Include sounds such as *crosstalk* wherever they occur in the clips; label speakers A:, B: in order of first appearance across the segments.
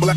A: black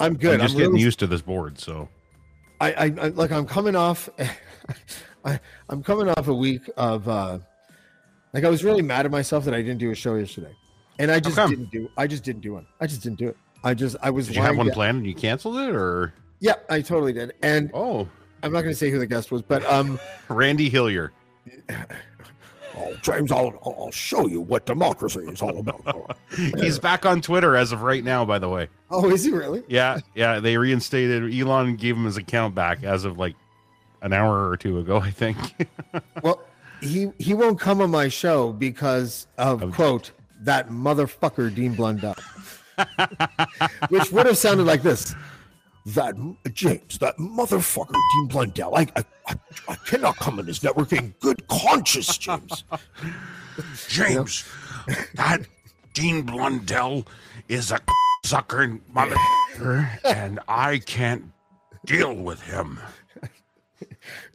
B: I'm good.
C: I'm just getting
B: really
C: used to this board. So
B: I, I, I like I'm coming off *laughs* I, I'm coming off a week of uh like I was really mad at myself that I didn't do a show yesterday. And I just
C: come?
B: didn't do I just didn't do one. I just didn't do it. I just I was
C: did you have
B: lying
C: one
B: down-
C: planned and you canceled it, or
B: Yeah, I totally did. And
C: oh, *laughs*
B: *laughs* I'm not gonna say who the guest was, but um
C: Randy Hillier?
A: Oh, James, I'll, I'll show you what democracy is all
C: *laughs*
A: about.
C: He's back on Twitter as of right now, by the way.
B: Oh, is he really?
C: Yeah, yeah. They reinstated Elon gave him his account back as of like an hour or two ago, I think.
B: Well, he he won't come on my show because of quote that motherfucker
A: *laughs*
B: Dean Blundell, which would have sounded like this.
A: that James, that motherfucker Dean Blundell. I, I, I, I cannot come in this network in good conscience,
C: *laughs*
A: James.
D: James, that Dean Blundell
C: *laughs*
D: is a sucker mother, and I can't deal with him.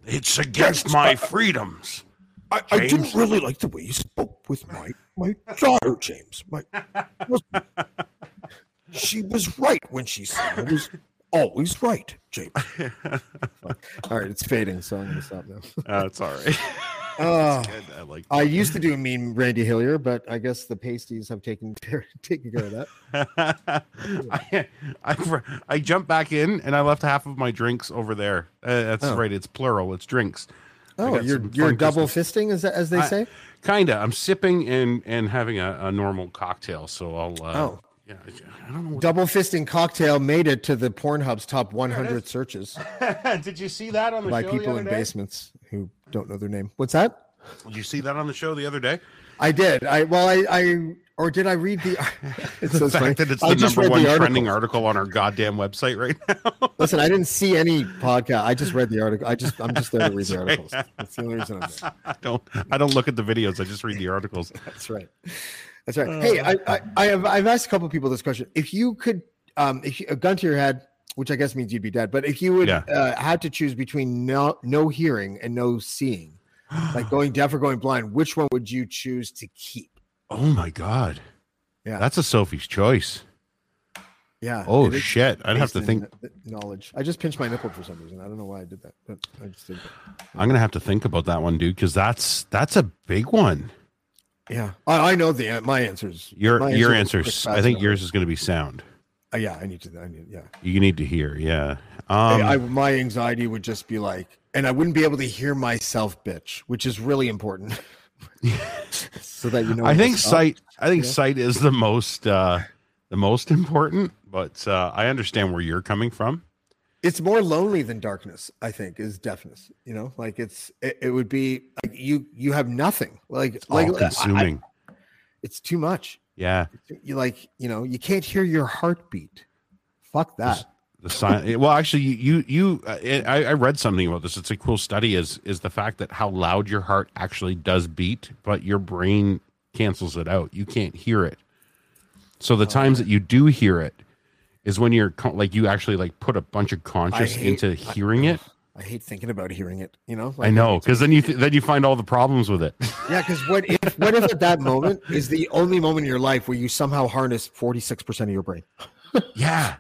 D: It's against my freedoms.
A: I, I didn't
D: James?
A: really like the way you spoke with my my daughter, James. My listen, she was right when she said I
B: *laughs*
A: was always right, James.
B: All right, it's fading, so I'm gonna stop
C: *laughs*
B: now.
C: That's Uh, all
B: *laughs*
C: right.
B: Oh,
C: I like.
B: I
C: *laughs*
B: used to do a mean Randy Hillier, but I guess the pasties have taken *laughs* care, taken care of that.
C: *laughs* I, I I jumped back in and I left half of my drinks over there. Uh, that's
B: Oh.
C: right. It's plural. It's drinks. I
B: Oh,
C: got
B: you're
C: some
B: you're
C: fun
B: double
C: Christmas-
B: fisting, as as they
C: I-
B: say.
C: Kinda. I'm sipping and and having a, a normal cocktail. So I'll. Uh,
B: Oh.
C: Yeah. I don't know.
B: Double fisting cocktail made it to the Pornhub's top 100 searches
C: What... *laughs* Did you see that on the
B: by
C: show
B: people
C: the other
B: in
C: day?
B: basements who don't know their name. What's that?
C: Did you see that on the show the other day?
B: I did. I well, I, I or did I read
C: *laughs*
B: the? *laughs* It's
C: the
B: *laughs* so funny.
C: fact that it's
B: I
C: the
B: just
C: number
B: read
C: one
B: the
C: trending article on our goddamn website right now.
B: Listen, I didn't see any podcast. I just read the article. I just I'm just there to
C: *laughs*
B: read the articles. That's the only reason I'm there.
C: I *laughs* don't. I don't look at the videos. I just read the articles.
B: *laughs* That's right. That's
C: Oh,
B: right. hey, I, I I have I've asked a couple people this question. If you could, um, if you, a gun to your head, which I guess means you'd be dead, but if you would
C: Yeah.
B: uh, had to choose between no no hearing and
C: *gasps*
B: no seeing, like going deaf or going blind, which one would you choose to keep?
C: Oh my god.
B: Yeah.
C: That's a Sophie's choice.
B: Yeah.
C: Oh
B: it is-
C: shit. I'd have
B: based
C: to
B: in
C: think
B: th- knowledge. I just pinched my nipple for some reason. I don't know why I did that, but I just did that.
C: I'm gonna have to think about that one, dude, because that's that's a big one.
B: Yeah, I, I know the an- my answers.
C: Your
B: My
C: your
B: answer was
C: answers.
B: quick,
C: I think
B: fast,
C: yours is gonna be sound.
B: Uh, yeah, I need to. I need. Yeah,
C: You need to hear, yeah.
B: I-
C: Um
B: I, my anxiety would just be like, and I wouldn't be able to hear myself, bitch, which is really important. *laughs* so that you know.
C: I
B: when to
C: think
B: stop.
C: sight I think
B: Yeah.
C: sight is the most uh the most important, but uh I understand where you're coming from.
B: it's more lonely than darkness i think is deafness you know like it's it, it would be like you you have nothing like like
C: All
B: I- I-
C: consuming.
B: it's too much
C: yeah.
B: you like you know you can't hear your heartbeat fuck that
C: the sign eh, well actually you you uh, I, I read something about this it's a cool study is is the fact that how loud your heart actually does beat but your brain cancels it out you can't hear it so
B: Oh,
C: the times that you do hear it is when you're con- like you actually like put a bunch of conscious
B: hate-
C: into hearing
B: *sighs*
C: it
B: I hate thinking about hearing it. You know,
C: i know because then you th- then you find all the problems with it
B: Yeah, because what if what if at that moment is the only moment in your life where you somehow harness forty six percent of your brain,
C: yeah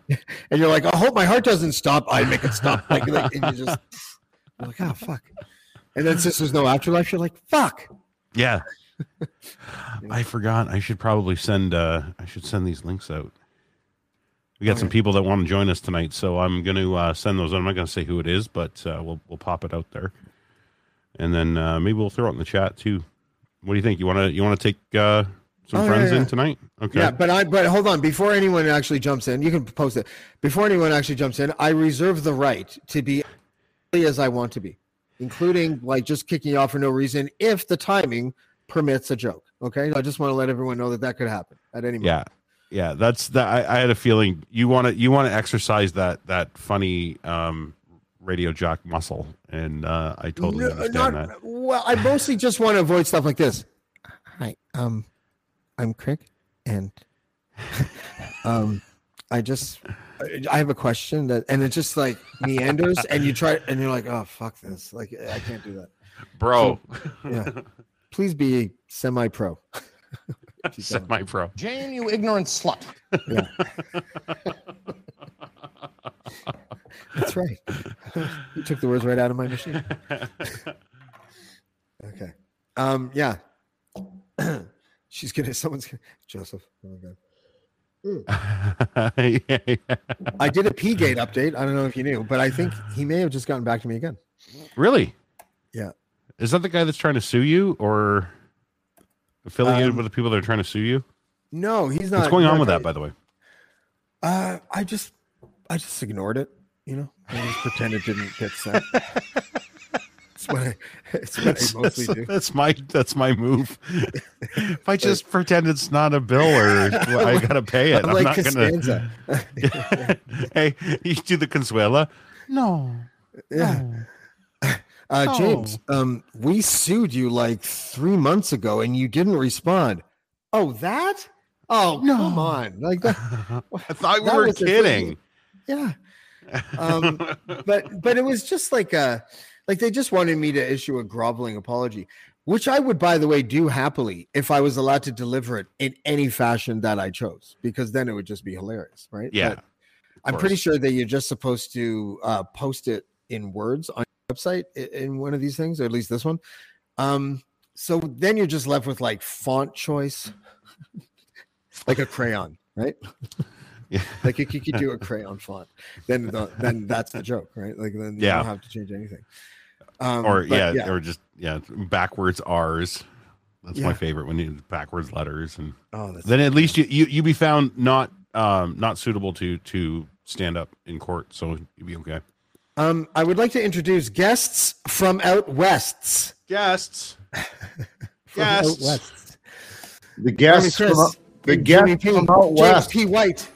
B: and you're like, I hope my heart doesn't stop. I make it stop. Like, like and you just you're like, oh fuck. And then since there's no afterlife, you're like, fuck. *laughs*
C: yeah i forgot i should probably send uh i should send these links out we got some people that want to join us tonight so i'm going to uh send those out. i'm not going to say who it is but uh we'll we'll pop it out there and then uh maybe we'll throw it in the chat too what do you think you want to you want to take uh some
B: Oh, yeah,
C: friends in
B: yeah.
C: tonight okay
B: Yeah, but I but hold on. Before anyone actually jumps in, you can post it. Before anyone actually jumps in, I reserve the right to be as I want to be, including like just kicking you off for no reason if the timing permits a joke. Okay, I just want to let everyone know that that could happen at any moment.
C: yeah yeah that's that I, I had a feeling you want to you want to exercise that that funny um radio jock muscle and uh i totally
B: No,
C: understand
B: not-
C: that
B: Well, I mostly just want to avoid stuff like this. Hi, um, I'm Craig, and *laughs* um, I just I- I have a question that, and it just like meanders, and you try, and you're like, oh fuck this, like I can't do that.
C: bro *laughs*
B: Yeah, please be semi-pro.
C: semi pro
E: Jane, you ignorant slut.
C: *laughs*
B: That's right. *laughs* you took the words right out of my
C: *laughs*
B: machine. okay. Um. Yeah. *clears throat* She's gonna. Someone's gonna. Joseph. Oh my god.
C: *laughs*
B: I did a P-gate update. I don't know if you knew, but I think he may have just gotten back to me again.
C: Really?
B: Yeah.
C: Is that the guy that's trying to sue you or affiliated
B: Um,
C: with the people that are trying to sue you?
B: No, he's not.
C: What's going on
B: not
C: with
B: trying-
C: that, by the way?
B: Uh, I just, I just ignored it. You know, I just pretend it didn't
C: *laughs*
B: get sent. it's what I, *laughs* it's what I
C: *laughs*
B: mostly do.
C: that's my that's my move. if I just pretend it's not a bill
B: *laughs*
C: or I gotta pay it,
B: I'm
C: I'm, not
B: like Costanza.
C: gonna. *laughs* hey, you do the Consuela? No.
B: Yeah. *laughs* Uh, James, um, we sued you like three months ago, and you didn't respond. Oh, that? Oh, come on! Like that?
C: I thought we
B: That
C: were
B: was the thing.
C: kidding. *laughs*
B: Yeah. Um, but but it was just like a like they just wanted me to issue a groveling apology, which I would, by the way, do happily if I was allowed to deliver it in any fashion that I chose, because then it would just be hilarious, right?
C: yeah.
B: But I'm
C: course.
B: pretty sure that you're just supposed to uh, post it in words on your website i- in one of these things, or at least this one. Um, so then you're just left with like font choice, like a crayon, right?
C: *laughs* Yeah.
B: Like if you could do a crayon font, then the, then that's the joke, right? Like then you
C: Yeah.
B: don't have to change anything. *laughs* Um,
C: Or
B: but
C: yeah, or just yeah, backwards R's. That's
B: Yeah.
C: my favorite when you backwards letters and
B: oh, that's,
C: then at least you you you be found not um not suitable to to stand up in court, so you'd be okay.
B: um, I would like to introduce guests from out wests.
C: Guests.
B: *laughs* From out
C: Guests.
B: wests.
F: The guests
B: Tony
F: from out,
B: Chris,
F: the
B: Jimmy
F: guests
B: P,
F: from out
B: James
F: west.
B: P. White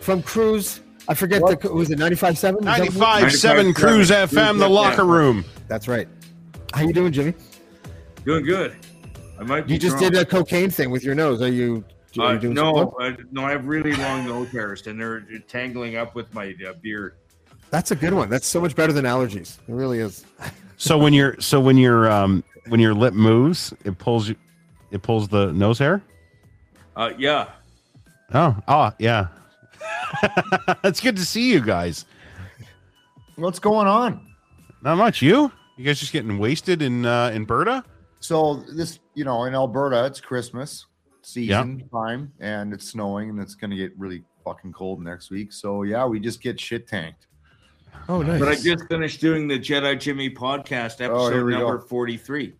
B: from Cruise. I forget the was it 95.7?
C: 95.7 Cruise FM, the locker room.
B: That's right. How you doing, Jimmy?
E: *laughs* Doing good. I might be
B: You just
E: drunk.
B: did a cocaine thing with your nose. Are you, are
E: Uh,
B: you doing
E: no,
B: something?
E: uh, no, I have really long nose hairs, and they're tangling up with my uh, beard.
B: That's a good one. That's so much better than allergies. It really is.
C: So when your so when your um when your lip moves, it pulls you it pulls the nose hair?
E: Uh, yeah,
C: Oh, oh yeah. *laughs* it's good to see you guys.
F: What's going on?
C: Not much. You? You guys just getting wasted in uh in
B: *laughs*
C: Berta?
F: So this, you know, in Alberta, it's Christmas season time, and it's snowing, and it's gonna get really fucking cold next week. So yeah, we just get shit tanked.
B: Oh, nice.
E: but I just finished doing the Jedi Jimmy podcast
F: Oh,
E: episode
F: here we
E: number
F: go.
E: forty-three.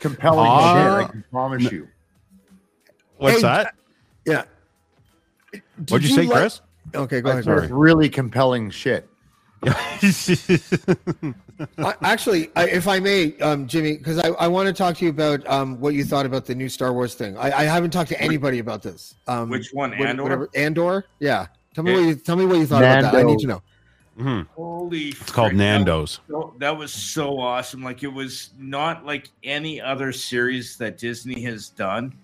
F: Compelling
C: Ah.
F: shit, I can promise you.
C: What's
B: Hey,
C: that?
B: yeah.
C: What'd you,
B: Did
C: say,
B: like-
C: Chris?
B: Okay, go
F: I
B: ahead.
F: think it's really compelling
B: *laughs*
F: shit. *laughs*
B: I, actually, I, if I may, um, Jimmy, because I, I want to talk to you about um, what you thought about the new Star Wars thing. I, I haven't talked to anybody about this. Um,
E: Which one,
B: what-
E: Andor?
B: whatever- Andor? Yeah. Tell me
E: Yeah.
B: what you tell me what you thought about that. I
F: Nando.
B: need to know.
C: Mhm.
E: Holy!
C: It's called Nando's.
E: So, that was so awesome. Like it was not like any other series that Disney has done.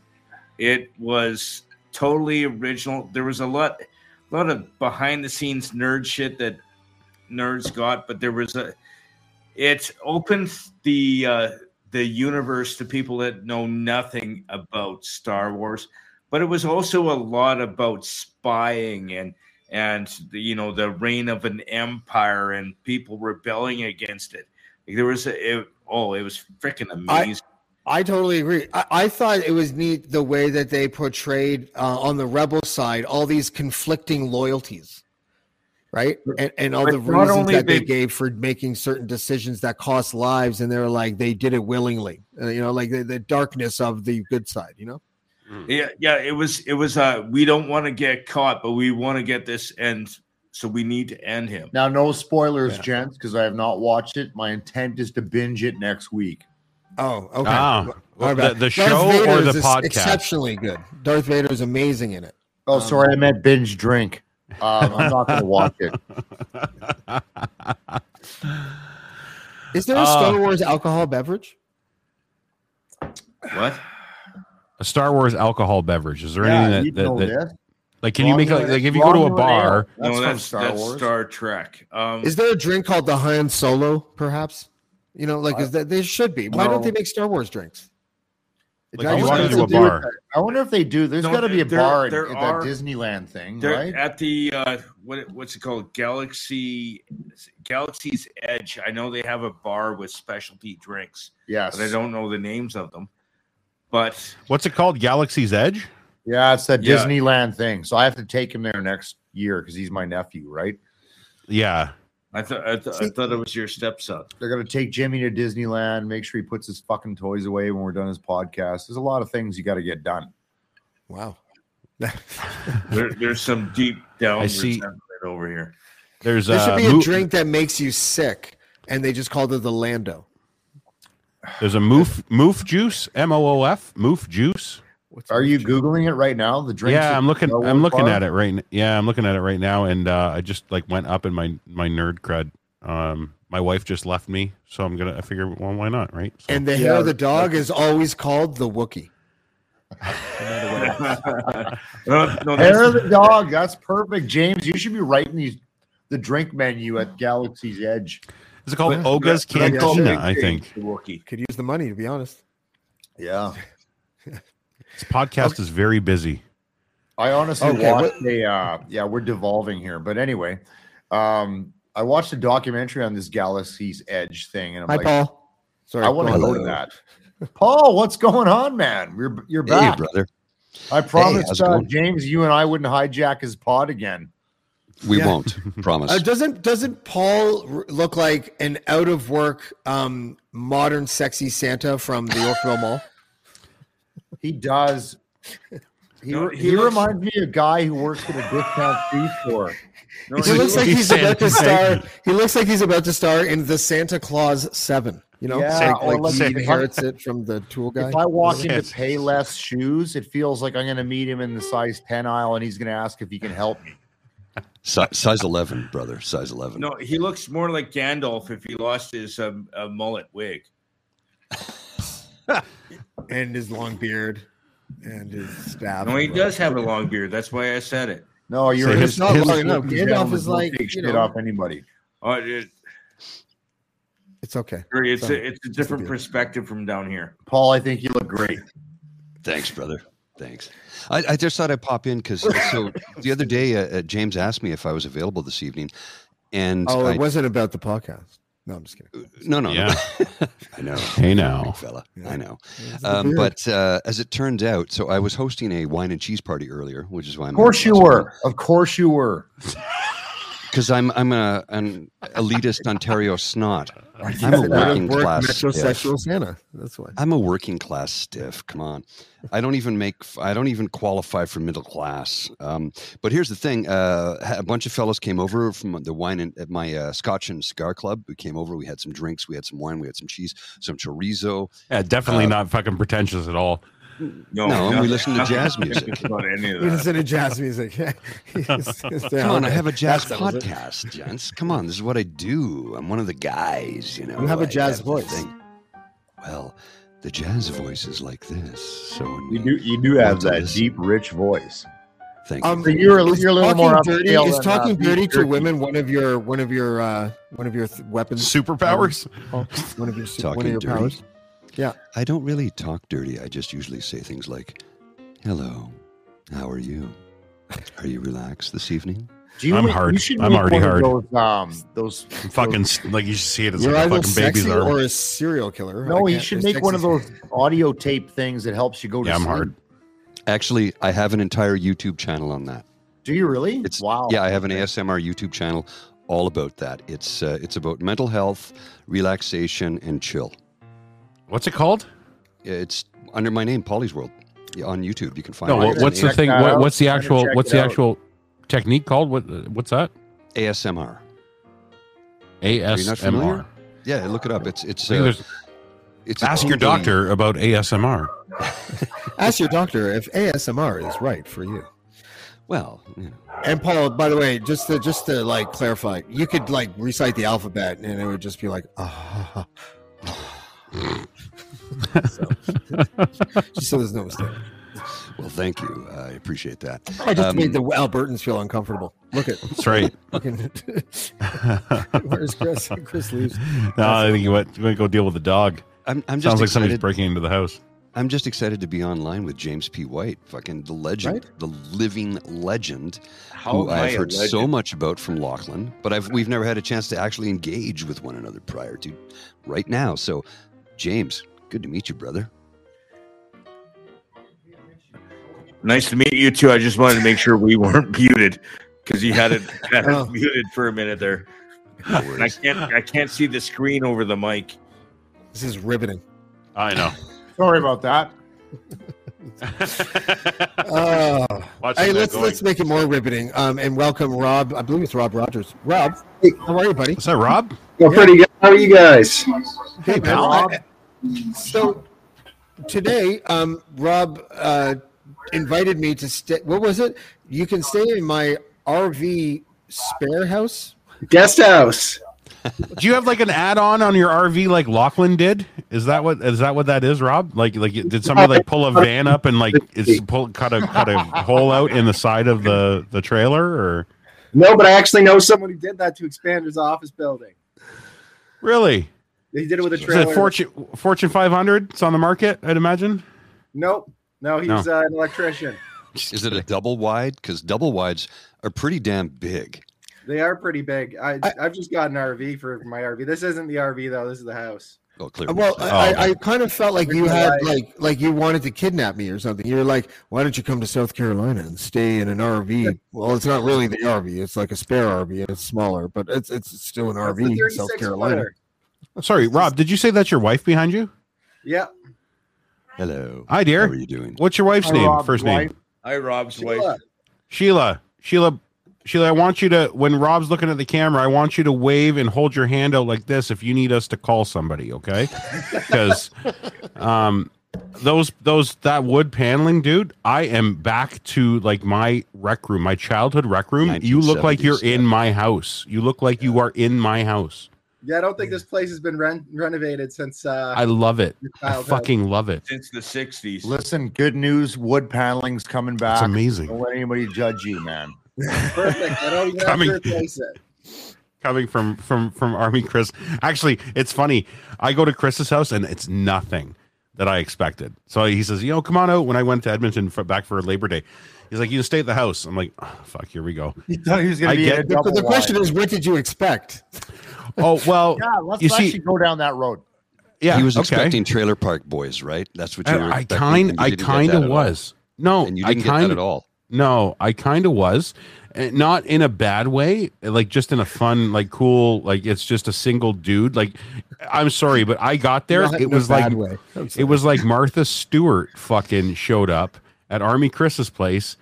E: It was totally original. There was a lot, a lot of behind the scenes nerd shit that nerds got, but there was a. It opened the uh, the universe to people that know nothing about Star Wars, but it was also a lot about spying and and the, you know the reign of an empire and people rebelling against it. Like, there was a it, oh, it was freaking amazing.
B: I totally agree. I, I thought it was neat the way that they portrayed uh, on the rebel side all these conflicting loyalties, right? And and all the
E: But not
B: reasons
E: only
B: that they,
E: they-
B: gave for making certain decisions that cost lives, and they were like they did it willingly. Uh, you know, like the, the darkness of the good side. You know,
E: yeah, yeah, it was it was. Uh, we don't want to get caught, but we want to get this end, so we need to end him.
F: Now, no spoilers, gents, because I have not watched it. My intent is to binge it next week.
B: oh, okay.
C: Ah,
B: Our
C: the,
B: bad.
C: the
B: Darth
C: show
B: Vader
C: or
B: is
C: the
B: ex-
C: podcast?
B: Exceptionally good. Darth Vader is amazing in it. Um,
F: Oh, sorry, I meant binge drink. Um, I'm not going to watch
C: *laughs*
F: it.
B: Is there a
C: Ah.
B: Star Wars alcohol beverage?
E: What?
C: A Star Wars alcohol beverage. Is there anything
F: you'd
C: that,
F: know
C: that, that
F: this.
C: Like, can you make like,
F: Romulan-
C: like if you go to a
F: Romulan
C: bar?
F: ale. That's,
E: no,
F: from
E: that's
F: Star
E: that's
F: Wars.
E: Star Trek. Um,
B: Is there a drink called the Han Solo, perhaps? You know,
C: Uh,
B: like is that there should be. Why don't
F: No.
B: they make Star Wars drinks?
C: Like,
F: I
C: you
F: wonder
C: walk
F: if
C: into a
F: they do it
C: bar.
F: that- I wonder if they do. There's
E: No,
F: got to be a
E: there-
F: bar in,
E: there
F: in
E: are-
F: that Disneyland thing,
E: They're
F: right?
E: at the uh, what what's it called? Galaxy Galaxy's Edge. I know they have a bar with specialty drinks,
F: Yes.
E: but I don't know the names of them. But
C: What's it called? Galaxy's Edge.
F: Yeah, it's that
E: Yeah.
F: Disneyland thing. So I have to take him there next year because he's my nephew, right?
C: Yeah,
E: I thought I, th- I thought it was your stepson.
F: They're gonna take Jimmy to Disneyland, make sure he puts his fucking toys away when we're done his podcast. There's a lot of things you gotta
C: *laughs*
F: get done.
B: Wow.
E: There, there's some deep down
C: I see.
E: resentment over here.
C: There's
B: There should
C: uh,
B: be a
C: Mu-
B: drink that makes you sick, and they just called it the Lando.
C: There's a moof moof juice m o o f moof juice.
B: What's
F: Are you googling it right now? The drink.
C: Yeah, I'm looking. I'm looking at
F: *laughs*
C: it right. n- Yeah, I'm looking at it right now, and uh, I just like went up in my my nerd crud. Um, my wife just left me, so I'm gonna. I figure, well, why not, right? So-
B: And the
F: Yeah,
B: hair of the dog is always called the Wookie.
E: *laughs* No, no,
F: Hair
E: that's,
F: of the dog. That's perfect, James. You should be writing these the drink menu at Galaxy's Edge.
C: is it called
B: Yeah.
C: Oga's
E: That's what I call
C: Cantina?
E: Big
C: I
E: James,
C: think
E: the Wookiee.
B: Could use the money, to be honest.
F: Yeah.
C: this podcast is very busy.
F: I honestly
B: Okay,
F: watched a uh, yeah, we're devolving here, but anyway, um, I watched a documentary on this Galaxy's Edge thing, and I'm
B: Hi,
F: like,
B: Paul. Sorry,
F: I want to
B: Paul.
F: go
G: Hello.
F: to that. Paul, what's going on, man? You're you're
G: Hey,
F: back.
G: brother.
F: I promised
G: how's it
F: uh,
G: going?
F: James you and I wouldn't hijack his pod again.
G: We
B: Yeah.
G: won't.
B: *laughs*
G: Promise.
B: Uh, doesn't doesn't Paul r- look like an out of work um, modern sexy Santa from the Yorkville Mall?
F: He does. He,
E: No,
F: he,
E: he looks-
F: reminds me of a guy who works at a discount *laughs* food store.
E: No,
B: He
E: he-
B: looks like
C: Sexy
B: he's about to
C: Santa, thank
B: star. He looks like he's about to star in the Santa Claus Seven. You know,
F: Yeah,
B: like,
F: or
B: like he
F: like-
B: inherits it from the tool guy.
F: If I walk into
C: Yes.
F: pay less shoes, it feels like I'm going to meet him in the size 10 aisle and he's going to ask if he can help me.
G: Si- size 11, brother. Size 11.
E: no, he looks more like Gandalf if he lost his um, uh, mullet wig.
B: and his long beard and his staff.
E: No, he does have a long beard. That's why I said it.
F: No, you're
C: So
F: a
C: his-
F: small
C: his-
F: looking
B: Gandalf
F: gentleman
B: is
F: who won't
B: like,
F: take
B: you
F: shit
B: know-
F: off anybody.
E: Oh, it
B: It's okay.
E: it's
B: So,
E: a, it's a different
B: beard.
E: perspective from down here.
F: Paul, I think you look great.
G: Thanks, brother. Thanks. I, I just thought I'd pop in because
B: *laughs*
G: so the other day, uh, uh, James asked me if I was available this evening. And
B: Oh,
G: I,
B: it wasn't about the podcast. No, I'm just kidding.
G: no, no,
C: Yeah.
G: no. *laughs*
B: *laughs*
G: I know.
C: Hey now,
G: Fella,
B: Yeah.
G: I know.
B: It's the
G: Um,
B: beard.
G: but uh, as it turned out, so I was hosting a wine and cheese party earlier, which is why I'm
F: Of course you were. Of course you were.
G: because I'm I'm a an elitist Ontario snot. I'm
B: He's
G: a
B: an out of
G: working
B: work
G: class stiff.
B: metrosexual Santa. That's why.
G: I'm a working class stiff. Come on, I don't even make. I don't even qualify for middle class. Um, but here's the thing: uh, a bunch of fellas came over from the wine and at my uh, Scotch and Cigar Club. We came over. We had some drinks. We had some wine. We had some cheese. Some chorizo.
C: yeah, definitely
G: Uh,
C: not fucking pretentious at all.
E: No, *laughs*
G: No, and we
E: nothing-
G: listened to
E: nothing
G: jazz music.
E: About any of
B: We
E: that.
B: listen to jazz music. *laughs* Yeah.
C: *laughs*
B: Come
G: *laughs* Come on, I have a jazz podcast, gents. Come on, this is what I do. I'm one of the guys, you know.
B: You have a
G: a
B: jazz voice.
G: Well, the jazz voice is like this. So when
F: You
G: we-
F: do you do have
G: What's
F: that
G: this?
F: deep, rich voice.
G: Thank
B: Um,
G: you.
F: So you're a,
B: Is
F: you're a little
B: talking
F: more upscale
B: dirty, is
F: than, uh,
B: talking
F: beef
B: dirty to
F: jerky.
B: women one of your one of your uh, one of your th- weapons?
C: Superpowers.
B: Paul? One of your su- one
G: Talking
B: of your
G: dirty.
B: powers?
G: I don't really talk dirty. I just usually say things like, "Hello, how are you? Are you relaxed this evening?"
F: Do you
C: I'm
F: make-
C: hard.
F: You should
C: I'm
F: make
C: already
F: one of
C: hard.
F: Those, um, those
C: I'm fucking s- like you should see it. It's
B: You're
C: like a
B: either
C: fucking baby's
B: sexy
C: arm.
B: or a serial killer.
F: No,
B: I
F: he
B: can't-
F: Oh, should
B: there's
F: make one of
B: sexy-
F: those audio tape things that helps you go to
C: Yeah, I'm
F: sleep.
C: hard.
G: Actually, I have an entire YouTube channel on that.
F: Do you really?
G: It's
F: wow.
G: Yeah, I have an ASMR YouTube channel all about that. It's uh, it's about mental health, relaxation, and chill.
C: What's it called?
G: It's under my name, Polly's World, yeah, on YouTube. You can find
C: No,
G: it.
C: what-
G: It's
C: what's
G: an
C: the
F: check
C: thing?
F: that
C: What,
F: out.
C: what's the
F: Better
C: actual?
F: check
C: What's
F: it
C: the
F: out.
C: actual technique called? What? What's that?
G: A- ASMR? you not familiar?
C: ASMR.
G: Yeah, look it up. It's it's
C: I think
G: uh,
C: there's-
G: it's a
C: ask your
G: tingly-
C: doctor about ASMR.
B: Ask your doctor if ASMR is right for you.
G: Well, you know,
B: And Paul, by the way, just to just to like clarify, you could like recite the alphabet, and it would just be like, ah. so, *laughs* just so there's no mistake.
G: well, thank you. I appreciate that.
B: I just
G: Um,
B: made the Albertans feel uncomfortable. Look at
C: That's right.
B: *laughs* fucking.
C: no,
B: Where's Chris? Chris
C: *laughs*
B: leaves.
C: I think you went, you went go deal with the dog.
G: I'm, I'm just
C: Sounds like somebody's
G: excited.
C: breaking into the house.
G: I'm just excited to be online with James P. White, fucking the legend, the living legend,
E: How
G: who
E: am I
G: I've
E: a
G: heard so
E: legend?
G: much about from Lachlan, but I've we've never had a chance to actually engage with one another prior to right now. So, James, good to meet you, brother.
E: Nice to meet you too. I *laughs*
F: *laughs*
E: just wanted to make sure we weren't muted because you had it, had it
B: Oh.
E: muted for a minute there.
G: No
E: And I
G: worries.
E: can't I can't see the screen over the mic.
B: This is riveting.
C: I know.
F: Sorry about that.
B: Uh,
C: Watching
B: hey,
C: that
B: let's
C: going-
B: let's make it more riveting. Um, and welcome Rob. I believe it's Rob Rogers. Rob, how are you, buddy?
C: What's that, Rob?
H: Well, pretty good. How are you guys?
B: Hey,
C: pal.
B: Rob. So today, um, Rob uh, invited me to stay. What was it? You can stay in my RV spare house.
H: Guest house.
C: Do you have like an add-on on your RV like Lachlan did? Is that what is that what that is, Rob? Like like did somebody like pull a van up and like it's pull, cut a cut a hole out in the side of the the trailer or
H: No, but I actually know someone who did that to expand his office building.
C: really?
H: He did it with a
C: Is it
H: trailer.
C: Fortune Fortune 500? It's on the market, I'd imagine.
H: Nope. No, he's
C: No.
H: Uh, an electrician.
G: Is it a double wide? Because double wides are pretty damn big.
H: They are pretty big. I,
B: I-
H: I, have just got an RV for my RV. This isn't the RV though. This is the house.
G: Oh, clearly.
B: Uh, Well,
G: so.
B: I,
C: Oh.
B: I, I kind of felt like you had
H: Right.
B: like like you wanted to kidnap me or something. You're like, why don't you come to South Carolina and stay in an RV? Well, it's not really the RV. It's like a spare RV. It's smaller, but uh, it's it's still an
H: That's the
B: RV in South
H: 36
B: Carolina.
H: footer.
C: Sorry, Rob, did you say that's your wife behind you?
H: Yep.
G: Hello.
C: Hi,
G: How
C: dear.
G: are you doing?
C: What's your wife's
F: Hi,
C: name?
F: Rob,
C: First name?
F: wife.
E: Hi, Rob's wife.
H: Sheila.
C: Sheila. Sheila. Sheila, I want you to when Rob's looking at the camera, I want you to wave and hold your hand out like this if you need us to call somebody, okay? Because um those those that wood paneling, dude, I am back to like my rec room, my childhood rec room. You look like you're
G: 1970s,
C: in my house. You look like you are in my house.
H: Yeah, I don't think this place has been ren- renovated since uh,
C: I love it.
H: your
C: I
H: childhood.
C: fucking love it.
E: Since the sixties.
F: Listen, good news. Wood paneling's coming
C: It's
F: back. Don't
C: amazing.
F: let anybody judge you,
B: *laughs*
F: man.
H: perfect. I don't even have
C: Coming.
H: to replace it.
C: coming from from from army chris actually it's funny i go to chris's house and it's nothing that i expected so he says you know come on out when i went to edmonton for, back for labor day he's like you can stay at the house i'm like oh, fuck here we go
F: He *laughs* thought he was going
C: I
F: to be
C: get-
F: in a
B: The,
F: double
B: the question
F: wide.
B: is, what did you expect?
C: oh well
F: yeah, let's
C: You
F: actually
C: see-
F: go down that road.
C: yeah
G: he was
C: okay. Uh,
G: expecting Trailer Park Boys, right? That's what you were.
C: I, I
G: expecting,
C: kind
G: and you
C: i
G: didn't get
C: kind
G: that at
C: of
G: all.
C: was no
G: and you
C: i
G: didn't get that
C: kind
G: at all.
C: No, I kind of was, Eh, not in a bad way, like just in a fun, like cool, like it's just a single dude. Like, I'm sorry, but I got there.
B: Not in
C: It
B: a
C: was like
B: bad way. I'm
C: it
B: sorry.
C: was like Martha Stewart fucking showed up at Army Chris's place.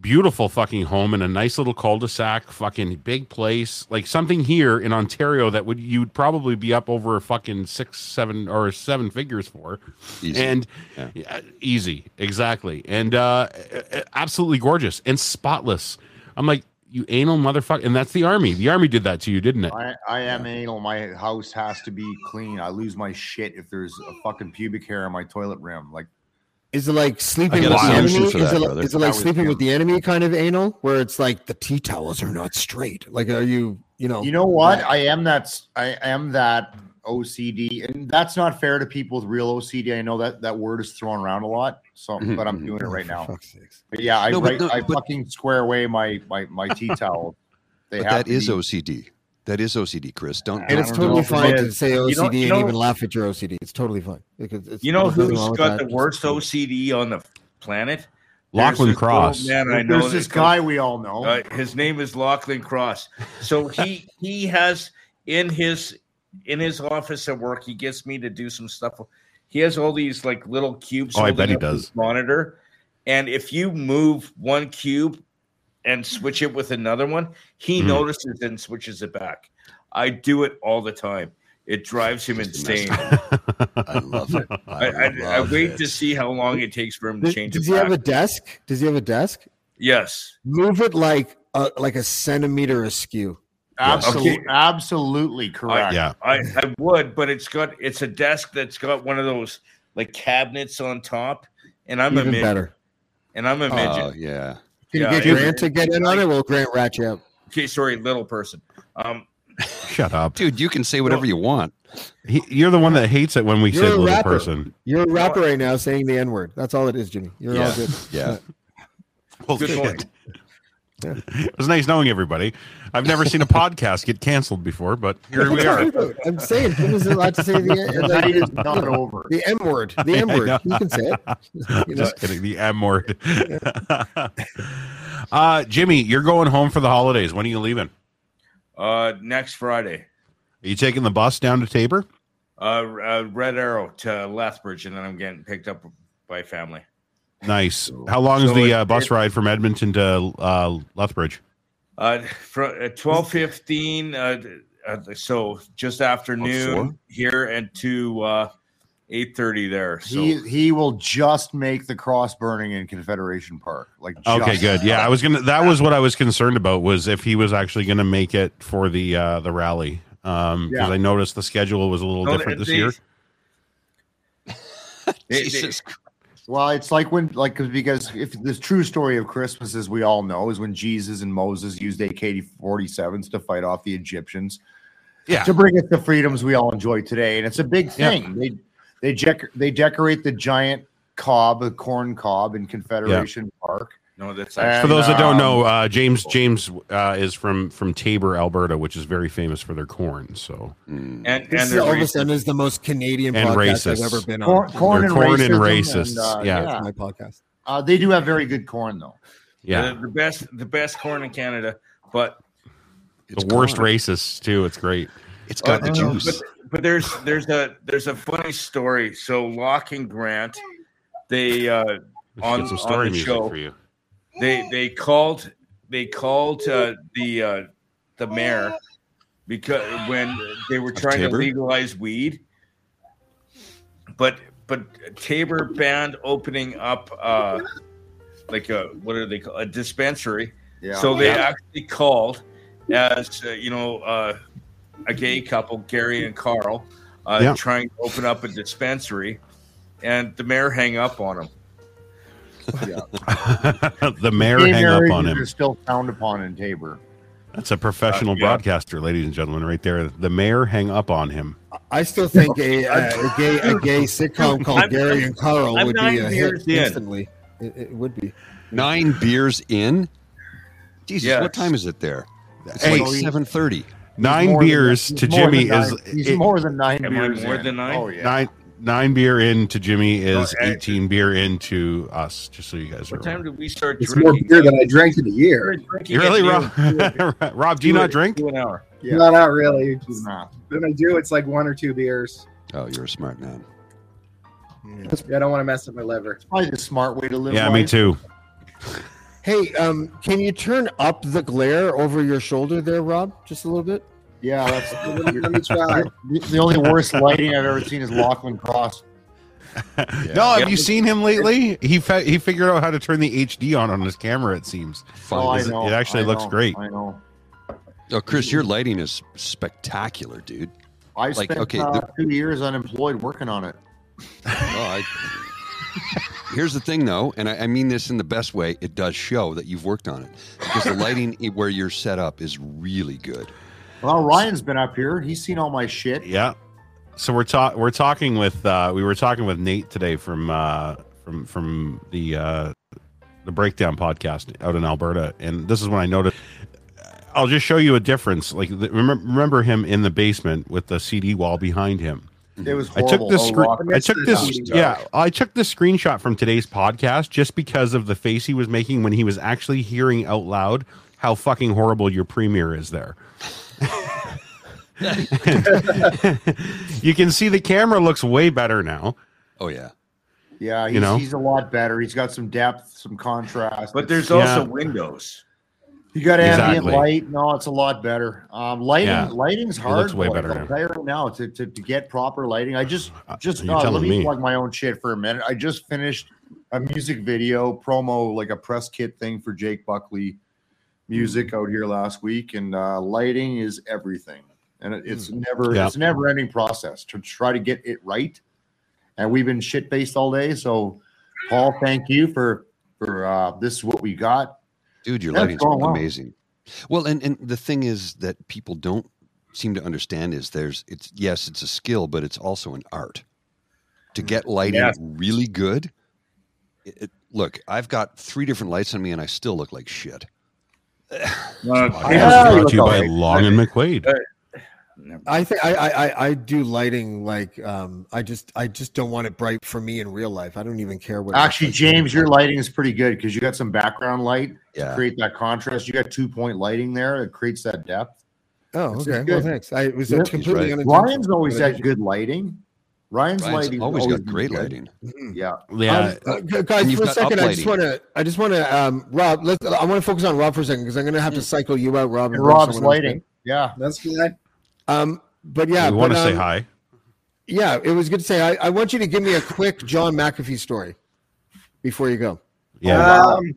C: Beautiful fucking home in a nice little cul-de-sac, fucking big place. Like something here in Ontario that would you'd probably be up over fucking six, seven, or seven figures for
G: Easy.
C: and
G: Yeah.
C: yeah, easy exactly and uh a- a- absolutely gorgeous and spotless i'm like you anal motherfucker and that's the army the army did that to you didn't it
F: I, I am anal. My house has to be clean. I lose my shit if there's a fucking pubic hair on my toilet rim. Like,
B: Is it like sleeping
G: I
B: with
G: got
B: the
G: a
B: enemy?
G: solution
B: Is
G: for
B: it,
G: that,
B: like-
G: brother.
B: is it like
F: That was
B: sleeping with
F: him.
B: the enemy kind of anal, where it's like the tea towels are not straight? Like, are you, you know,
F: you know what? I am that. s- I am that OCD, and that's not fair to people with real OCD. I know that that word is thrown around a lot, so
G: Mhm,
F: but I'm
G: mhm.
F: doing it right
B: For
F: now.
B: fuck's sakes.
F: But yeah, I
G: No, but
F: right,
G: no,
F: I
G: but-
F: fucking square away my my my
G: *laughs*
F: tea towel. They
G: But
F: have
G: that
F: to
G: is
F: be-
G: OCD. That is OCD, Chris. Don't.
B: And
F: I
B: it's
F: don't know
B: totally
F: if it
B: fine to
F: is.
B: say OCD
E: You know- you
B: and
E: know-
B: even laugh at your OCD. It's totally fine. Like, it's- it's-
E: You know
B: there's nothing
E: who's
B: wrong with
E: got
B: that.
E: the
B: Just-
E: worst OCD on the planet?
C: Lachlan
E: There's this
C: Cross.
E: old Man I know
F: There's this
E: that-
F: guy we all know.
E: Uh, his name is Lachlan Cross.
C: *laughs*
E: So he he has in his in his office at work, he gets me to do some stuff. He has all these like little cubes.
C: Oh, I bet
E: holding
C: he
E: up his
C: does.
E: Monitor, and if you move one cube and switch it with another one, he
C: Mhm.
E: notices and switches it back. I do it all the time. It drives him
G: Just a mess.
E: insane.
G: I love it.
E: *laughs* I, I, I
G: love
E: wait
G: it.
E: to see how long it takes for him to
B: Does,
E: change
B: does
E: it
B: he
E: back.
B: have a desk? Does he have a desk?
E: yes.
B: Move it like a, like a centimeter askew.
F: Absolutely,
E: Okay.
F: absolutely correct.
C: yeah
E: I, I would, but it's got it's a desk that's got one of those like cabinets on top, and I'm a
B: even
E: midget.
B: better.
E: And I'm a midget.
G: Oh yeah.
B: Can
E: Yeah,
B: you get
E: it-
B: Grant to get in on it? Will Grant rat you out?
E: okay, sorry, little person. Um,
C: shut up
G: Dude, you can say whatever you want.
C: He- you're the one that hates it when we
B: You're
C: say
B: a
C: little
B: rapper.
C: person
B: You're a rapper right now saying the N word. That's all it is, Jimmy. You're all
G: Yeah.
B: good. *laughs*
G: Yeah.
C: Holy
E: Good point.
B: Yeah.
C: *laughs* it was nice knowing everybody i've never
G: *laughs*
C: seen a podcast get canceled before but here we are
B: I'm saying Jimmy's allowed to say the,
F: That
B: like,
F: is not over.
B: the N word.
C: *laughs*
B: The N
C: know.
B: word. You can
C: *laughs*
B: say it. You know,
C: Just kidding. The M
B: *laughs*
C: word. *laughs* uh, Jimmy, you're going home for the holidays. When are you leaving?
E: Uh, next Friday.
C: Are you taking the bus down to Tabor?
E: Uh, uh, Red Arrow to Lethbridge, and then I'm getting picked up by family.
C: Nice. How long is
E: So
C: the
E: it-
C: uh, bus
E: it-
C: ride from Edmonton to uh, Lethbridge?
E: Uh, from uh, twelve fifteen. Uh, d- uh, so just after noon here, and to uh, eight thirty there. So
F: He he will just make the cross burning in Confederation Park. Like just,
C: Okay, good. Yeah, I was gonna. That was what I was concerned about was if he was actually gonna make it for the uh, the rally. Um, because
F: Yeah.
C: I noticed the schedule was a little
E: No,
C: different this
E: they-
C: year.
E: they- they-
F: Well, it's like when like 'cause- because if the true story of Christmas, as we all know, is when Jesus and Moses used AK forty sevens to fight off the Egyptians.
C: Yeah.
F: to bring us the freedoms we all enjoy today, and it's a big thing. They they dec- they decorate the giant cob, the corn cob, in Confederation Park.
E: no, that's
C: For
F: And,
C: those that don't
F: um,
C: know, uh, James James uh, is from from Tabor, Alberta, which is very famous for their corn. So
G: Mm.
E: and and
B: This
E: the
B: all of a
E: reason-
B: sudden is the most Canadian
C: And
B: podcast
C: racist.
B: I've ever been on.
F: Corn, corn,
C: They're
F: and,
C: corn and
F: racism
C: racists,
F: uh,
C: yeah.
B: That's my podcast.
F: Uh, they do have very good corn though.
C: yeah,
E: the, the best the best corn in Canada, but
G: It's
C: the worst
G: gone.
C: racists too. It's great.
G: It's got the
F: Oh, no,
G: juice.
E: uh, but there's there's a there's a funny story. So Locke and Grant, they uh,
C: We should
E: On-
C: get some
E: on
C: story
E: the
C: music
E: show.
C: for
E: *laughs*
C: you.
E: they they called they called uh, the uh, the mayor because when they were trying to
G: Tabor?
E: legalize weed, but but Tabor banned opening up uh, like a what are they called a dispensary.
F: Yeah.
E: So they
C: Yeah.
E: actually called as uh, you know uh, a gay couple, Gary and Carl, uh,
C: Yeah.
E: trying to open up a dispensary, and the mayor hang up on them.
C: *laughs* the mayor
F: Gay
C: hang up on
F: marriages
C: him.
F: Are still frowned upon in Tabor.
C: That's a professional
E: Uh, yeah.
C: broadcaster, ladies and gentlemen, right there. The mayor hang up on him.
B: I
F: *laughs*
B: still think a, uh, a gay a
E: *laughs*
B: gay sitcom called
E: I'm-
B: Gary and Carl
E: I'm
B: would
E: nine
B: be a
E: years
B: hit
E: in.
B: instantly. It, it would be.
G: Nine beers in. Jesus,
E: Yes.
G: what time is it there? It's
C: Hey.
G: like seven thirty.
C: Nine
F: more than-
C: beers
F: he's
C: to
F: more than
C: Jimmy
F: nine-
C: is
F: he's
C: it-
F: more than nine
E: Am I
F: beers.
E: more
F: in.
E: than nine?
F: Oh yeah.
C: nine nine beer in to Jimmy is
E: Oh, eh.
C: eighteen beer into us. Just so you guys are
E: What time
C: aware.
E: did we start
H: It's more
E: drinking?
H: beer than I drank in a year.
E: You're drinking
C: You
E: at
C: really,
E: noon.
C: Rob? *laughs* Rob, do you not drink?
E: To an hour.
F: Yeah.
H: No, not really.
F: He's
H: Just-
F: not.
H: When I do, it's like one or two beers.
G: Oh, you're a smart man.
H: I don't want to mess up my liver.
F: It's probably the smart way to live.
C: Yeah, me
F: life.
C: too.
B: Hey, um, can you turn up the glare over your shoulder there, Rob? Just a little bit.
F: Yeah, that's
H: Let me- let me try.
F: *laughs* the, the only worst lighting I've ever seen is Lachlan Cross.
C: No, have
E: Yeah.
C: you seen him lately? He fe- he figured out how to turn the HD on on his camera. It seems.
G: Fine.
F: Oh, I
C: It-
F: know.
C: it actually
F: I
C: looks
F: know,
C: great.
F: I know.
G: oh, Chris, your lighting is spectacular, dude.
F: I
G: Like,
F: spent
G: okay,
F: uh,
G: the-
F: two years unemployed working on it.
G: Oh, I, here's the thing, though, and I, I mean this in the best way. It does show that you've worked on it because the lighting i- where you're set up is really good.
F: Well, Ryan's been up here. He's seen all my shit.
C: Yeah. So we're talking. We're talking with. Uh, we were talking with Nate today from uh, from from the uh, the breakdown podcast out in Alberta, and this is when I noticed. uh, I'll just show you a difference. Like the, remember, remember him in the basement with the CD wall behind him.
F: It was
C: Mm-hmm. I took
F: horrible.
C: this.
F: Oh,
C: Scre-
F: Lachlan.
C: I took
H: the
C: this.
H: CD
C: Yeah, I took this screenshot from today's podcast just because of the face he was making when he was actually hearing out loud how fucking horrible your premiere is there. *laughs* you can see the camera looks way better now.
G: Oh yeah,
F: Yeah, he's,
C: know?
F: he's a lot better. He's got some depth, some contrast.
E: But there's
C: Yeah.
E: also windows.
F: You got ambient
C: Exactly.
F: light. No, it's a lot better. Um, lighting,
C: Yeah.
F: lighting's hard.
C: looks way
F: though.
C: better
F: I'll
C: now.
F: tell you right now to, to, to get proper lighting. I just
C: Uh,
F: just
C: you're
F: uh, let
C: telling
F: me
C: me.
F: plug my own shit for a minute. I just finished a music video promo, like a press kit thing for Jake Buckley
G: Mm.
F: music out here last week, and uh, lighting is everything. And it, it's
G: Mm.
F: never
C: Yeah.
F: it's a never ending process to try to get it right. And we've been shit based all day. So, Paul, thank you for for uh, this is what we got.
G: dude, your
F: Yeah, it's
G: lighting's
F: going well.
G: amazing. Well, and and the thing is that people don't seem to understand is there's it's yes, it's a skill, but it's also an art. To get lighting
E: Yes.
G: really good, it, it- look, I've got three different lights on me, and I still look like shit. *laughs*
C: Podcast
F: Yeah,
C: brought
F: look
C: to you by
F: alright.
C: Long and McQuaid.
B: I think I, I I- I do lighting like um I just I just don't want it bright for me in real life. I don't even care what. it looks
F: Actually,
B: like.
F: James, your lighting is pretty good because you got some background light to
G: Yeah.
F: create that contrast. You got two point lighting there; it creates that depth.
B: Oh,
F: This is
B: okay. Well,
F: good.
B: thanks. I it was
F: Yeah,
B: that's completely
G: right.
B: unintentional.
F: Ryan's always
B: But I
F: had good lighting. Ryan's,
G: Ryan's
F: lighting
G: always got
F: been
G: great
F: good. Mm-hmm.
G: lighting.
F: Yeah,
C: Yeah.
B: Um, uh, gu- guys,
G: and you've
B: for a
G: got
B: second, I
G: uplighting.
B: just want to, I just want to, um, Rob. Let's. I want to focus on Rob for a second because I'm going to have to cycle you out, Rob.
F: Mm. and
B: bring
F: Rob's
B: someone else in.
F: lighting. Yeah,
H: That's fine.
B: Um, but yeah,
C: we want
B: but,
C: to say
B: um,
C: hi.
B: Yeah, it was good to say. I, I want you to give me a quick John McAfee story before you go.
C: Yeah.
H: Um,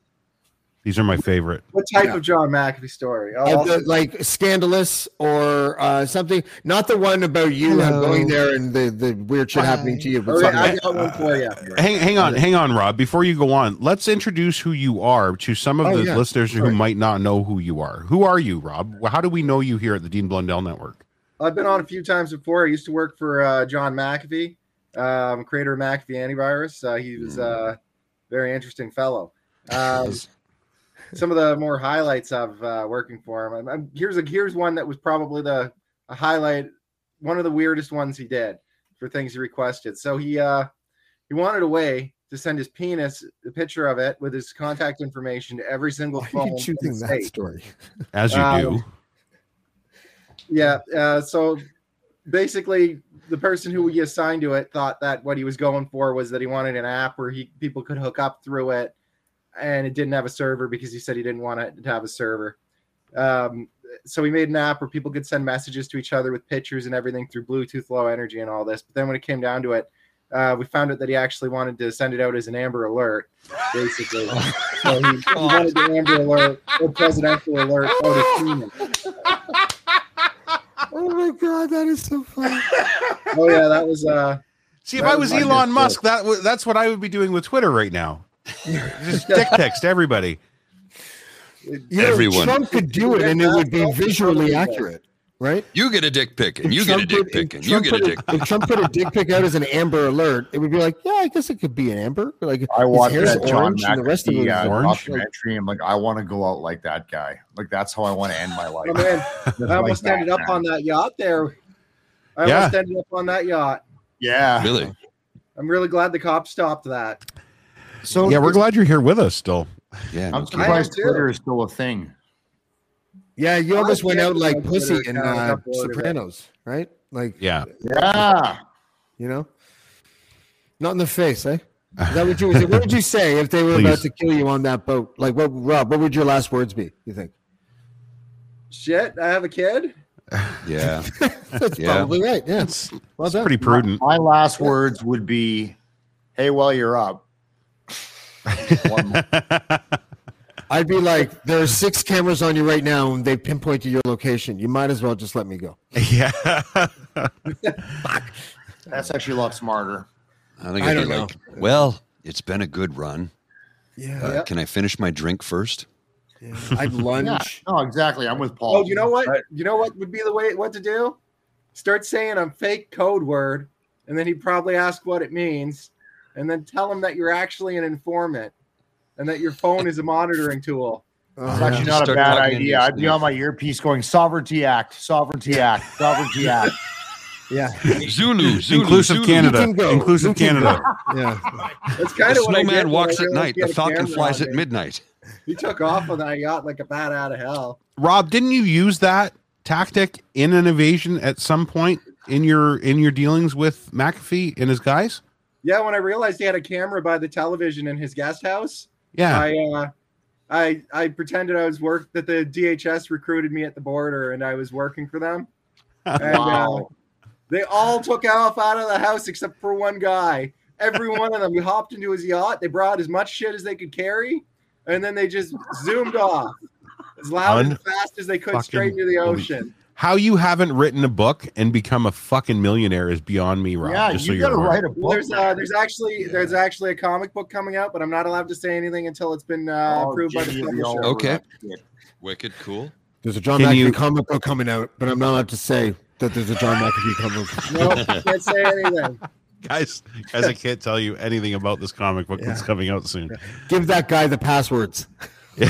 C: These are my favorite.
H: what type
B: Yeah.
H: of John McAfee story? Oh,
B: Uh,
H: also-
B: the- like scandalous or uh, something, not the one about you
G: Hello.
B: going there and the, the weird shit happening to you. But
H: okay,
B: something
H: Oh, I
B: like-
H: got one for you.
C: Uh, Hang, hang on, hang on, Rob. Before you go on, let's introduce who you are to some of
B: Oh,
C: the
B: yeah.
C: listeners who
B: Sorry.
C: might not know who you are. Who are you, Rob? How do we know you here at the Dean Blundell Network?
H: I've been on a few times before. I used to work for uh, John McAfee, um, creator of McAfee Antivirus. Uh, he
B: Mm.
H: was uh, very interesting fellow. Um, *laughs* some of the more highlights of uh, working for him. I'm, I'm- here's a here's one that was probably the a highlight, one of the weirdest ones he did for things he requested. So he uh, he wanted a way to send his penis, a picture of it with his contact information to every single
B: Why are
H: phone. in
B: you
H: the
B: choosing that
H: state.
B: story?
C: As you
H: Um,
C: do.
H: Yeah. Uh, so basically, the person who we assigned to it thought that what he was going for was that he wanted an app where he people could hook up through it, and it didn't have a server because he said he didn't want it to have a server. Um, so we made an app where people could send messages to each other with pictures and everything through Bluetooth Low Energy and all this. But then when it came down to it, uh, we found out that he actually wanted to send it out as an Amber Alert, basically. so he, he wanted the Amber Alert or presidential alert out of Keenan.
B: Oh my god, that is so funny.
H: Oh yeah, that was uh
C: See, if
H: that
C: I
H: was
C: was
H: my
C: Elon
H: guess,
C: Musk, that w- that's what I would be doing with Twitter right now. Just dick text everybody.
B: You know,
G: Everyone.
B: Trump could do it, and it would be visually accurate, right?
G: You get a dick pic, and
B: If
G: you get a
B: Trump
G: dick
B: put-
G: pic,
B: if
G: and you
B: Trump
G: get a
B: put
G: dick.
B: If Trump put a dick pic out as an Amber Alert, it would be like, yeah, I guess it could be an Amber. but Like
F: I
B: his
F: watched
B: hair's
F: that John
B: orange and the rest of it
F: McAfee
B: is
F: uh,
B: orange.
F: documentary. I'm like, I want to go out like that guy. Like that's how I want to end my life.
H: oh man,
F: *laughs* Just
H: I
F: like
H: almost
F: that,
H: ended up
F: man.
H: on that yacht there. I
C: Yeah.
H: almost ended up on that yacht.
F: Yeah.
G: Really?
F: *laughs*
H: I'm really glad the cops stopped that.
F: So
C: yeah, we're glad you're here with us still.
G: Yeah. no
F: I'm
G: kidding.
F: surprised
H: too.
F: Twitter is still a thing.
B: Yeah, you almost went
H: Yeah,
B: out like
H: Twitter
B: pussy in
H: account,
B: uh,
H: uploaded it.
B: Sopranos, right? Like,
C: Yeah.
F: Yeah.
B: you know, not in the face, eh? Is that what
C: *laughs*
B: you would say? What would you say if they were about
C: Please.
B: to kill you on that boat? Like, what, Rob? What would your last words be? You think?
H: Shit, I have a kid.
G: Yeah.
B: That's
G: Yeah.
B: probably right. Yeah,
C: That's,
B: well
C: that's
B: done.
C: pretty prudent.
F: My last words would be, "Hey, while you're up." One more.
B: I'd be like, there are six cameras on you right now, and they pinpointed your location. You might as well just let me go.
C: yeah.
F: That's actually a lot smarter.
G: I think
B: I
G: I'd be
B: don't know.
G: like, well, it's been a good run.
B: Yeah,
G: Uh,
H: Yeah.
G: Can I finish my drink first? *laughs*
B: I'd
F: Yeah.
B: lunge.
F: No, exactly. I'm with Paul.
H: Oh, you know what? You know what would be the way what to do? Start saying a fake code word, and then he'd probably ask what it means, and then tell him that you're actually an informant and that your phone is a monitoring tool.
F: It's
B: Oh,
F: actually
B: yeah.
F: not a
G: Start
F: bad
G: plugging in
F: idea.
G: your
F: I'd be on my earpiece going Sovereignty Act, Sovereignty Act,
G: *laughs*
F: Sovereignty Act.
B: yeah,
G: Zulu, Zulu,
C: Inclusive
G: Zulu.
C: Canada.
B: You can go.
C: Inclusive
B: You can
C: Canada. *laughs*
B: yeah.
H: That's
G: The
H: kind of what I did
G: snowman
H: when
G: walks
H: I
G: at
H: realized
G: night.
H: he
G: The
H: had a
G: falcon
H: camera
G: flies
H: on
G: at
H: me.
G: midnight.
H: He took off on that yacht like a bat out of hell.
C: Rob, didn't you use that tactic in an invasion at some point in your in your dealings with McAfee and his guys?
H: Yeah, when I realized he had a camera by the television in his guest house,
C: Yeah.
H: I uh, I I pretended I was work that the DHS recruited me at the border and I was working
C: *laughs*
H: for them. And
F: Wow.
H: uh, they all took off out of the house except for one guy. Every one of them. We hopped into his yacht. They brought as much shit as they could carry, and then they just zoomed off as loud and
C: Un-
H: fast as they could
C: fucking
H: straight into the ocean.
C: How you haven't written a book and become a fucking millionaire is beyond me, Rob.
F: yeah,
C: just so
F: you
C: you're
F: gotta
C: aware.
F: write a
H: Well,
F: book.
H: there's uh, there's actually there's actually a comic book coming out, but I'm not allowed to say anything until it's been uh,
F: Oh,
H: approved by the
F: Jimmy,
H: publisher.
F: you'll be all
G: Okay.
F: over
H: *laughs*
G: Wicked, cool.
B: There's a John
C: Can
B: McAfee
C: you-
B: comic book coming out, but I'm not allowed to say that there's a John McAfee comic book.
H: No, can't say anything.
C: *laughs* guys, guys, I can't tell you anything about this comic book that's coming out soon. *laughs*
B: Give that guy the passwords.
G: So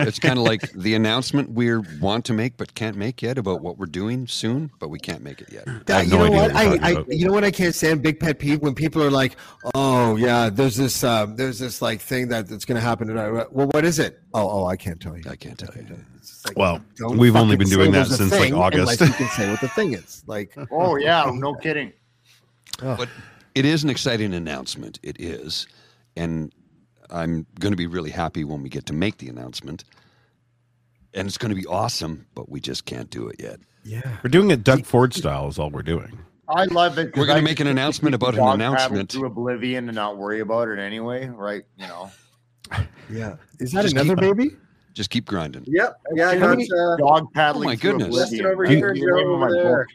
G: it's kind of like the announcement we want to make but can't make yet about what we're doing soon, but we can't make it yet.
C: I have
B: you
C: no
B: know
C: idea
B: what?
C: what you're talking
B: I, I
C: about.
B: you know what I can't stand big pet peeve when people are like, "Oh yeah, there's this uh, there's this like thing that, that's going to happen tonight." Well, what is it? Oh, oh, I can't tell you.
G: I can't tell you.
B: It's just like,
C: Well,
B: don't
C: we've only
B: fucking
C: been
B: say
C: doing that
B: there's a
C: since, like,
B: thing
C: August.
B: unless you can say what the thing is. Like,
F: Oh
G: *laughs*
F: yeah, no kidding.
G: But it is an exciting announcement. It is. And I'm going to be really happy when we get to make the announcement. And it's going to be awesome, but we just can't do it yet.
B: yeah,
C: We're doing it Doug Ford style is all we're doing.
F: I love it. 'cause
G: We're gonna
F: I
G: make an
F: just
G: announcement about an
F: dog
G: announcement.
F: paddle To oblivion and not worry about it anyway, right? You know,
B: yeah. Is that
G: Just
B: another
G: keep-
B: baby?
G: Just keep grinding.
H: Yep. Yeah, I
B: How
H: got
B: many-
H: uh,
F: dog paddling.
G: *laughs* Oh my
F: through
G: goodness.
F: oblivion.
H: Justin over
F: That's
H: here,
F: the
H: Joe
F: name of my
H: over
F: book.
H: there.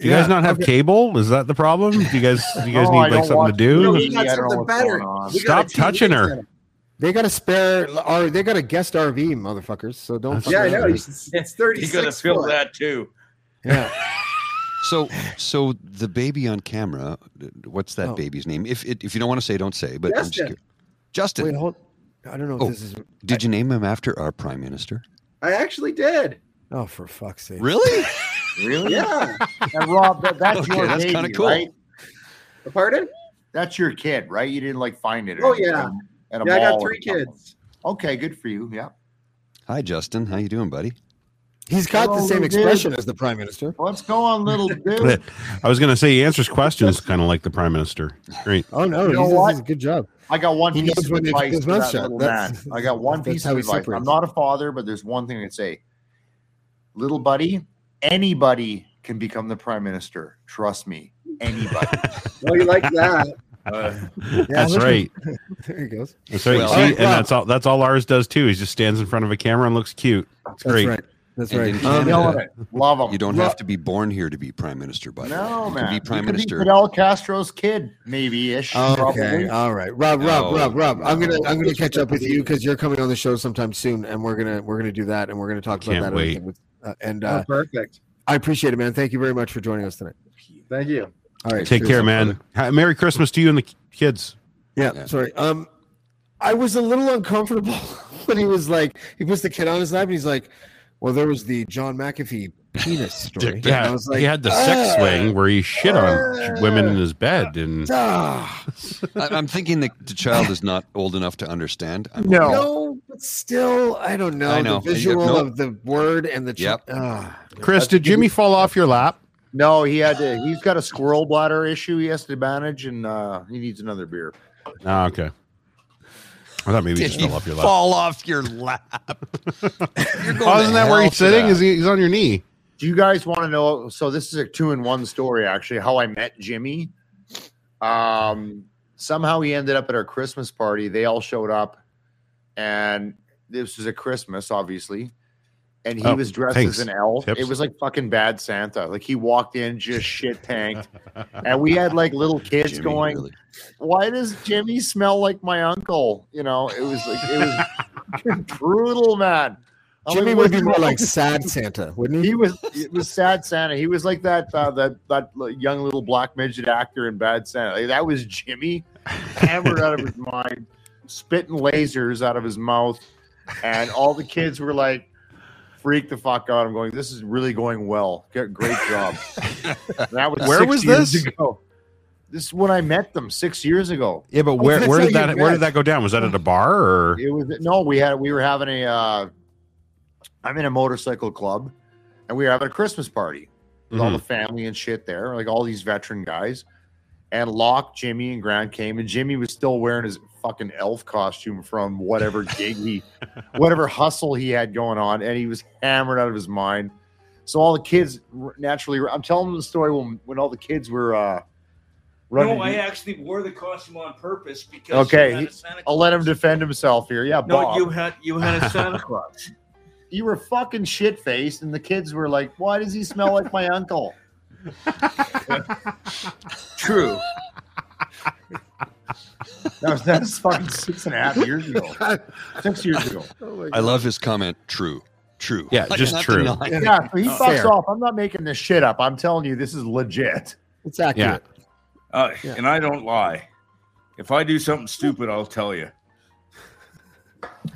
C: You
B: Yeah.
C: guys not have cable? Is that the problem? Do you guys you guys
H: Oh,
F: No, I
C: need
F: don't
C: like something to
F: watch
H: No,
C: do?
H: we
F: TV. I
H: got
F: don't know
H: something
F: what's
H: better.
F: going on.
H: We got
C: Stop
H: a TV
C: touching her.
H: channel.
B: They got a spare, or they got a guest RV, motherfuckers. So don't.
C: That's-
B: fuck
H: Yeah, I
B: around.
H: know. It's, it's
E: You
H: 36
E: got to fill
H: foot.
E: that too.
B: Yeah,
G: *laughs* So, so the baby on camera, what's that
B: Oh.
G: baby's name? If it, if you don't want to say, don't say. But I'm just
H: Justin.
G: curious. Justin,
B: wait, hold. I don't know if
G: Oh.
B: this is.
G: did you name him after our prime minister?
H: I actually did.
B: Oh, for fuck's sake! *laughs*
G: Really?
F: Really?
H: Yeah.
F: And Rob, that, that's
G: Okay,
F: your
G: that's
F: baby,
G: kinda cool.
F: right?
H: Pardon?
F: That's your kid, right? You didn't like find it. or
H: Oh,
F: anything
H: yeah.
F: At a
H: Yeah, I
F: mall
H: got
F: or
H: three
F: something.
H: kids.
F: Okay, good for you. Yeah.
G: Hi, Justin. How you doing, buddy?
B: He's got the
F: Hello,
B: same
F: dude.
B: expression as the prime minister.
F: What's going on,
B: *laughs*
F: little dude?
C: I was gonna say he answers questions kind of like the prime minister. Great.
B: Oh no,
F: You know
B: he does-
F: what?
B: does a good job.
F: I got one
B: He knows
F: piece of
B: when to keep
F: advice
B: his
F: for
B: mouth
F: that
B: shut.
F: little
B: That's-
F: man. I got one
B: that's
F: piece
B: how
F: of
B: he
F: advice.
B: separates.
F: I'm not a father, but there's one thing I'd say. Little buddy, anybody can become the prime minister. Trust me.
B: *laughs*
F: Anybody. Uh,
H: Well, you like
F: *laughs*
H: that.
C: that's
B: look at-
C: right.
B: *laughs* There he goes.
C: That's right.
G: Well,
C: See,
G: all
B: right,
C: and
B: well-
C: that's all that's all ours does too. He just stands in front of a camera and looks cute. It's
B: That's
C: great.
B: right. That's
G: And
B: right.
G: in
B: Um,
G: Canada,
F: Killing it. Uh, Love them.
G: You don't have to be born here to be prime minister, by the way.
F: No,
G: You
F: man.
G: Can be
F: You
G: prime
F: could
G: minister.
F: Fidel Castro's kid, maybe ish.
B: Okay. All right, Rob, Rob,
G: No,
B: Rob, Rob. I'm gonna,
G: no.
B: I'm gonna catch up with you because you're coming on the show sometime soon, and we're gonna, we're gonna do that, and we're gonna talk about
C: Can't
B: that.
C: wait.
B: and everything with- uh, and
H: Oh,
B: uh,
H: perfect.
B: I appreciate it, man. Thank you very much for joining us tonight.
H: Thank you.
B: All right.
C: Take
B: cheers.
C: care, man. Ha- Merry Christmas to you and the kids.
B: Yeah,
G: Yeah.
B: sorry. Um, I was a little uncomfortable *laughs* when he was like, he puts the kid on his lap, and he's like, "Well, there was the John McAfee
C: *laughs*
B: penis story." And I
C: Yeah,
B: was like,
C: he had the sex
B: "Ah,
C: swing where he shit on women in his bed,
F: *laughs*
C: and
B: ah."
G: I, I'm thinking the, the child is not old enough to understand. I'm
F: No.
B: No, but still, I don't know.
G: I know.
B: The visual
G: Nope.
B: of the word and the ch-
G: Yep.
B: Ah.
C: Chris, did Jimmy fall off your lap?
F: No, he had to, he's got a squirrel bladder issue he has to manage, and uh, he needs another beer.
C: Oh, okay. I thought maybe he
G: Did
C: just
G: he
C: fell off your lap.
G: fall off
F: *laughs*
G: your lap. You're going
C: Oh,
G: to
C: isn't that where
G: hell
C: he's
G: for
C: sitting?
G: that.
C: Is he, he's on your knee?
F: Do you guys want to know? So this is a two in one story, actually. How I met Jimmy. Um, somehow he ended up at our Christmas party. They all showed up, and this was a Christmas, obviously. And he
C: Oh,
F: was dressed
C: thanks.
F: as an elf.
C: Tips.
F: It was like fucking bad Santa. Like he walked in, just
C: *laughs*
F: shit tanked, and we had like little kids
G: Jimmy,
F: going,
G: really.
F: "Why does Jimmy smell like my uncle?" You know, it was like it was
C: *laughs*
F: brutal, man. I'm
B: Jimmy
F: like,
B: would be
F: "What's
B: more
F: wrong?"
B: like *laughs* sad Santa, wouldn't he?
F: he was it was sad Santa. He was like that uh, that that l- young little black midget actor in Bad Santa. Like, that was Jimmy, hammered out of his mind, spitting lasers out of his mouth, and all the kids were like, "Freak the fuck out!" I'm going. This is really going well. Get, great job. And that was
C: Where
F: six
C: was
F: years
C: this?
F: Ago. This is when I met them six years ago.
C: Yeah, but
B: Oh,
C: where
B: that's
C: where
B: how
C: did
B: you
C: that where
B: met.
C: did that go down? Was that at a bar or?
F: It was no, we had we were having a. Uh, I'm in a motorcycle club, and we were having a Christmas party. with all
C: Mhm.
F: the family and shit there, like all these veteran guys. And Locke, Jimmy, and Grant came, and Jimmy was still wearing his fucking elf costume from whatever gig he, whatever hustle he had going on, and he was hammered out of his mind. So all the kids r- naturally, I'm telling them the story when when all the kids were uh, running.
E: No, I actually wore the costume on purpose because
F: Okay,
E: You had
F: he-
E: a Santa
F: will
E: Claus.
F: let him defend himself here. Yeah,
E: No,
F: Bob,
E: you
F: you,
E: had you had
F: *laughs*
E: a Santa Claus.
F: were fucking shit faced, and the kids were like, "Why does he smell like my
B: *laughs*
F: uncle?"
B: *laughs*
E: True.
F: That was that's fucking six and a half years ago. Six years
B: *laughs*
F: ago.
G: I love his comment. True. True.
C: Yeah,
G: Like,
C: just
G: not
C: true.
G: denying-
F: Yeah, so he fucks
B: Fair.
F: off. I'm not making this shit up. I'm telling you, this is legit.
B: It's accurate.
E: Uh,
B: Yeah.
E: And I don't lie. If I do something stupid, I'll tell you.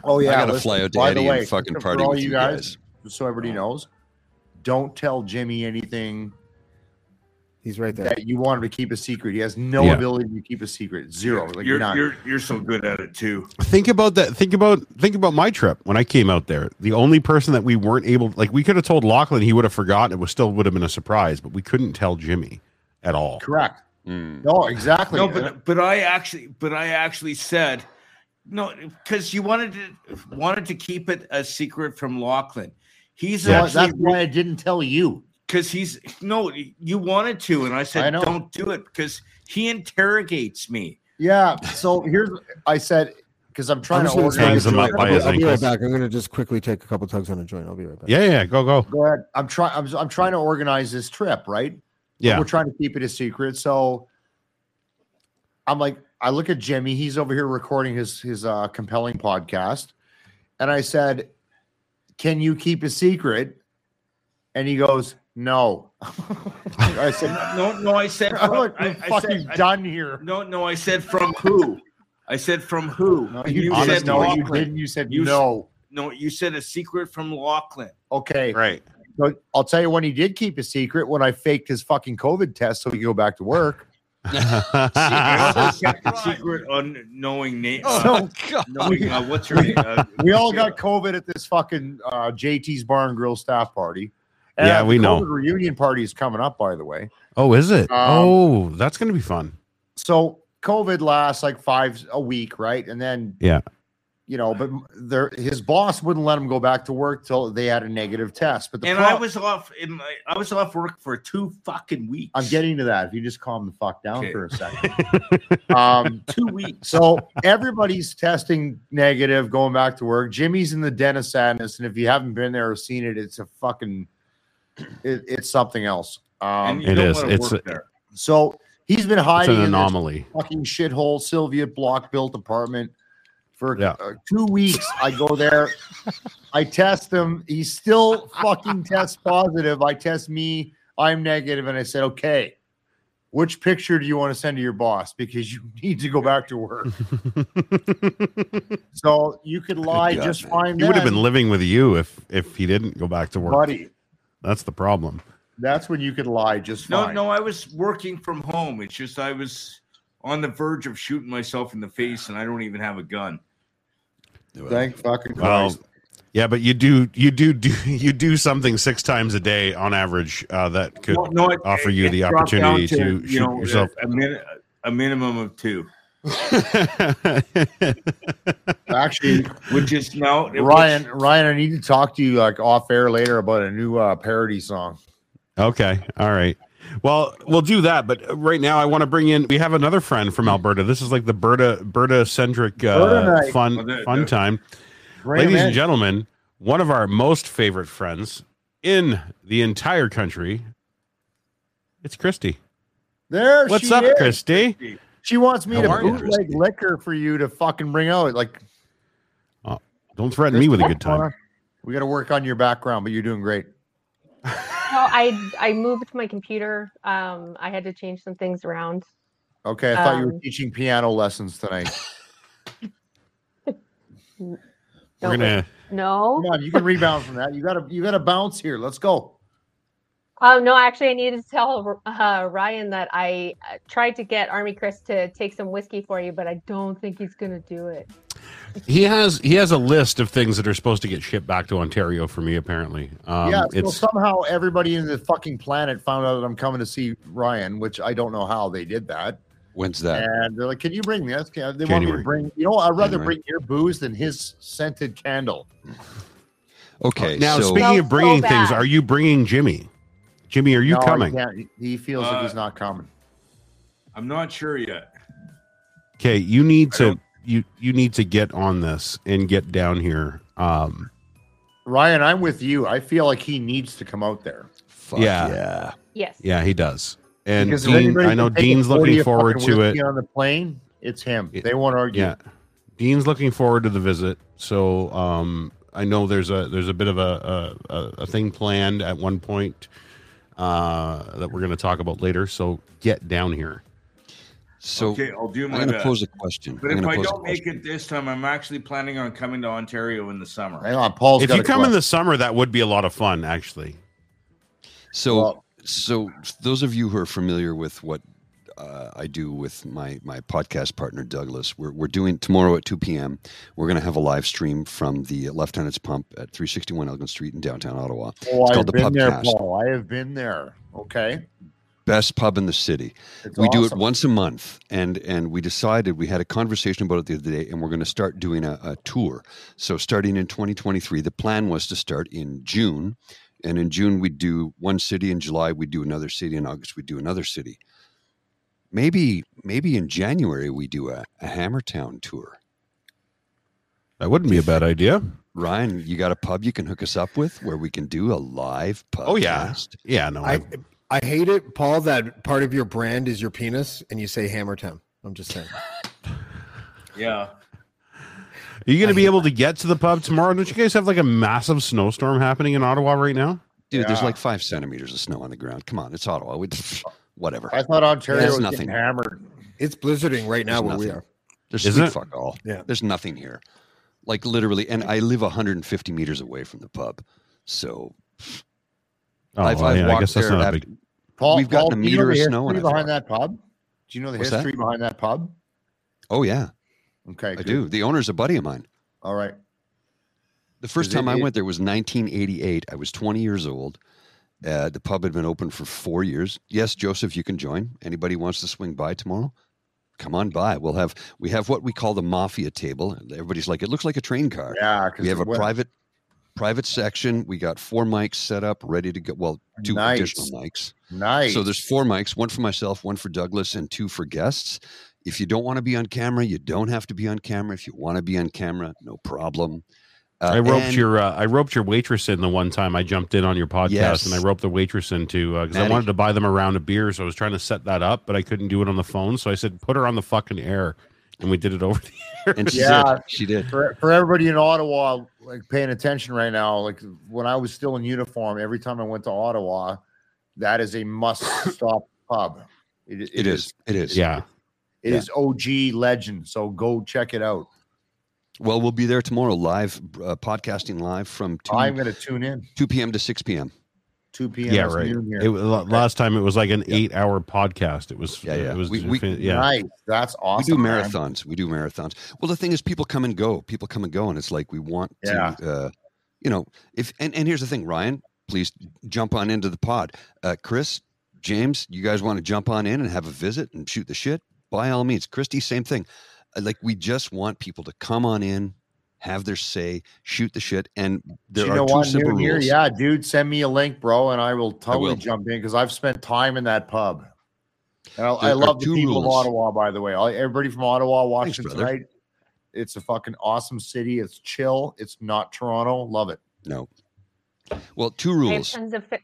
F: Oh yeah,
G: I gotta
F: listen,
G: fly out to
F: by the
G: Eddie and
F: way,
G: fucking
F: for
G: party
F: all
G: with you guys.
F: just so everybody knows. Don't tell Jimmy anything
B: He's right there.
F: that you wanted to keep a secret. He has no
C: Yeah.
F: ability to keep a secret. Zero. Like
E: you're,
F: none.
E: you're you're so good at it too.
C: Think about that. Think about think about my trip when I came out there. The only person that we weren't able, like we could have told Lachlan, he would have forgotten. It was still would have been a surprise, but we couldn't tell Jimmy at all.
F: Correct. No, exactly.
E: No, but but I actually but I actually said no because you wanted to wanted to keep it a secret from Lachlan. He's
F: No,
E: actually
F: that's why I didn't tell you.
E: because he's no you wanted to and I
F: I
E: said
F: know.
E: don't do it because he interrogates me.
F: Yeah. So here's I said because I'm trying
B: I'm
F: to
B: just gonna
F: organize.
C: Hangs him
B: I'll
C: up
B: be-
C: by his
B: I'll be right
C: ankles.
B: back. I'm going to just quickly take a couple tugs on a joint. I'll be right back.
C: Yeah, yeah, go go.
F: Go ahead. I'm trying. I'm, I'm trying to organize this trip, right?
C: Yeah,
F: We're trying to keep it a secret. So I'm like, I look at Jimmy. He's over here recording his his uh, compelling podcast, and I said, "Can you keep a secret?" And he goes, "No." *laughs* I said,
E: No, no, I said
F: "I'm
E: from,
F: like,
E: I,
F: we're
E: I
F: Oh, fucking
E: said, I-
F: done here."
E: no, no, I said from who? I said from who?
F: No,
E: And you,
F: you,
E: said
F: said no. You
E: Lachlan.
F: didn't. You said
E: You s-
F: no.
E: No, you said a secret from Lachlan.
F: Okay.
C: right.
F: So I'll tell you when he did keep a secret when I faked his fucking COVID test so he could go back
C: *laughs*
F: to work. *laughs*
E: I also kept the secret on knowing name.
C: Oh,
F: So
G: God.
E: knowing uh, what's your name? Uh,
F: *laughs* we all got COVID at this fucking uh, JT's Bar and Grill staff party.
C: Yeah, we
F: the
C: know.
F: COVID reunion party is coming up, by the way.
C: oh, is it?
F: Um,
C: oh, that's gonna be fun.
F: So COVID lasts like five a week, right? And then
C: Yeah.
F: you know, but there his boss wouldn't let him go back to work till they had a negative test. But the
E: and
F: pro-
E: I was off. In my, I was off work for two fucking weeks.
F: I'm getting to that. If you just calm the fuck down
E: Okay.
F: for a second.
C: *laughs*
F: um,
E: two weeks.
F: So everybody's testing negative, going back to work. Jimmy's in the den of sadness, and if you haven't been there or seen it, it's a fucking, it, it's something else.
E: And
F: Um,
E: you
C: It
E: don't
C: is.
E: wanna
C: It's
E: work
C: a-
E: there.
F: so he's been
C: It's
F: hiding
C: an
F: in this
C: anomaly.
F: fucking shithole Sylvia block built apartment for
C: Yeah.
F: uh, two weeks. I go there, I test him. He still fucking tests positive. I test me. I'm negative, and I said, okay. Which picture do you want to send to your boss? Because you *laughs* need to go back
C: *laughs*
F: to work. So you could lie
G: God,
F: just
G: man.
F: fine.
C: he would have
F: then,
C: been living with you if if he didn't go back to work.
F: buddy.
C: That's the problem.
F: That's when you could lie just
E: No,
F: fine.
E: no, I was working from home. It's just I was on the verge of shooting myself in the face, and I don't even have a gun.
F: Thank fucking
C: Well,
F: Christ.
C: yeah, but you do you do do *laughs* you do something six times a day on average uh, that could
E: No, no, it-
C: offer you
E: it
C: the
E: dropped down
C: opportunity to, shoot
E: you know, uh,
C: yourself.
E: a, min- a minimum of two,
F: Actually,
E: which is now
F: Ryan, Ryan, I need to talk to you like off air later about a new uh, parody song.
C: okay, all right. Well, we'll do that. But right now, I want to bring in. We have another friend from Alberta. This is like the Berta Berta centric
F: Berta
C: uh,
F: night.
C: fun
E: Well, the-
C: fun
E: the-
C: time.
F: Bring
C: Ladies
F: him
C: and
F: in.
C: gentlemen, one of our most favorite friends in the entire country. It's Christy.
F: there
C: What's
F: she
C: up,
F: is.
C: Christy?
F: She wants me
C: How
F: to
C: are you,
F: bootleg liquor for you to fucking bring out. Like,
C: Uh, Don't threaten me with a good time.
F: we got to work on your background, but you're doing great.
I: No, I I moved my computer. Um, I had to change some things around.
F: Okay, I thought you were
I: Um,
F: teaching piano
C: *laughs*
F: lessons tonight.
I: No,
C: We're gonna
I: no.
F: Come on, you can rebound from that. You gotta, you gotta bounce here. Let's go.
I: Oh no! Actually, I needed to tell uh, Ryan that I uh, tried to get Army Chris to take some whiskey for you, but I don't think he's gonna do it.
C: he has he has a list of things that are supposed to get shipped back to Ontario for me. Apparently, um,
F: yeah, so
C: it's
F: somehow everybody in the fucking planet found out that I'm coming to see Ryan, which I don't know how they did that.
G: When's that?
F: And they're like, "Can you bring this?" They want me to
C: January.
F: bring. You know, I'd rather
G: January.
F: bring your booze than his scented candle.
G: Okay.
C: now.
G: so,
C: speaking
I: So-
C: of bringing
I: so
C: things,
I: bad.
C: are you bringing Jimmy? Jimmy, are you
F: No, he
C: coming?
F: can't. He feels like he's not coming.
E: Uh, I'm not sure yet.
C: Okay, you need
E: I
C: to
E: don't-
C: you you need to get on this and get down here. Um,
F: Ryan, I'm with you. I feel like he needs to come out there.
G: fuck
C: yeah.
G: yeah.
I: Yes.
C: yeah, he does. And
F: Because if
C: Dean,
F: anybody
C: I
F: can
C: know
F: take a
C: Dean's
F: 40
C: looking
F: of
C: forward
F: fucking
C: to it.
F: whiskey on the plane. It's him.
C: It-
F: they won't argue.
C: Yeah. Dean's looking forward to the visit. So um, I know there's a there's a bit of a a, a, a thing planned at one point uh, that we're going to talk about later. So get down here.
G: So
E: okay, I'll do my
G: I'm going to
E: best.
G: pose a question.
E: But
G: I'm
E: if
G: gonna
E: I
G: pose a
E: don't make it this time, I'm actually planning on coming to Ontario in the summer.
F: Hang on, Paul's
C: if you come in the summer, that would be a lot of fun, actually.
G: So, so those of you who are familiar with what uh, I do with my my podcast partner Douglas, we're we're doing tomorrow at two p.m. We're going to have a live stream from the Lieutenant's Pump at three sixty one Elgin Street in downtown Ottawa.
F: Oh, I've been there,
G: Pubcast.
F: Paul. I have been there. Okay.
G: best pub in the city.
F: It's
G: we do it
F: awesome.
G: once a month, and and we decided we had a conversation about it the other day, and we're going to start doing a, a tour. So starting in 2023, the plan was to start in June, and in June we would do one city. In July we would do another city. In August we would do another city. Maybe maybe in January we do a, a Hammertown tour.
C: That wouldn't be a bad idea.
G: Ryan, you got a pub you can hook us up with where we can do a live podcast?
C: Oh, yeah. Yeah, no.
B: I I hate it, Paul. That part of your brand is your penis, and you say Hammer Town. I'm just saying.
E: Yeah.
C: Are you going to be able to get to the pub tomorrow? Don't you guys have like a massive snowstorm happening in Ottawa right now?
G: Dude, there's
F: Yeah.
G: like five centimeters of snow on the ground. Come on, it's Ottawa. We, whatever.
F: I thought Ontario
G: There's
F: was
G: nothing.
F: getting hammered.
B: It's blizzarding right now
G: There's
B: where we
G: nothing.
B: are.
G: There's
C: Is
G: sweet
C: it?
G: fuck all.
B: Yeah.
G: There's nothing here. Like literally, and I live 150 meters away from the pub. So
C: Oh,
G: I've,
C: well,
G: I've
C: yeah,
G: walked
C: I guess that's
G: there.
C: not a
G: I've-
C: big.
F: Paul,
G: We've
F: Paul,
G: gotten a
F: do you know
G: meter of
F: the
G: snow in
F: history
G: it.
F: behind that pub. Do you know the
G: What's that?
F: history behind that pub?
G: oh yeah,
F: Okay,
G: I
F: good.
G: do. The owner's a buddy of mine.
F: All right.
G: The first
F: Is it-
G: time I
F: it-
G: went there was 1988. I was 20 years old. Uh, the pub had been open for four years. Yes, Joseph, you can join. Anybody wants to swing by tomorrow? Come on by. We'll have we have what we call the mafia table. Everybody's like, it looks like a train car.
F: Yeah, because
G: we have a private private section. We got four mics set up, ready to go. Well, two
F: Nice.
G: additional mics.
F: Nice.
G: So there's four mics, one for myself, one for Douglas, and two for guests. If you don't want to be on camera, you don't have to be on camera. If you want to be on camera, no problem. Uh,
C: I roped
G: and
C: your uh, I roped your waitress in the one time I jumped in on your podcast
G: Yes.
C: and I roped the waitress into because I
G: Maddie.
C: wanted to buy them a round of beer so I was trying to set that up but I couldn't do it on the phone so I said put her on the fucking air and we did it *laughs* over the air.
G: and she
F: Yeah.
G: did. She did.
F: for, for everybody in Ottawa, like paying attention right now, like when I was still in uniform, every time I went to Ottawa, that is a must
G: *coughs*
F: stop pub. It,
G: It is. It is.
C: yeah,
F: It is OG legend. So go check it out.
G: Well, we'll be there tomorrow, live uh, podcasting live from 2,
F: I'm going to tune in
G: 2 p.m. to 6 p.m.
F: 2 p.m.
C: yeah,
F: It's
C: right.
F: noon here.
C: It was, last time it was like an eight hour podcast. It was
G: Yeah, yeah.
C: It was
G: We- we-
C: yeah.
F: Nice. That's awesome.
G: we do
F: man.
G: marathons. We do marathons. Well, the thing is, people come and go. People come and go, and it's like we want
F: Yeah.
G: to, uh, you know. If and, and here's the thing, Ryan, please jump on into the pod. Uh, Chris, James, you guys want to jump on in and have a visit and shoot the shit? By all means, Christy, same thing. Uh, Like we just want people to come on in, have their say, shoot the shit, and there
F: Do you
G: are
F: know
G: two
F: what?
G: simple
F: Noon here?
G: rules.
F: Yeah, dude, send me a link, bro, and I will totally
G: will.
F: jump in because I've spent time in that pub. And I,
G: There
F: I
G: are
F: love the
G: two
F: people
G: rules.
F: of Ottawa, by the way. All- Everybody from Ottawa watching
G: Thanks, brother.
F: tonight. It's a fucking awesome city. It's chill. It's not Toronto. Love it.
G: No. Well, two
I: I have
G: rules.
I: tons of. Fi-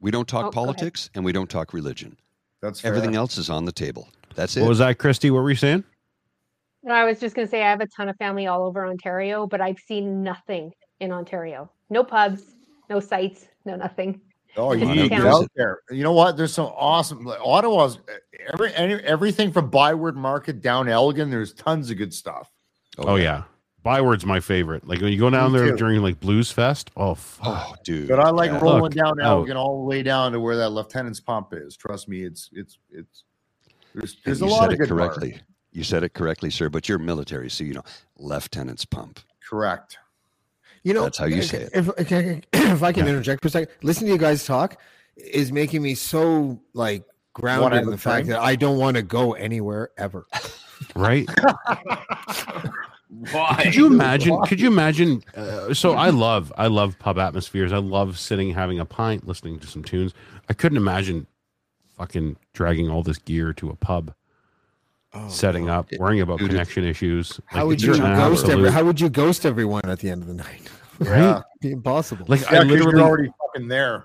G: We don't talk
I: uh, Oh, go ahead.
G: politics and we don't talk religion.
F: That's fair.
G: Everything else is on the table. That's it.
C: What was that, Christy? What were you saying?
I: no, I was just going to say I have a ton of family all over Ontario, but I've seen nothing in Ontario. No pubs, no sites, no nothing.
F: Oh, you
I: Just
F: need to
I: town.
F: get out there. You know what? There's some awesome like, Ottawa's every any, everything from Byward Market down Elgin. There's tons of good stuff.
C: Oh, yeah. Byword's my favorite. Like when you go down
F: Me
C: there
F: too.
C: during like Blues Fest. Oh fuck.
G: Oh, dude.
F: But I like
G: Yeah.
F: rolling
C: Look oh,
F: down
G: oh.
C: out.
F: Elgin all the way down to where that lieutenant's pump is. Trust me, it's it's it's there's there's a
G: you
F: lot
G: said
F: of
G: it
F: good bars.
G: correctly. You said it correctly, sir. But you're military, so you know, lieutenant's pump.
F: Correct.
B: You know,
G: That's how you
B: if-
G: say it.
B: If, if- if I can
C: Yeah.
B: interject for a second, listening to you guys talk is making me so like
F: Wanna
B: grounded
F: have
B: in
F: a
B: the fact
F: drink?
B: that I don't want to go anywhere ever. *laughs*
C: Right?
E: Why? *laughs*
C: Could you imagine? Could you imagine? Uh, so I love, I love pub atmospheres. I love sitting, having a pint, listening to some tunes. I couldn't imagine fucking dragging all this gear to a pub, setting up, worrying about
G: Dude, it-
C: connection issues. Like,
B: Oh, How would
C: it's
B: you
C: an
B: ghost every,
C: absolute-
B: How would you ghost everyone at the end of the night? *laughs*
C: Right?
B: Be impossible.
C: Like
F: Yeah,
C: I
F: 'cause you're
C: literally,
F: already fucking there.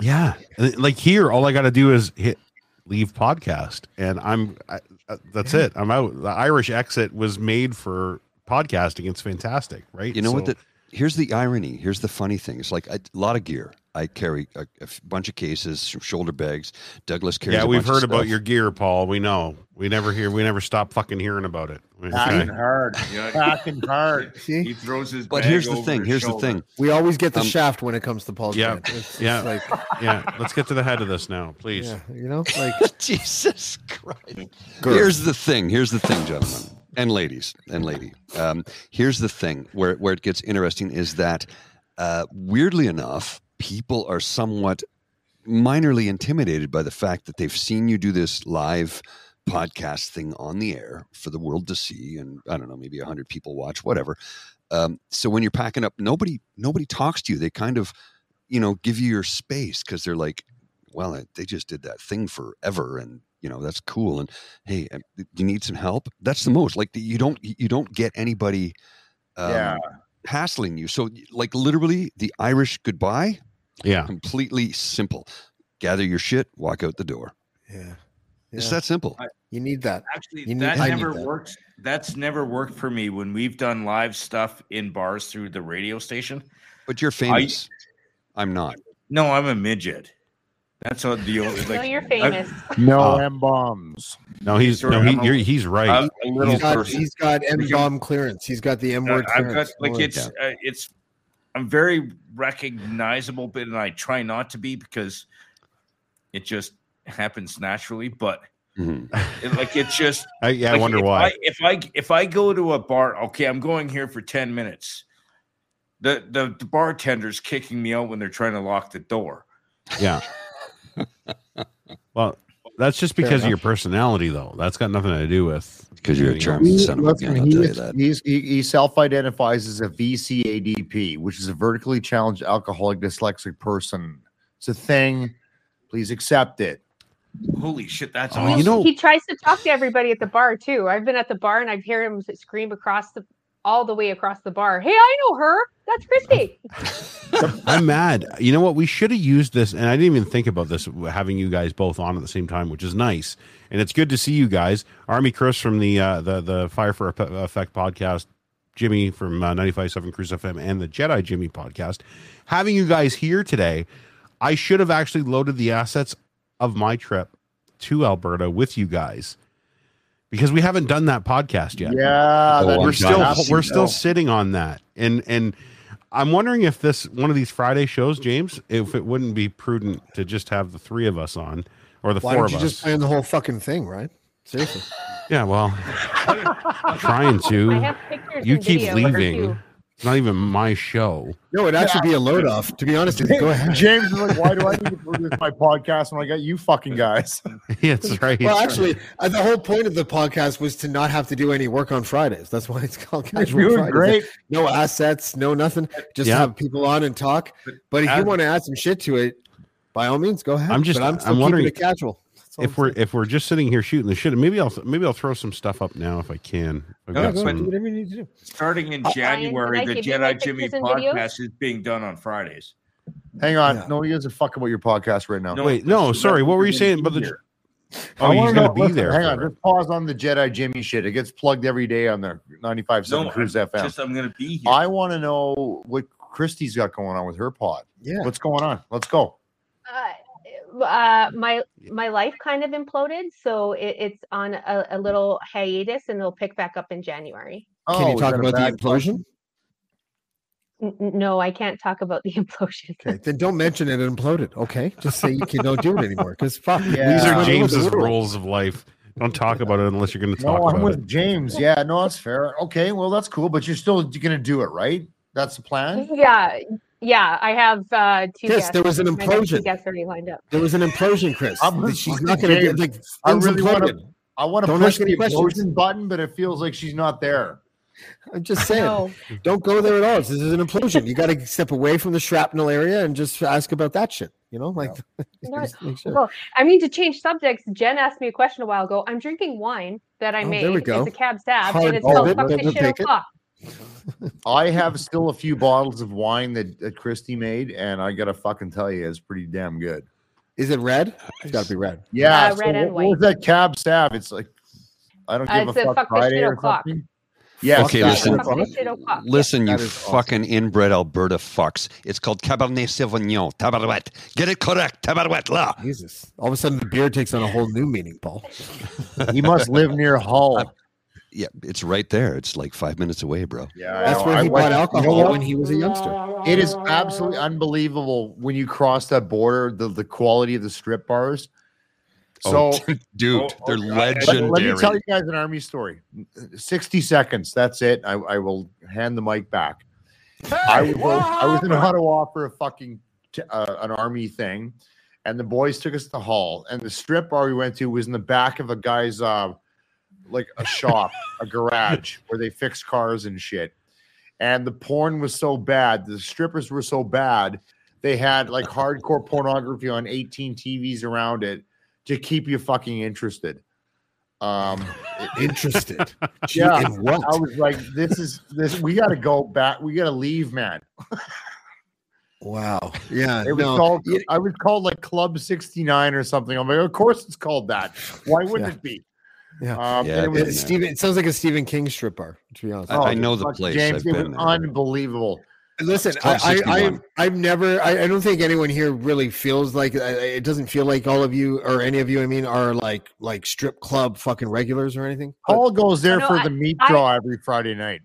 C: yeah. And, Like here, all I got to do is hit leave podcast, and I'm. I, uh, that's it. I'm out. The Irish exit was made for podcasting. It's fantastic, right?
G: You know what?
C: So-
G: The, here's the irony. Here's the funny thing. It's like a lot of gear. I carry a, a f- bunch of cases, sh- shoulder bags. Douglas carries.
C: yeah,
G: a
C: we've
G: bunch of
C: heard about
G: stuff.
C: your gear, Paul. We know. We never hear. We never stop fucking hearing about it.
G: Fucking
E: *laughs* hard.
J: Fucking hard.
E: He throws his.
G: But
E: bag
G: here's the
E: over
G: thing.
E: his
G: Here's the
E: shoulder.
G: thing.
B: We always get the
G: Um,
B: shaft when it comes to Paul's
C: Yeah,
B: band. It's just
C: yeah,
G: *laughs*
B: like
C: yeah. Let's get to the head of this now, please.
B: yeah, you know, like
G: Jesus Christ.
B: Girl.
G: Here's the thing. Here's the thing, gentlemen and ladies and lady. Um, here's the thing where where it gets interesting is that uh, weirdly enough, people are somewhat minorly intimidated by the fact that they've seen you do this live podcast thing on the air for the world to see, and I don't know, maybe hundred people watch, whatever. Um, so when you're packing up, nobody nobody talks to you. They kind of you know give you your space because they're like well I- they just did that thing forever and you know that's cool and hey uh, do you need some help that's the most like you don't you don't get anybody um,
F: Yeah.
G: hassling you so like literally the irish goodbye
C: Yeah.
G: completely simple gather your shit walk out the door
B: yeah,
G: it's
B: Yeah.
G: that simple
B: you need that.
E: Actually,
B: You need-
E: that
B: I need
E: never
B: that.
E: works. That's never worked for me when we've done live stuff in bars through the radio station.
G: but you're famous I, am not
E: No, I'm a midget. That's all the only. Like,
I: no, you're
E: I-
I: famous.
J: No
C: Uh,
J: M bombs.
C: No, he's
E: Sorry,
C: no, he,
E: I'm a-
C: you're, he's
E: I'm
C: right.
E: a little
B: He's got,
E: person.
B: he's got M
E: We can-
B: bomb clearance. He's got the M
E: Uh,
B: word
E: I've got
B: clearance.
E: like
B: Totally.
E: it's uh, it's I'm very recognizable, but and I try not to be because it just happens naturally. But
G: Mhm.
E: it, like it just
C: I, yeah, I
E: like,
C: wonder
E: if
C: why.
E: I, if I if I go to a bar, okay, I'm going here for ten minutes. The, the the bartender's kicking me out when they're trying to lock the door.
C: yeah. well, that's just
B: Fair
C: because of your
B: enough.
C: personality, though. That's got nothing to do with
G: 'Cause you're a
C: anything
G: charm.
C: else.
G: I'm
F: He,
G: son of a
F: listen,
G: gun, I'll
F: he
G: tell you
F: is-
G: that.
F: he's- he, he self-identifies as a VCADP, which is a vertically challenged alcoholic dyslexic person. It's a thing. Please accept it.
E: Holy shit, that's
C: Oh, you
E: awesome.
C: know-
I: He tries to talk to everybody at the bar too. I've been at the bar and I've heard him scream across the all the way across the bar. Hey, I know her. That's Christy.
C: I'm mad. You know what? We should have used this, and I didn't even think about this having you guys both on at the same time, which is nice. And it's good to see you guys. Army Chris from the uh, the the Fire for Eff- Effect podcast, Jimmy from uh, 95.7 Cruise FM, and the Jedi Jimmy podcast. Having you guys here today, I should have actually loaded the assets of my trip to Alberta with you guys because we haven't done that podcast yet
F: Yeah,
G: Oh,
F: that-
G: I'm
C: Uh, we're still
G: done.
C: we're still sitting on that and and i'm wondering if this one of these friday shows james if it wouldn't be prudent to just have the three of us on or the
B: Why
C: four
B: don't
C: of
B: you
C: us
B: just plan the whole fucking thing, right? *laughs* Seriously.
C: yeah well trying
I: I
C: to
I: have pictures.
C: you
I: and
C: keep
I: video of her,
C: leaving
I: too.
C: it's not even my show
B: No, it'd actually be a load off. To be honest, with you. *laughs* go
F: *laughs*
B: ahead.
F: James is like, why do I need to *laughs* produce my podcast when I got you fucking
B: *laughs*
F: guys?
C: yeah it's right
B: Well, actually, uh, the whole point of the podcast was to not have to do any work on Fridays. That's why it's called
F: You're
B: Casual
F: doing
B: Fridays.
F: great.
B: No assets, no nothing. Just
C: Yeah.
B: have people on and talk. But if you
E: as-
B: want to add some shit to it, by all means, go ahead.
C: I'm just-
B: But I'm,
C: I'm
B: still keeping
C: wondering
B: it casual. That's all
C: if
B: I'm
C: we're
B: saying.
C: if we're just sitting here shooting the shit maybe i'll maybe i'll throw some stuff up now if i can I've
E: No,
C: got
E: but-
C: some-
B: whatever you need to do.
E: Starting in
I: Ryan,
E: January,
I: can Oh,
E: the
I: I give you my
E: Jedi Jimmy
I: pictures and videos?
E: podcast is being done on Fridays.
F: Hang on.
B: Yeah.
F: Nobody gives a fuck about your podcast right now.
E: No,
C: wait no
E: that's-
C: sorry what were you
E: that's
C: saying about the
E: easier.
C: oh
F: I
C: he's
F: wanna
C: gonna
F: know-
C: be
F: listen,
C: there
F: Hang
C: for
F: on.
C: it.
F: Just pause on the Jedi Jimmy shit. It gets plugged every day on their 95.7
E: No,
F: Cruise FM.
E: Just I'm gonna be here.
F: I want to know what Christy's got going on with her pod.
B: Yeah.
F: What's going on? Let's go.
I: Uh, uh, my my life kind of imploded, so it, it's on a, a little hiatus, and it'll pick back up in January.
B: Can
F: Oh,
B: you
F: is
B: talk
F: that a
B: about the
F: bad question?
B: implosion?
I: N- n- no, I can't talk about the *laughs* implosion.
B: Okay, then don't mention it and implode it. Okay, just say you can don't do it anymore because fuck.
F: Yeah.
C: These are
F: Uh,
C: James's rules of life. Don't talk about it unless you're going to talk
F: No, I'm
C: about
F: with
C: it.
F: James. Yeah, no, that's fair. Okay, well, that's cool, but you're still going to do it, right? That's the plan.
I: yeah, yeah, I have uh, two.
B: Yes,
I: guests.
B: there was an
I: I got two
B: implosion.
I: guests already lined up.
B: There was an implosion, Chris.
F: I'm with
B: She's
F: fucking
B: not going to
F: James.
B: like.
F: I
B: things
F: really want to.
B: imploded.
F: I want to
B: Don't
F: push
B: ask any
F: the
B: questions.
F: explosion button, but it feels like she's not there.
B: I'm just saying.
I: No,
B: Don't go there at all. This is an implosion. You got to step away from the shrapnel area and just ask about that shit. You know, like
I: No.
B: just make sure.
I: Well, I mean to change subjects. Jen asked me a question a while ago. I'm drinking wine that I
B: Oh,
I: made.
B: there we go.
I: It's a cab stab,
B: Hard Oh,
I: and it's
B: boiled
I: called
B: it,
I: Fuck
B: double
I: This Shit
B: take it.
I: O'Clock.
F: I have still a few bottles of wine that, that Christy made, and I got to fucking tell you, it's pretty damn good.
B: is it red? It's got to be red.
F: Yeah,
I: Uh, red and
F: what- what was that cab sav? It's like I don't
I: Uh,
F: give
I: it's
F: a
I: a
F: fuck
I: fuck this
F: Friday
I: shit
F: or
I: o'clock.
F: something. Yes.
G: Okay,
F: that
G: listen.
F: is on it.
G: Listen, you
F: That is awesome.
G: fucking inbred Alberta fucks. It's called Cabernet Sauvignon. Tabarouette. Get it correct. Tabarouette. La.
B: Jesus. All of a sudden, the beer takes on a whole new meaning, Paul.
G: He must
F: *laughs*
B: live near Hull.
G: Yeah, it's right there. It's like five minutes away, bro.
F: Yeah, I
B: That's
F: know.
B: where
F: I
B: he
F: went- you
B: bought
F: know
B: alcohol
F: what?
B: when he was a youngster.
F: It is absolutely unbelievable when you cross that border, the, the quality of the strip bars. So,
G: Oh, *laughs* dude, they're
F: Let-
G: legendary.
F: Let me tell you guys an army story. 60 seconds. That's it. I, I will hand the mic back. I, was, I was in Ottawa for a fucking t- uh, an army thing, and the boys took us to the hall. And the strip bar we went to was in the back of a guy's uh, like a shop, a garage where they fix cars and shit. And the porn was so bad, the strippers were so bad, they had like hardcore pornography on 18 TVs around it to keep you fucking interested. Um,
B: interested. Gee,
F: yeah,
B: in what?
F: I was like, this is this. We got to go back. We got to leave, man.
B: Wow.
G: Uh,
B: Yeah.
F: It was
B: no,
F: called. I was called like Club 69 or something. I'm like, of course it's called that. Why wouldn't
B: Yeah.
F: it be?
B: Yeah.
F: Um, and it was-
B: It's Stephen, it sounds like a Stephen King strip bar, to be honest.
G: I- I know the
F: fucking
G: place.
F: James,
G: I've
F: it
G: been
F: was
G: there.
F: unbelievable.
B: Listen,
G: It's
B: I,
G: called
B: I, I,
G: 61.
B: I've never, I, I don't think anyone here really feels like, I- I- it doesn't feel like all of you or any of you, I mean, are like, like strip club fucking regulars or anything.
F: Paul goes there
I: No,
F: for
I: I-
F: the meat
I: I-
F: draw every Friday night.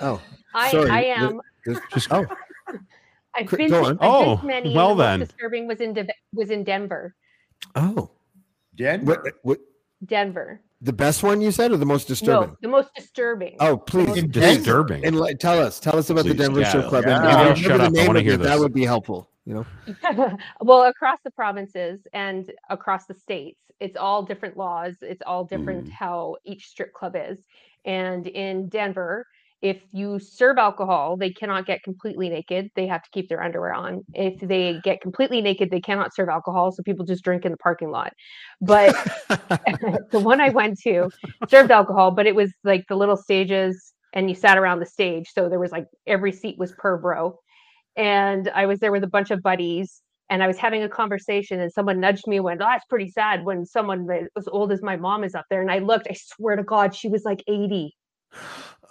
B: Oh,
I: I,
F: Sorry,
I: I
F: the-
I: am.
B: just, oh,
I: I've
F: Quick,
I: been,
F: go
I: to,
F: on.
I: I've
F: Oh,
I: been to many. and
F: well
I: the most
F: then.
I: disturbing was in De- was in Denver.
B: oh.
F: Denver.
B: What, what,
I: Denver.
B: the best one you said or the most disturbing?
I: No, the most disturbing.
B: Oh, please.
C: In Denver? Disturbing.
B: And like, tell us, tell us about the
C: Please,
B: Denver
C: yeah,
B: strip club.
C: yeah.
B: And
C: Yeah,
B: if you remember
C: shut up. I wanna hear
B: That
C: this.
B: would be helpful, you know?
I: *laughs* well, across the provinces and across the states, it's all different laws. It's all different how each strip club is. And in Denver, if you serve alcohol, they cannot get completely naked. They have to keep their underwear on. If they get completely naked, they cannot serve alcohol. So people just drink in the parking lot. But *laughs* the one I went to served alcohol, but it was like the little stages and you sat around the stage. So there was like every seat was per bro. And I was there with a bunch of buddies and I was having a conversation and someone nudged me and went, Oh, that's pretty sad when someone that as old as my mom is up there. And I looked, I swear to God, she was like 80.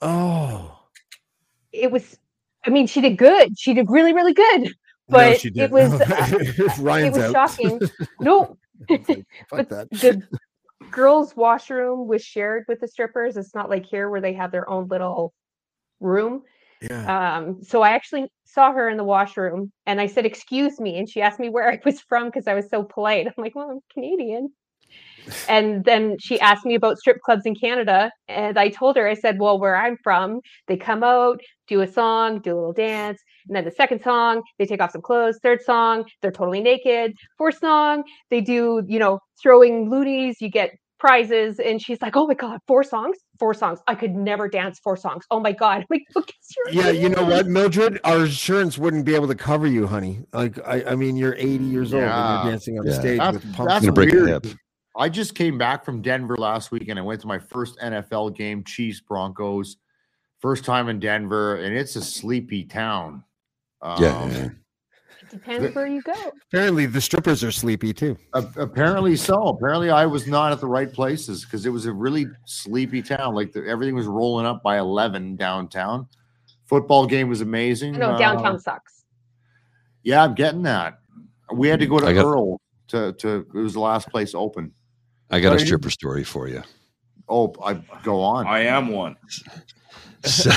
B: Oh.
I: It was, I mean, she did good. She did really, really good. But
B: she
I: it
B: didn't.
C: *laughs*
B: *laughs*
I: was, uh,
B: Ryan's
I: it was
B: out. *laughs*
I: shocking. No, *laughs*
B: Fuck
I: But
B: that. *laughs*
I: the girls' washroom was shared with the strippers. It's not like here where they have their own little room. Um, so I actually saw her in the washroom and I said, Excuse me. And she asked me where I was from because I was so polite. I'm like, Well, I'm Canadian. And then she asked me about strip clubs in Canada. And I told her, I said, Well, where I'm from, they come out, do a song, do a little dance. And then the second song, they take off some clothes. Third song, they're totally naked. Fourth song, they do, you know, throwing loonies, you get prizes. And she's like, Oh my God, four songs? Four songs. I could never dance four songs. Oh my God. *laughs* I'm like, "Well, guess you're
B: Yeah, you know what,
I: Canadian."
B: Mildred, our insurance wouldn't be able to cover you, honey. Like, I, I mean, you're 80 years old and
F: Yeah.
B: you're dancing on
G: Yeah.
B: stage
F: That's-
B: with
F: that's
B: pumps.
G: Gonna break a
F: weird.
G: hip.
F: I just came back from Denver last week and I went to my first NFL game, Chiefs Broncos. First time in Denver, and it's a sleepy town. Um,
G: Yeah, yeah, yeah.
I: It depends where you go.
B: Apparently, the strippers are sleepy too.
F: a- apparently so. Apparently, I was not at the right places because it was a really sleepy town. Like the, everything was rolling up by eleven downtown. Football game was amazing.
I: No,
F: Uh,
I: downtown sucks.
F: yeah, I'm getting that. We had to go to
G: I got-
F: Earl to to. It was the last place open.
G: I got a
F: Sorry.
G: stripper story for you.
F: Oh, I go on.
E: I am one.
G: So,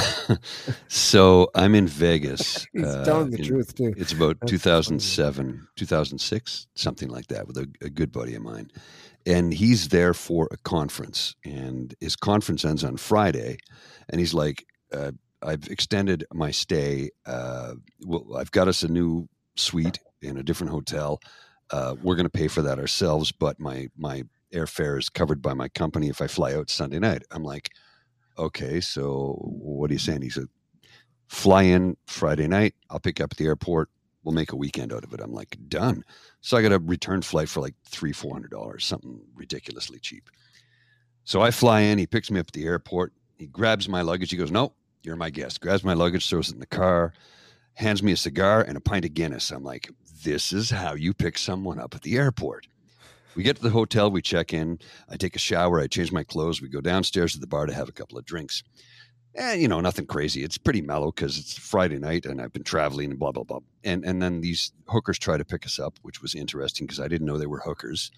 G: *laughs* so I'm in Vegas.
B: *laughs* He's
G: uh,
B: telling the
G: in-
B: truth too.
G: It's about
B: That's funny.
G: 2007, 2006, something like that, with a, a good buddy of mine. And he's there for a conference, and his conference ends on Friday. And he's like, uh, I've extended my stay. Uh, well, I've got us a new suite in a different hotel. Uh, we're going to pay for that ourselves, but my, my airfare is covered by my company if I fly out Sunday night. I'm like, okay, so what are you saying? He said, fly in Friday night. I'll pick you up at the airport. We'll make a weekend out of it. I'm like, done. So I got a return flight for like three, four hundred dollars, something ridiculously cheap. So I fly in. He picks me up at the airport. He grabs my luggage. He goes, no, you're my guest. Grabs my luggage, throws it in the car, hands me a cigar and a pint of Guinness. I'm like, this is how you pick someone up at the airport. We get to the hotel, we check in. I take a shower, I change my clothes, we go downstairs to the bar to have a couple of drinks. eh, you know, nothing crazy. It's pretty mellow because it's Friday night and I've been traveling and blah blah blah. And and then these hookers try to pick us up, which was interesting because I didn't know they were hookers.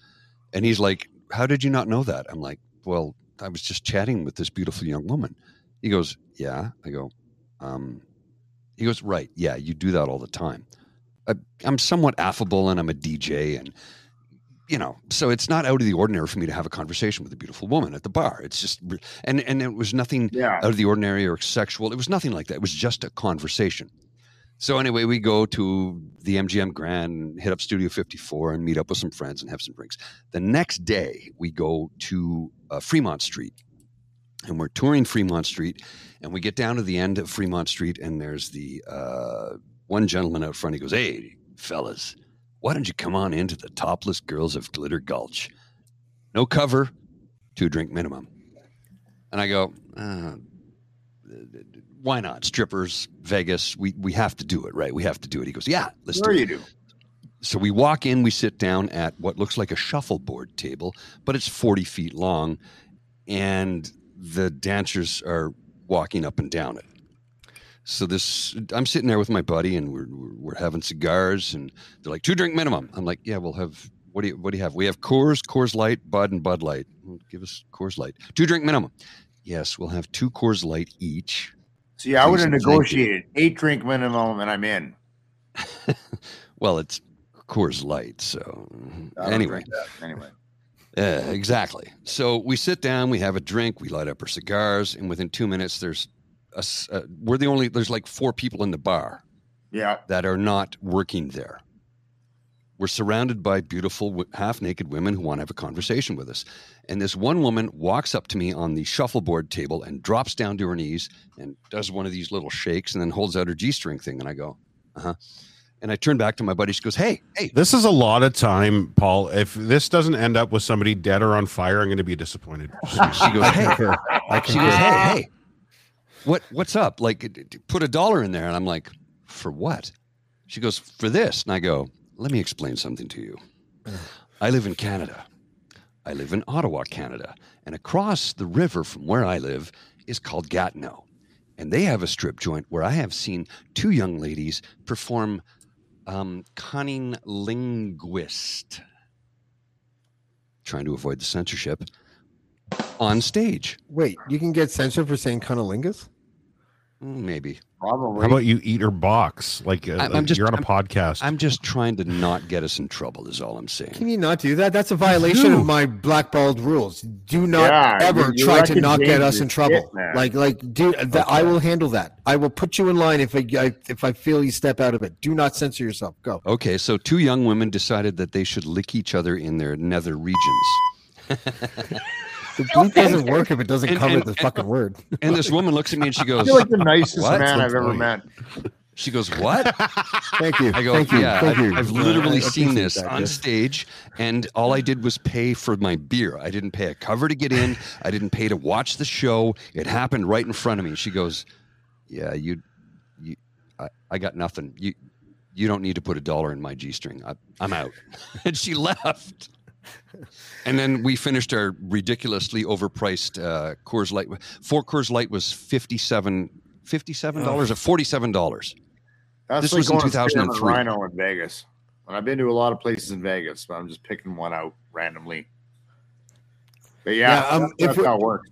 G: And he's like, "How did you not know that?" I'm like, "Well, I was just chatting with this beautiful young woman." He goes, "Yeah." I go, um, "He goes, right? Yeah, you do that all the time." I, I'm somewhat affable and I'm a DJ and you know, so it's not out of the ordinary for me to have a conversation with a beautiful woman at the bar. It's just, and and it was nothing out of the ordinary or sexual. It was nothing like that. It was just a conversation. So anyway, we go to the MGM Grand, hit up Studio 54, and meet up with some friends and have some drinks. The next day, we go to uh, Fremont Street, and we're touring Fremont Street, and we get down to the end of Fremont Street, and there's the uh, one gentleman out front. He goes, "Hey, fellas." why don't you come on into the topless girls of Glitter Gulch? No cover, two drink minimum. And I go, uh, why not? Strippers, Vegas, we, we have to do it, right? We have to do it. He goes, yeah, let's
F: Sure
G: do
F: you
G: it.
F: do.
G: So we walk in, we sit down at what looks like a shuffleboard table, but it's 40 feet long, and the dancers are walking up and down it so this i'm sitting there with my buddy and we're, we're, we're having cigars and they're like two drink minimum i'm like yeah we'll have what do you what do you have we have coors coors light bud and bud light "Well, give us coors light two drink minimum yes we'll have two coors light each
F: See, I would have
G: Thank you.
F: negotiated eight drink minimum, and I'm in.
G: well it's coors light so
F: I don't
G: anyway
F: drink that.
G: *laughs*
F: anyway,
G: Yeah, exactly. So we sit down, we have a drink, we light up our cigars, and within two minutes, there's a, s- uh, we're the only there's like four people in the bar,
F: yeah,
G: that are not working there. We're surrounded by beautiful, half naked women who want to have a conversation with us. And this one woman walks up to me on the shuffleboard table and drops down to her knees and does one of these little shakes and then holds out her G string thing. And I go, uh huh. And I turn back to my buddy. She goes, hey, hey,
C: This is a lot of time, Paul. If this doesn't end up with somebody dead or on fire, I'm going to be disappointed.
G: *laughs* she goes, "Hey."
F: *laughs*
G: she goes, "Hey, hey, what what's up? Like, d- d- put a dollar in there." And I'm like, "For what?" She goes, "For this." And I go, "Let me explain something to you. I live in Canada. I live in Ottawa, Canada, and across the river from where I live is called Gatineau, and they have a strip joint where I have seen two young ladies perform." Um, cunning linguist, trying to avoid the censorship on stage.
B: Wait, you can get censored for saying cunnilingus?
G: Mm, Maybe.
F: Probably.
C: How about you eat her box? Like, uh,
G: I'm- I'm just-
C: you're on a
G: I'm-
C: podcast.
G: I'm just trying to not get us in trouble, is all I'm saying.
B: Can you not do that? That's a violation of my blackballed rules. Do not
G: Yeah,
B: ever
G: you- you
B: try
G: like
B: to
G: to
B: not get
G: change
B: us
G: your
B: in trouble.
G: shit, man.
B: like, like, dude, th- I will handle that. I will put you in line if I, I if I feel you step out of it. Do not censor yourself. Go.
G: Okay, so two young women decided that they should lick each other in their nether regions.
B: The bleep doesn't work if it doesn't
G: And-
B: cover
G: and-
B: the
G: and-
B: fucking word. *laughs*
G: *laughs* And this woman looks at me and she goes,
B: You're like the nicest
G: "What?"
B: man I've ever met.
G: She goes, What?
B: Thank you.
G: I go,
B: Thank you.
G: Yeah,
B: Thank
G: I've,
B: you.
G: I've
B: Uh,
G: literally
B: I
G: seen
B: appreciate
G: this
B: that,
G: on
B: yes.
G: stage, and all I did was pay for my beer. I didn't pay a cover to get in, I didn't pay to watch the show. It happened right in front of me. She goes, Yeah, you, you I, I got nothing. You, you don't need to put a dollar in my G string. I'm out. *laughs* and she left. And then we finished our ridiculously overpriced uh, Coors Light. Four Coors Light was 57 $57 or $47.
F: that's
G: this
F: like
G: was in
F: going to sit on a
G: 2003.
F: Rhino in Vegas, and I've been to a lot of places in Vegas, but I'm just picking one out randomly. But yeah,
B: Yeah, um,
F: that's,
B: if
F: that's
B: we-
F: how it works.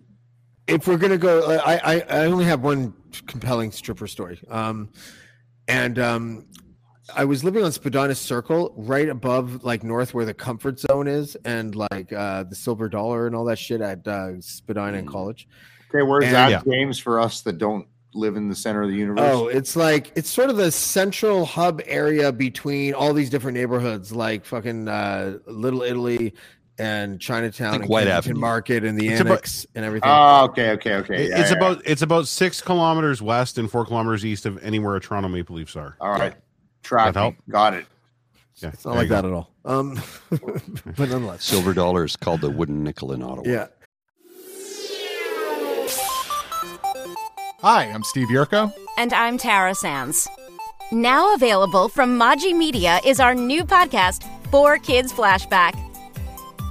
B: if we're gonna go, I, I I only have one compelling stripper story. Um, and um, I was living on Spadina Circle, right above like north where the comfort zone is, and like uh, the Silver Dollar and all that shit at uh, Spadina in college.
F: Mm. Okay, where's
B: And-
F: that, James? For us that don't live in the center of the universe.
B: Oh, it's like it's sort of the central hub area between all these different neighborhoods, like fucking uh, Little Italy and Chinatown,
G: Think
B: and
G: White
B: Kensington
G: Avenue.
B: Market, and the
C: It's about-
B: annex, and everything.
F: Ah, okay, okay, okay.
C: It- it's about it's about six kilometers west and four kilometers east of anywhere Toronto Maple Leafs are.
F: All right.
C: That
F: Traffic.
C: help?
F: Got it.
C: Yeah,
B: It's not like that at all. Um, *laughs* but nonetheless,
G: Silver dollar is called the wooden nickel in Ottawa.
B: yeah.
K: Hi, I'm Steve Yerko. And I'm Tara Sands. Now available from Maji Media is our new podcast, Four Kids Flashback.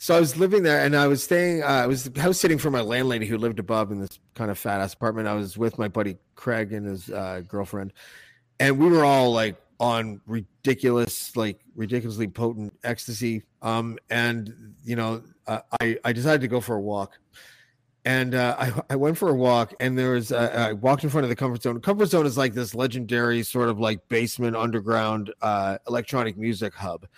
B: So I was living there, and I was staying. Uh, I was house sitting for my landlady who lived above in this kind of fat ass apartment. I was with my buddy Craig and his uh, girlfriend, and we were all like on ridiculous, like ridiculously potent ecstasy. Um, and you know, uh, I I decided to go for a walk, and uh, I I went for a walk, and there was uh, I walked in front of the comfort zone. Comfort zone is like this legendary sort of like basement underground uh, electronic music hub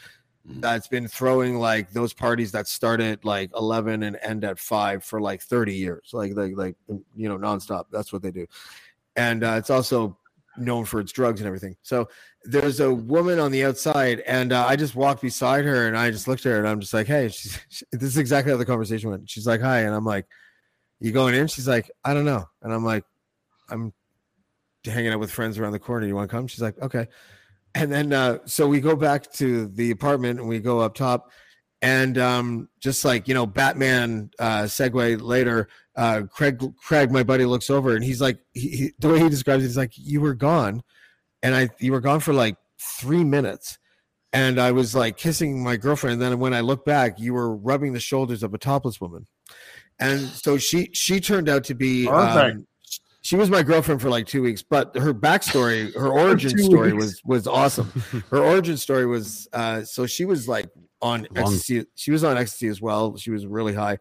B: that's been throwing like those parties that start at like 11 and end at 5 for like 30 years like like like you know nonstop that's what they do and uh, it's also known for its drugs and everything so there's a woman on the outside and uh, i just walked beside her and i just looked at her and i'm just like hey she's, *laughs* she, this is exactly how the conversation went she's like hi and i'm like you going in she's like i don't know and i'm like i'm hanging out with friends around the corner. You want to come? She's like, okay. And then uh, so we go back to the apartment and we go up top, and um, just like you know, Batman uh, segue later. Uh, Craig, Craig, my buddy, looks over and he's like, he, he, the way he describes it, he's like, you were gone, and I, you were gone for like three minutes, and I was like kissing my girlfriend. And then when I look back, you were rubbing the shoulders of a topless woman, and so she she turned out to be.
J: Perfect.
B: um, she was my girlfriend for like two weeks, but her backstory, her origin
J: two
B: story
J: weeks.
B: was was awesome.
J: *laughs*
B: Her origin story was uh so she was like on
J: Long.
B: ecstasy. She was on ecstasy as well. She was really high,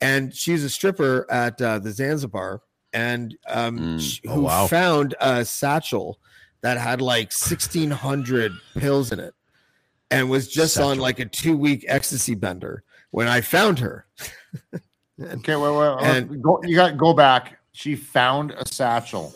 B: and she's a stripper at uh, the Zanzibar, and um, she-
J: Oh,
B: who
J: wow.
B: found a satchel that had like sixteen hundred pills in it, and was just on like a two week ecstasy bender when I found her.
F: Okay, wait, wait, wait.
B: And-
F: go, you got go back. She found a satchel.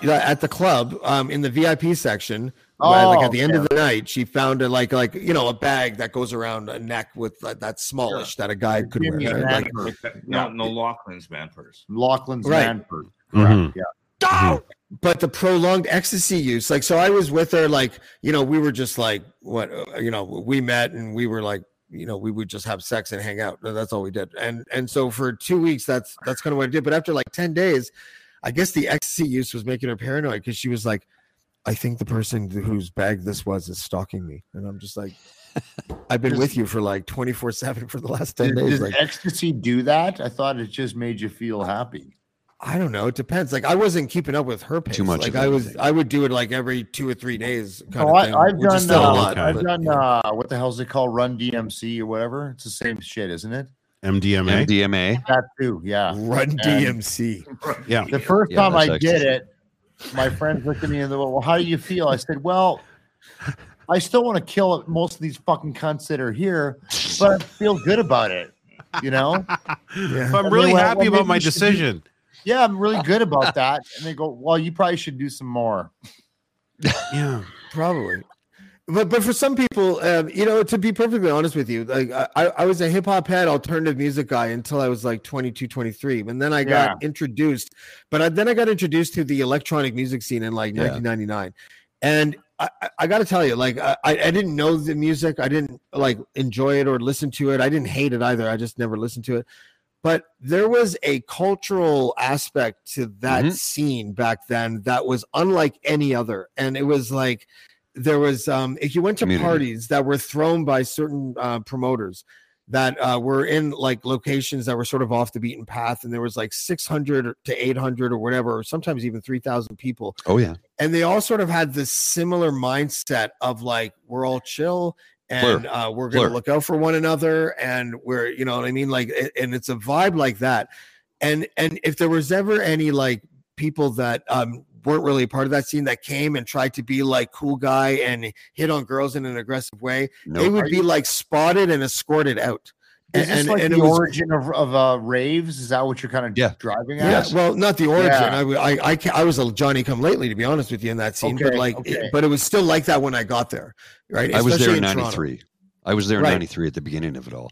B: you know, at the club um, in the VIP section. right, like
F: Oh,
B: at the end of
F: okay.
B: the night, she found a like like you know a bag that goes around a neck with like, that's smallish that a guy could wear.
E: Not
B: right? Like-
E: no, no, Lachlan's man purse.
F: Lachlan's
B: Right.
F: man purse.
C: Mm-hmm.
F: Yeah.
B: Mm-hmm. But the prolonged ecstasy use, like, so I was with her, like, you know, we were just like, what, uh, you know, we met and we were like, you know, we would just have sex and hang out. That's all we did. And and so for two weeks, that's that's kind of what I did. But after like ten days, I guess the ecstasy use was making her paranoid because she was like, I think the person whose bag this was is stalking me, and I'm just like, I've been
F: Does-
B: with you for like twenty four seven for the last ten
F: Did,
B: days.
F: does
B: Like,
F: ecstasy do that? I thought it just made you feel happy.
B: I don't know. It depends. Like I wasn't keeping up with her pace.
F: much
B: Like
F: of
B: I was, I would do it like every two or three days. Kind
F: No,
B: of thing,
F: Oh, I, I've
B: which is
F: done.
B: still a
F: uh,
B: lot,
F: I've
B: but-
F: done. Uh, what the hell's it called? Run DMC or whatever. It's the same shit, isn't it?
C: MDMA.
G: MDMA.
F: That too. Yeah.
B: Run
F: And-
B: DMC.
C: Yeah.
F: The first
C: Yeah,
F: time
C: that's
F: I did
C: ecstasy.
F: it, my friends looked at me and they were, "Well, how do you feel?" I said, "Well, I still want to kill most of these fucking cunts that are here, but I feel good about it." You *laughs* know,
C: If
F: And
C: I'm
F: they
C: really
F: went,
C: happy
F: "Well,
C: about
F: maybe
C: my
F: you should do-
C: decision.
F: yeah, I'm really good
B: *laughs*
F: about that. And they go, "Well, you probably should do some more."
C: Yeah.
B: probably. But but for some people, um, you know, to be perfectly honest with you, like I, I I was a hip hop head, alternative music guy until I was like 22, 23. and then I got introduced. But I, then I got introduced to the electronic music scene in like
J: Yeah.
B: 1999, and I, I- I got to tell you, like I, I I didn't know the music, I didn't like enjoy it or listen to it. I didn't hate it either. I just never listened to it. But there was a cultural aspect to that scene back then that was unlike any other, and it was like there was um if you went to
G: Community.
B: parties that were thrown by certain uh, promoters that uh, were in like locations that were sort of off the beaten path and there was like 600 to 800 or whatever or sometimes even 3000 people
G: Oh yeah.
B: and they all sort of had this similar mindset of like we're all chill and
G: Blur.
B: uh, we're gonna
G: Blur.
B: look out for one another and we're you know what i mean like a- and it's a vibe like that and and if there was ever any like people that um weren't really a part of that scene that came and tried to be like cool guy and hit on girls in an aggressive way,
F: No.
B: they would
F: Are
B: be
F: you-
B: like spotted and escorted out.
F: Is this like the
B: it was-
F: origin of, of uh, raves? Is that what you're kind of driving
B: yeah,
F: at?
B: well, not the origin.
F: Yeah.
B: I, I, I, ca- I was a Johnny come lately, to be honest with you, in that scene. but
F: Okay,
B: like,
F: okay.
B: but it was still like that when I got there, right?
G: I was there
B: Especially
G: in
B: Toronto.
G: '93. I was there in
B: Right.
G: '93 at the beginning of it all.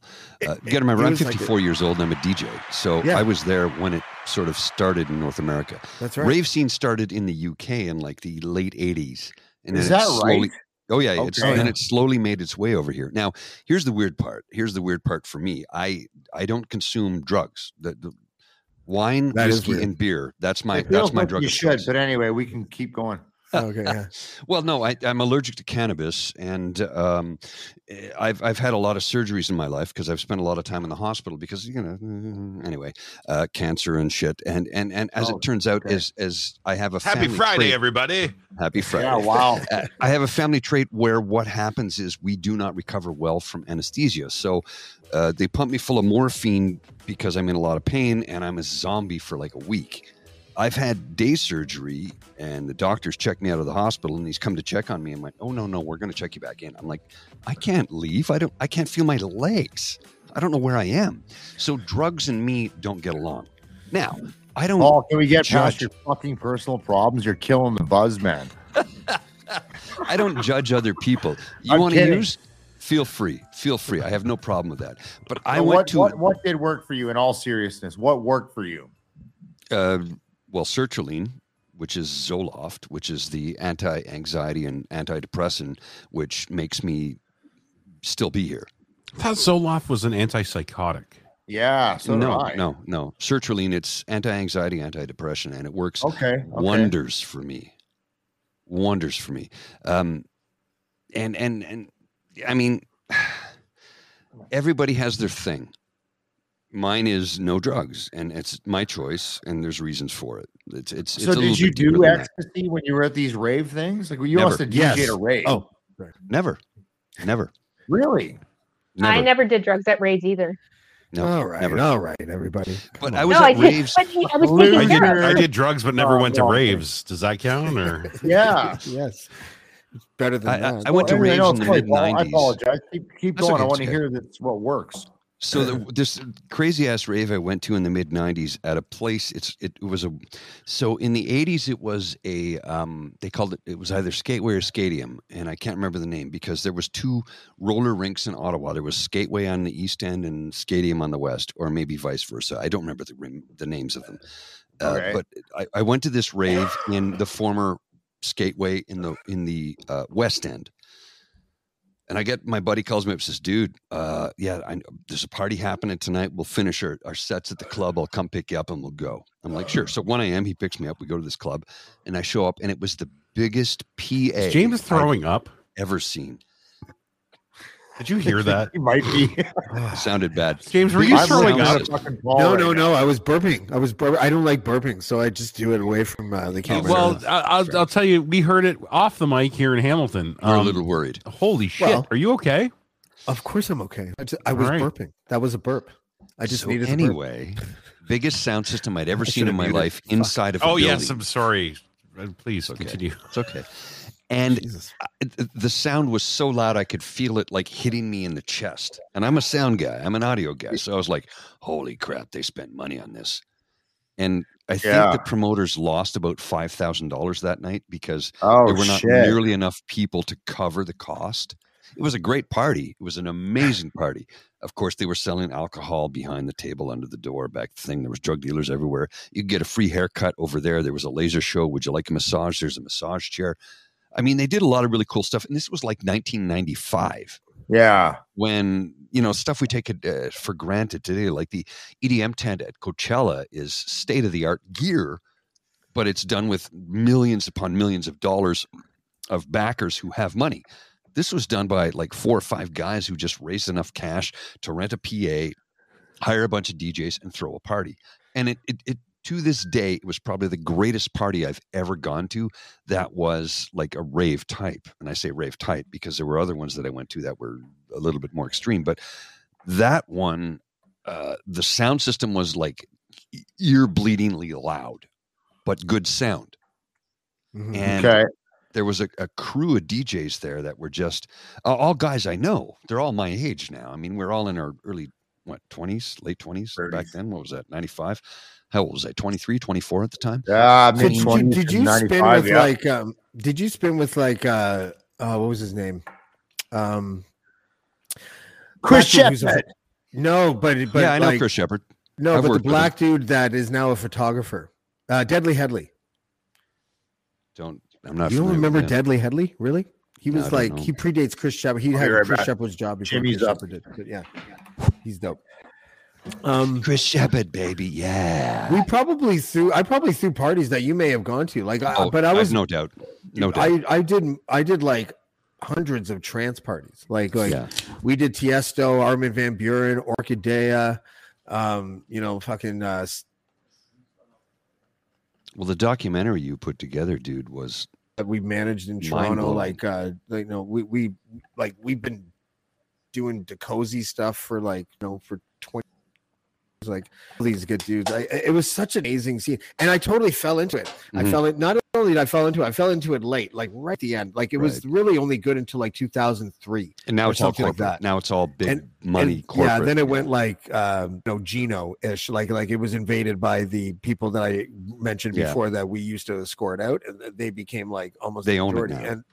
B: it-
G: Uh, you got to remember,
B: it
G: I'm
B: was like
G: 54 years old and I'm a DJ, so
B: Yeah.
G: I was there when it sort of started in North America.
B: That's right.
G: Rave scene started in the UK in like the late '80s, and
F: Is
G: then it
F: that
G: slowly,
F: right?
G: Oh yeah, it's,
F: Okay.
G: and it slowly made its way over here. Now, here's the weird part. Here's the weird part for me. I I don't consume drugs. The, the wine,
F: That is
G: whiskey,
F: weird.
G: and beer. That's my
F: It
G: that's
F: feels
G: my
F: like
G: drug.
F: You
G: of
F: should, but anyway, we can keep going.
B: Oh, okay. Yeah.
G: well, no, I, I'm allergic to cannabis, and um, eh, I've I've had a lot of surgeries in my life because I've spent a lot of time in the hospital because you know mm, anyway, uh, cancer and shit, and and and as it turns out, as as I have a
D: Oh, Happy
G: family
D: Friday,
G: trait-
D: everybody.
G: Happy Friday.
D: Yeah, wow.
G: *laughs* Uh, I have a family trait where what happens is we do not recover well from anesthesia. So uh, they pump me full of morphine because I'm in a lot of pain and I'm a zombie for like a week. I've had day surgery and the doctors checked me out of the hospital and he's come to check on me. I'm like, oh no, no, we're going to check you back in. I'm like, I can't leave. I don't, I can't feel my legs. I don't know where I am. So drugs and *laughs* me don't get along. Now, I don't.
F: Paul, can we get past
G: judge-
F: your fucking personal problems? You're killing the buzz, man.
G: I don't judge other
F: *laughs*
G: people. You
F: I'm
G: want to
F: kidding.
G: use? Feel free. Feel free. I have no problem with that. But I
F: So
G: went
F: what,
G: to
F: what, what did work for you in all seriousness? What worked for you?
G: uh, well, sertraline, which is Zoloft, which is the anti-anxiety and antidepressant, which makes me still be here.
C: I thought Zoloft was an antipsychotic.
F: Yeah. So
G: no,
F: did I.
G: no, no. Sertraline, it's anti-anxiety, anti-depression, and it works
F: Okay, okay.
G: wonders for me. Wonders for me. Um, and and and I mean, *sighs* everybody has their thing. Mine is no drugs, and it's my choice, and there's reasons for it. It's it's. it's
F: So
G: a little
F: did you
G: bit deeper than
F: do
G: that.
F: ecstasy when you were at these rave things? Like well, you
G: Never.
F: must have DJed
G: Yes.
F: a rave.
G: Oh. Never, never,
F: really?
I: I
G: never,
I: never did drugs at raids either.
G: no,
B: all right,
G: never.
B: all right, everybody.
G: But
B: Come
G: I
B: on.
G: was
I: no, I
G: at
I: did.
G: raves.
I: *laughs* I, did- I was taking
C: I did,
I: drugs.
C: I did drugs, but never
F: Oh,
C: went to
F: well.
C: raves. Does that count?
F: *laughs*
C: Or
F: Yeah.
B: *laughs* yes, it's better than
G: I- I-
B: that.
G: I went to
F: Anyway,
G: raves
F: no,
G: in the
F: sorry, Paul, I
G: mid-nineties.
F: apologize. Keep, keep
G: That's
F: going.
G: okay,
F: I want to
G: it's okay.
F: hear that's what works.
G: So the, this crazy ass rave I went to in the mid '90s at a place. It's it was a. So in the '80s, it was a. Um, they called it. It was either Skateway or Skadium, and I can't remember the name because there was two roller rinks in Ottawa. There was Skateway on the east end and Skadium on the west, or maybe vice versa. I don't remember the rim- the names of them. Uh,
F: Okay.
G: But I, I went to this rave in the former Skateway in the in the uh, west end. And I get my buddy calls me up and says, "Dude, uh, yeah, I, there's a party happening tonight. We'll finish our, our sets at the club. I'll come pick you up and we'll go." I'm like, "Sure." So 1 a.m. he picks me up. We go to this club, and I show up, and it was the biggest PA
C: Is James throwing up?
G: ever seen.
C: Did you hear that?
F: *laughs* He might
C: *sighs*
F: be.
G: sounded bad.
C: James, were you
G: Biggest
C: throwing
G: sound
C: up?
G: system.
F: Fucking Paul
B: No,
F: right
B: no,
F: now.
B: no. I was burping. I was. Bur- I don't like burping, so I just do it away from uh, the camera.
C: Well, I- I'll, I'll tell you, we heard it off the mic here in Hamilton.
G: We're a
C: Um,
G: little worried.
C: holy shit,
B: Well-
C: are you okay?
B: of course I'm okay. I, just, I was
C: Alright.
B: burping. That was a burp. I just
G: So
B: needed the burp.
G: anyway. biggest sound system I'd ever seen
B: should've
G: in my
B: muted.
G: life inside of. A
C: Oh
G: building.
C: yes, I'm sorry. Uh, Please continue.
G: It's okay. And I- th- the sound was so loud, I could feel it like hitting me in the chest. And I'm a sound guy, I'm an audio guy. So I was like, holy crap, they spent money on this. And I
F: Yeah.
G: think the promoters lost about $5,000 that night because
F: Oh,
G: there were not
F: shit.
G: nearly enough people to cover the cost. It was a great party. It was an amazing party. Of course, they were selling alcohol behind the table, under the door, back thing. There was drug dealers everywhere. You could get a free haircut over there. There was a laser show. Would you like a massage? There's a massage chair. I mean, they did a lot of really cool stuff. And this was like 1995
F: Yeah.
G: when you know stuff we take uh, for granted today, like the EDM tent at Coachella, is state of the art gear, but it's done with millions upon millions of dollars of backers who have money. This was done by like four or five guys who just raised enough cash to rent a PA, hire a bunch of DJs, and throw a party. And it, it, it to this day, it was probably the greatest party I've ever gone to. That was like a rave type, and I say rave type because there were other ones that I went to that were a little bit more extreme. But that one, uh, the sound e-, system was like ear bleedingly loud, but good sound.
B: Mm-hmm.
G: And
F: Okay.
G: there was a, a crew of DJs there that were just uh, all guys I know. They're all my age now. I mean, we're all in our early, what, 20s, late 20s back then. What was that, 95? How old was I? 23, 24 at the time?
F: Yeah,
B: So did you, did you spin with like um did you spin with like uh uh what was his name um
G: Chris
B: black dude who's a-
G: Shepard.
B: no but but
G: Yeah, I know
B: like-
G: Chris Shepard.
B: no but
G: I've
B: the
G: worked with him.
B: black dude that is now a photographer uh deadly headley
G: Don't, I'm not
B: you don't
G: familiar with
B: remember
G: him.
B: deadly headley really he
G: No,
B: was
G: I don't
B: like
G: know.
B: he predates chris shepard he
G: I'll be
B: had
G: right
B: chris
G: back.
B: shepard's job before
G: Jimmy's
B: chris
G: up.
B: Shepard did, but yeah he's dope um
G: Chris Shepard, baby. Yeah.
B: we probably threw i probably threw parties that you may have gone to like I,
G: Oh,
B: but i was
G: no doubt. No doubt.
B: I, I did I did like hundreds of trance parties. Like like
G: Yeah.
B: we did Tiesto, Armin van Buren, Orchidea, um, you know, fucking uh s-
G: Well, the documentary you put together, dude, was
B: that we managed in Toronto,
G: Mind-blowing.
B: like uh like you know, we we like we've been doing DeCozy stuff for like you know for twenty years, like all these good dudes. I, it was such an amazing scene. And I totally fell into it. I
G: Mhm.
B: fell in not only did I fall into it, I fell into it late, like right at the end. Like it was really only good until like two thousand three.
G: and now it's all corporate. now it's all big money
B: and,
G: corporate.
B: Yeah, then it went like um, you know Geno ish, like like it was invaded by the people that I mentioned
G: Yeah.
B: before that we used to escort out, and th- they became like almost
G: They
B: the
G: own it
B: majority.
G: now.
B: And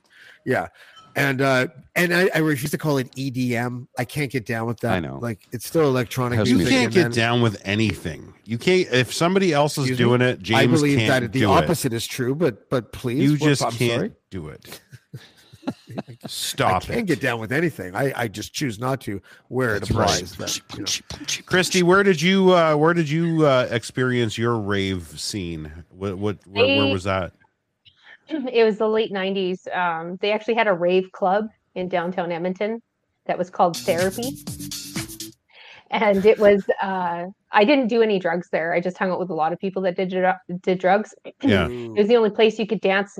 B: yeah, and uh, and I, I refuse to call it EDM. I can't get down with that.
C: I know.
B: like it's still electronic.
C: you
B: music,
C: can't
B: and
C: get
B: then-
C: down with anything. You can't if somebody else is
B: Excuse me?
C: doing it. James
B: I believe
C: can't
B: that the
C: do it.
B: opposite is true, but but please,
C: You
B: what-
C: just
B: I'm
C: can't
B: sorry.
C: do
G: *laughs*
C: it. Stop
B: I can't
C: it.
B: get down with anything. I, I just choose not to where it
C: That's right.
B: applies. that, you know.
C: Christy, where did you uh, where did you uh, experience your rave scene? What what where, where
I: I-
C: was that?
I: *clears throat* it was the late 90s um, they actually had a rave club in downtown edmonton that was called therapy and it was uh, i didn't do any drugs there i just hung out with a lot of people that did, dr- did drugs
C: Yeah.
I: it
L: Mm.
I: was the only place you could dance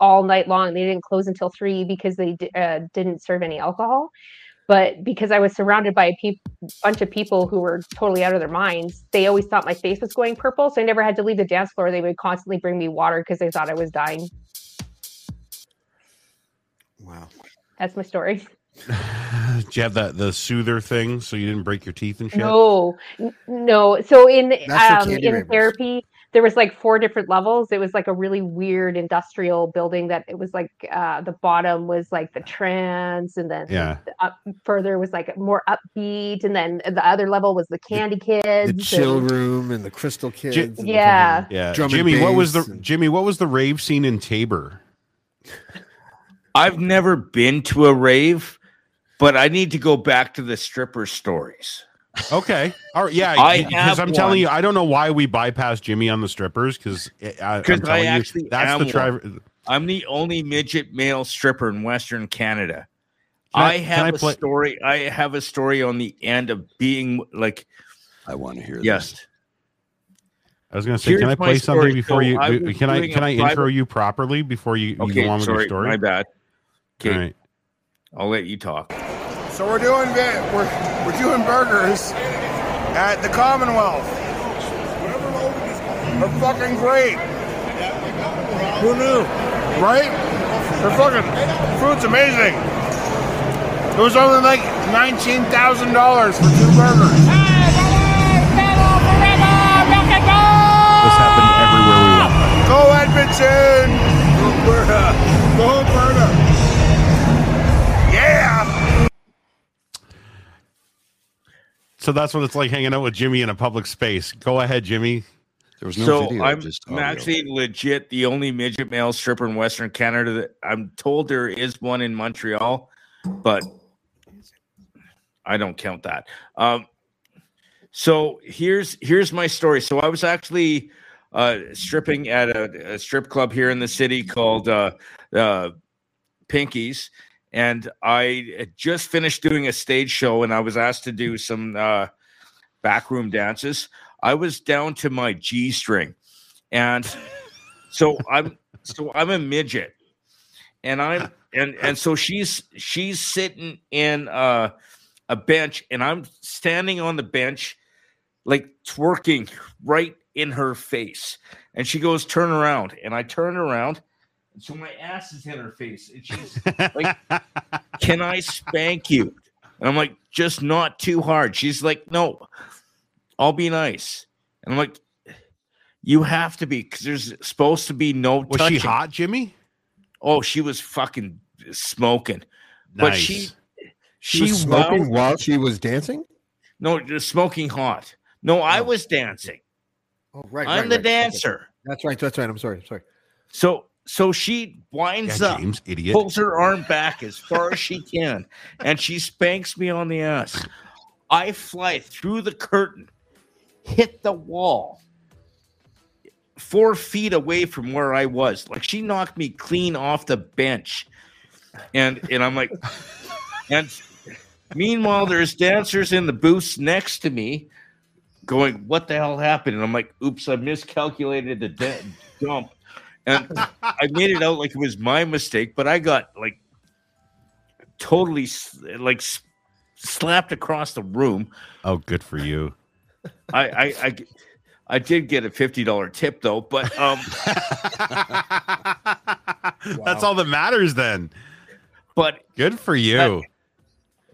I: all night long they didn't close until three because they d- uh, didn't serve any alcohol but because i was surrounded by a peop bunch of people who were totally out of their minds they always thought my face was going purple so i never had to leave the dance floor they would constantly bring me water because they thought i was dying
B: Wow.
I: That's my story.
C: Did you have that the soother thing so you didn't break your teeth and shit?
I: No, n- no. So in
C: That's what
I: um,
C: Candy
I: in
C: Rape is.
I: therapy, there was like four different levels. It was like a really weird industrial building that it was like uh, the bottom was like the trance, and then
C: Yeah.
I: the up further was like more upbeat, and then the other level was the candy kids.
B: the chill
I: and-
B: room and the crystal kids. and the fucking
I: Yeah.
C: Yeah.
B: drum and
C: Jimmy, what was the
B: bass and-
C: Jimmy, what was the rave scene in Tabor?
E: I've never been to a rave, but I need to go back to the stripper stories.
C: Okay. All right. Yeah.
E: I
C: Because
E: have
C: I'm telling
E: one.
C: you, I don't know why we bypassed Jimmy on the strippers because I'm
E: 'Cause I
C: telling you,
E: actually
C: that's the
E: am
C: driver.
E: one. I'm the only midget male stripper in Western Canada.
C: Can I-
E: I,
C: can
E: have
C: I
E: a
C: play-
E: story. I have a story on the end of being like.
G: I want to hear.
E: Yes.
C: I was going to say, can
E: Here's
C: I
E: my
C: play something
E: story.
C: before
E: So
C: you?
E: I
C: w-
E: was
C: Can I
E: doing a
C: can I
E: private-
C: intro you properly before you, you
E: Okay,
C: go on with
E: sorry,
C: your story?
E: my bad. Okay,
C: All right.
E: I'll let you talk.
L: So we're doing vi- we're we're doing burgers at the Commonwealth. They're fucking great. Who knew? Right? They're fucking food's amazing. It was only like nineteen thousand dollars for two burgers.
C: This happened everywhere we went.
L: Go Edmonton! Go Alberta! Go Alberta! Yeah!
C: So that's what it's like hanging out with Jimmy in a public space. Go ahead, Jimmy.
G: There
E: so I'm, I'm actually legit the only midget male stripper in Western Canada. That I'm told there is one in Montreal, but I don't count that. Um, so here's here's my story. So I was actually uh, stripping at a, a strip club here in the city called uh, uh, Pinkies, and I had just finished doing a stage show, and I was asked to do some uh, backroom dances. I was down to my G string, and so I'm so I'm a midget, and I'm and and so she's she's sitting in uh, a bench, and I'm standing on the bench, like twerking right in her face, and she goes turn around, and I turn around, And so my ass is in her face. And
B: *laughs*
E: she's like, Can I spank you? And I'm like, Just not too hard. She's like, No, I'll be nice. And I'm like, You have to be, because there's supposed to be no
C: Was she
E: touching.
C: hot, Jimmy?
E: Oh, she was fucking smoking. But she,
B: She was smoking while she was dancing.
E: No, just smoking hot. No, I was dancing.
B: Oh, right.
E: I'm
B: right,
E: the
B: right. Okay.
E: dancer.
B: That's right. That's right. I'm sorry. Sorry.
E: So so she winds
C: Yeah,
E: up,
C: James, idiot.
E: pulls her arm back as far as she can, and she spanks me on the ass. I fly through the curtain, hit the wall, four feet away from where I was. Like she knocked me clean off the bench, and and I'm like, and meanwhile there's dancers in the booths next to me, going, "What the hell happened?" And I'm like, "Oops, I miscalculated the da- dump." And I made it out like it was my mistake, but I got like totally s- like s- slapped across the room.
C: Oh, good for you.
E: I I I, I did get a fifty dollar tip though, but um,
C: *laughs* That's all that matters then.
E: But
C: good for you.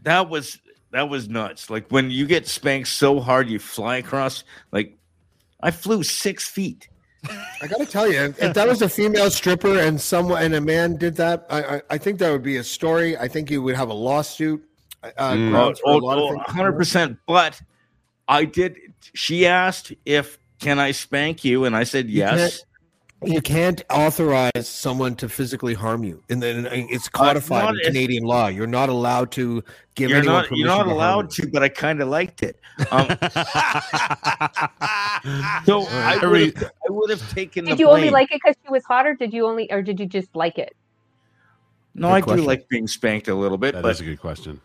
E: that was that was nuts. Like when you get spanked so hard, you fly across. Like I flew six feet.
B: I gotta tell you, if that was a female stripper and someone and a man did that, I I, I think that would be a story. I think you would have a lawsuit. Uh,
E: Mm.
B: grounds for a
E: Oh,
B: lot of
E: oh,
B: things.
E: 100%. But I did. She asked if can I spank you, and I said
B: You can't-
E: yes.
B: You can't authorize someone to physically harm you, and then it's codified
E: not
B: in
E: if-
B: Canadian law. You're not allowed to give
E: You're
B: anyone
E: not,
B: permission.
E: you're not
B: to harm
E: allowed to, but I kind of liked it.
B: *laughs*
E: Um, so I would have, I would have taken.
I: Did
E: the
I: you only
E: blame.
I: like it because she was hot, or did you only, or did you just like it?
E: No,
C: Good
E: I
C: question.
E: do like being spanked a little bit.
C: That
E: but
C: is a good question.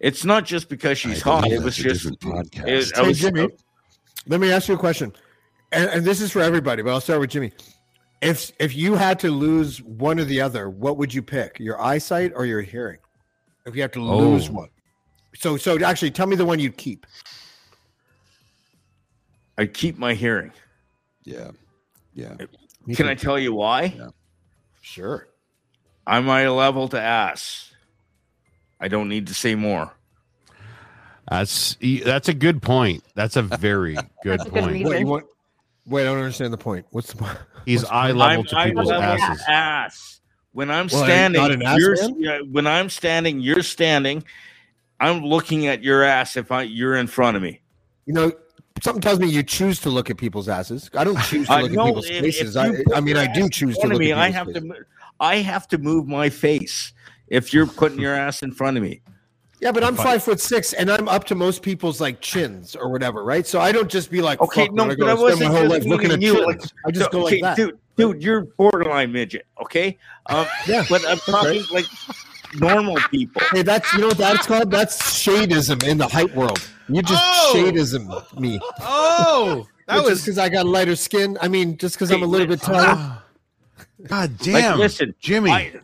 E: It's not just because she's
C: I believe
E: hot. It
C: that's
E: was
C: a
E: just.
C: different
E: it-
C: podcast.
E: I
B: Hey,
E: was-
B: Jimmy, let me ask you a question, and, and this is for everybody, but I'll start with Jimmy. If if you had to lose one or the other, what would you pick? Your eyesight or your hearing? If you have to lose
C: Oh.
B: one, so so actually, tell me the one you'd keep.
E: I keep my hearing.
G: Yeah. Yeah.
E: Can I tell you why?
B: Sure.
E: I'm my level to ass. I don't need to say more.
C: That's that's a good point. That's a very good
I: *laughs* That's a good
C: point.
I: reason. Wait, you want-
B: Wait, I don't understand the point. What's the point? *laughs*
C: He's
B: what's the
C: eye
B: point?
C: level to
E: I'm
C: people's
E: eye level
C: asses.
E: Ass. When I'm
B: Well, are you
E: standing,
B: not an ass
E: you're,
B: man?
E: yeah, when I'm standing, you're standing. I'm looking at your ass if I you're in front of me.
B: You know, something tells me you choose to look at people's asses. I don't choose to
E: I
B: look at
E: know
B: people's
E: if- if
B: faces.
E: you
B: I,
E: put
B: I mean,
E: your
B: I
E: ass
B: do
E: in
B: choose to
E: front of
B: look
E: me,
B: at
E: I
B: people's
E: have to.
B: faces.
E: mo- I have to move my face if you're putting your ass in front of me.
B: Yeah, but I'm
E: Fine.
B: five foot six, and I'm up to most people's like chins or whatever, right? So I don't just be like,
E: Okay,
B: fuck,
E: no,
B: man,
E: but I
B: gotta
E: wasn't
B: spend my whole
E: just
B: life looking
E: meaning
B: at
E: you.
B: chins.
E: like-
B: I just go
E: okay,
B: like that.
E: dude. Dude, you're borderline midget. Okay,
B: *laughs*
E: um, yeah, but I'm talking like normal people.
B: Hey, that's you know what that's called? That's shadism in the height world. You just
E: Oh!
B: shadism me.
C: Oh,
B: That was ah. because I got lighter skin. I mean, just because I'm a little bit taller.
C: God
E: Like,
C: damn!
E: listen,
C: Jimmy.
E: I-